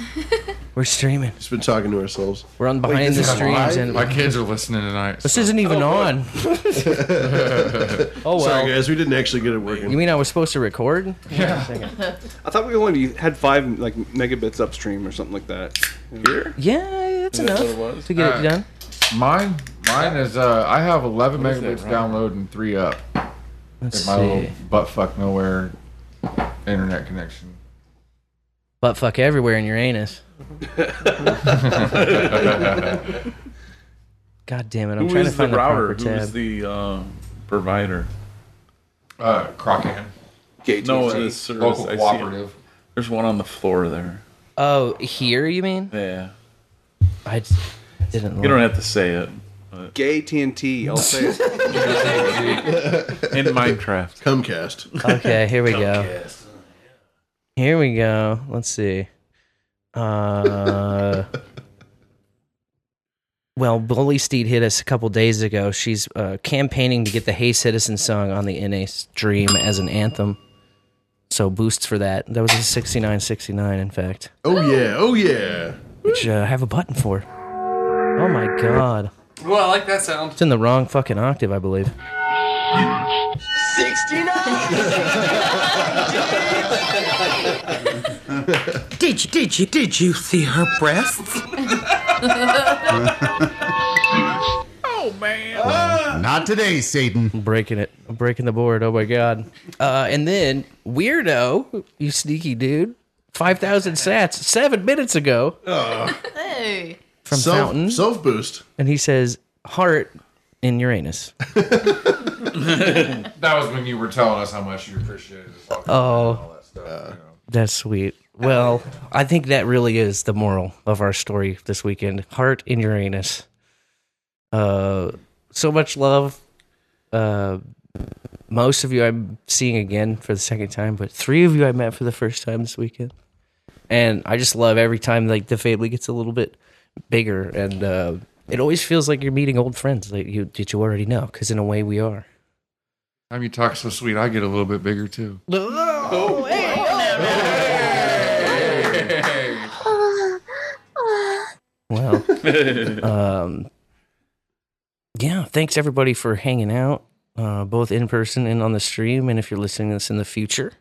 we're streaming.
Just been talking to ourselves.
We're on behind the streams and
my kids are listening tonight.
This isn't
[laughs]
even on. Oh,
Sorry,
well.
guys, we didn't actually get it working.
You mean I was supposed to record?
[laughs] I thought we only had five like megabits upstream or something like that. Here?
Yeah, that's
Yeah, that's
enough
what it was.
to get
Uh,
it done.
Mine, mine is. Uh, I have 11
What is that,
megabits
Ryan?
download and three up.
Let's
in my
see.
little butt fuck nowhere internet connection.
Butt fuck everywhere in
[laughs]
your anus. God damn it! I'm
Who
trying to
is the
find the,
router?
proper
Who is
tab.
the uh, provider?
Uh, Crockhand.
No,
AT&T.
this service.
Local
I see it. [laughs]
cooperative.
There's one on the floor there.
Oh, here you mean?
Yeah.
I d- didn't.
You don't
look.
have to say it. but-
Gay TNT.
[laughs]
I'll say it.
In Minecraft.
Comcast.
Okay, here we go. Here we go. Let's see. Uh, well, Bully Steed hit us a couple days ago. She's uh, campaigning to get the Hey Citizen song on the NA stream as an anthem. So boosts for that. That was a 6969, in fact.
Oh yeah, oh yeah.
Which uh, I have a button for. Oh my god.
Well, I like that sound.
It's in the wrong fucking octave, I believe.
69!
[laughs] Did you, did you, did you see her breasts?
oh, man.
Not today, Satan. I'm breaking it. I'm breaking the board. Oh my god. Uh, and then weirdo, you sneaky dude, five thousand sats seven minutes ago Uh,
Hey.
from
Self-
Fountain.
Self boost.
And he says heart in [laughs] Uranus.
that was when you were telling us how much you appreciated us. all
Oh,
that stuff, you know.
that's sweet. Well, I think that really is the moral of our story this weekend. Heart in Uranus. Uh, so much love. Uh, most of you I'm seeing again for the second time, but three of you I met for the first time this weekend, and I just love every time like the family gets a little bit bigger, and uh, it always feels like you're meeting old friends that you that you already know, because in a way we are.
Time you talk so sweet, I get a little bit bigger too.
Oh, hey,
Well, um, yeah. Thanks everybody for hanging out, uh, both in person and on the stream. And if you're listening to this in the future,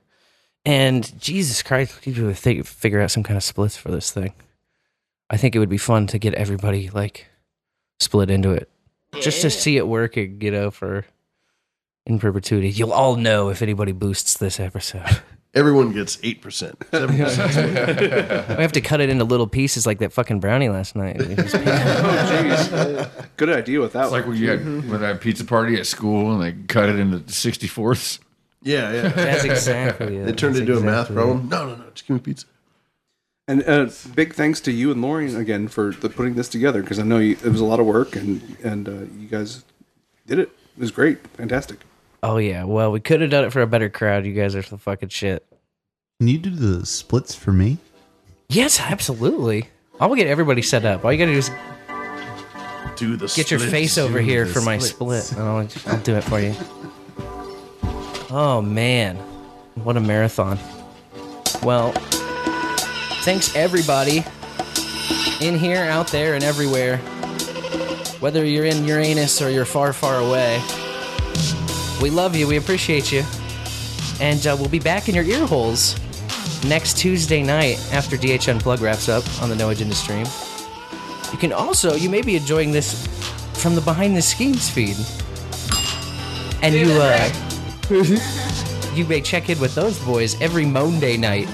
and Jesus Christ, we need to think, figure out some kind of splits for this thing. I think it would be fun to get everybody like split into it. just to see it working, you
[laughs]
know, for in perpetuity. You'll all know if anybody boosts this episode.
Everyone
[laughs]
gets 8%. 7%.
we have to cut it into little pieces like that fucking brownie last night. We just-
Oh,
Good idea with that
It's like when you had with that pizza party at school and they cut it into sixty fourths. [laughs]
Yeah, yeah.
That's exactly it.
They turned
That's
it into a math
exactly
problem.
it.
No, no, no. Just give me pizza.
And uh, big thanks to you and Lauren again for the, putting this together because I know you, it was a lot of work and and uh, you guys did it. It was great, fantastic.
oh yeah, well we could have done it for a better crowd. You guys are the fucking shit.
Can you do the splits for me?
Yes, absolutely. I will get everybody set up. All you gotta do is
do the
get your
splits.
face over
Do
here
the
for my
splits.
split, and I'll, I'll do it for you. Oh man, what a marathon! Well, thanks everybody in here, out there, and everywhere. Whether you're in Uranus or you're far, far away, we love you. We appreciate you, and uh, we'll be back in your ear holes next Tuesday night after DH Unplug wraps up on the No Agenda stream. You can also, you may be enjoying this from the behind the schemes feed. And you,
[laughs]
uh, you may check in with those boys every Monday night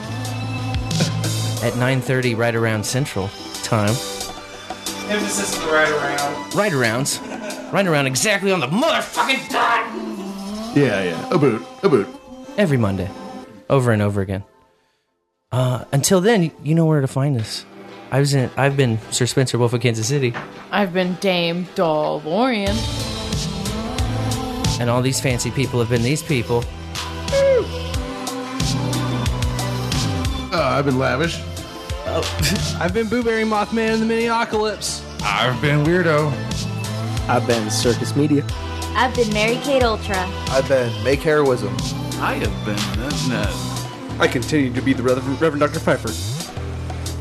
at 9.30 right around Central time.
Emphasis is right around.
Right arounds. Right around exactly on the motherfucking dot.
Yeah, yeah. A boot. A boot.
Every Monday. Over and over again. Uh, until then, you know where to find us. I was in, I've been Sir Spencer Wolf of Kansas City.
I've been Dame Dolorian.
And all these fancy people have been these people.
Uh, I've been lavish.
Oh. [laughs] I've been Booberry Mothman in the Miniocalypse.
I've been weirdo.
I've been Circus Media.
I've been Mary Kate Ultra.
I've been Make Heroism.
I have been
I continue to be the Reverend, Reverend Dr.
[laughs]
Pfeiffer.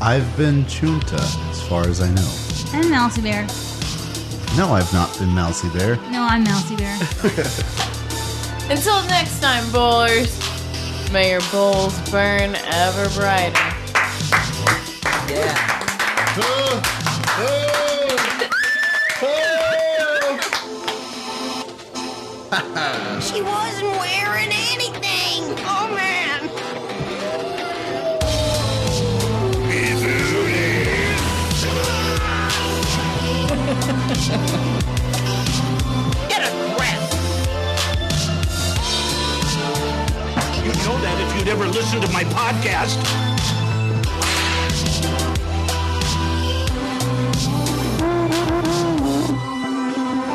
[laughs]
I've been Chunta, as far as I know.
[laughs] I'm Mousy Bear.
No, I've not been Mousy [laughs] Bear.
No, I'm Mousy Bear.
Until next time, bowlers, may your bowls burn ever brighter.
[laughs] She wasn't wearing anything. Oh man.
Get a grasp. You know that if you'd ever listened to my podcast.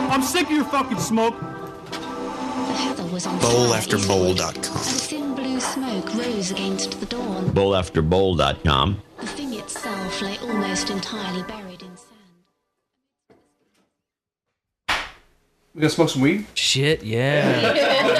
I'm sick of your fucking smoke.
Bowl after bowl.com.
The thin blue smoke rose against the dawn.
Bowl after bowl.com.
The thing itself lay almost entirely buried in sand.
We gonna smoke some weed?
Shit, yeah.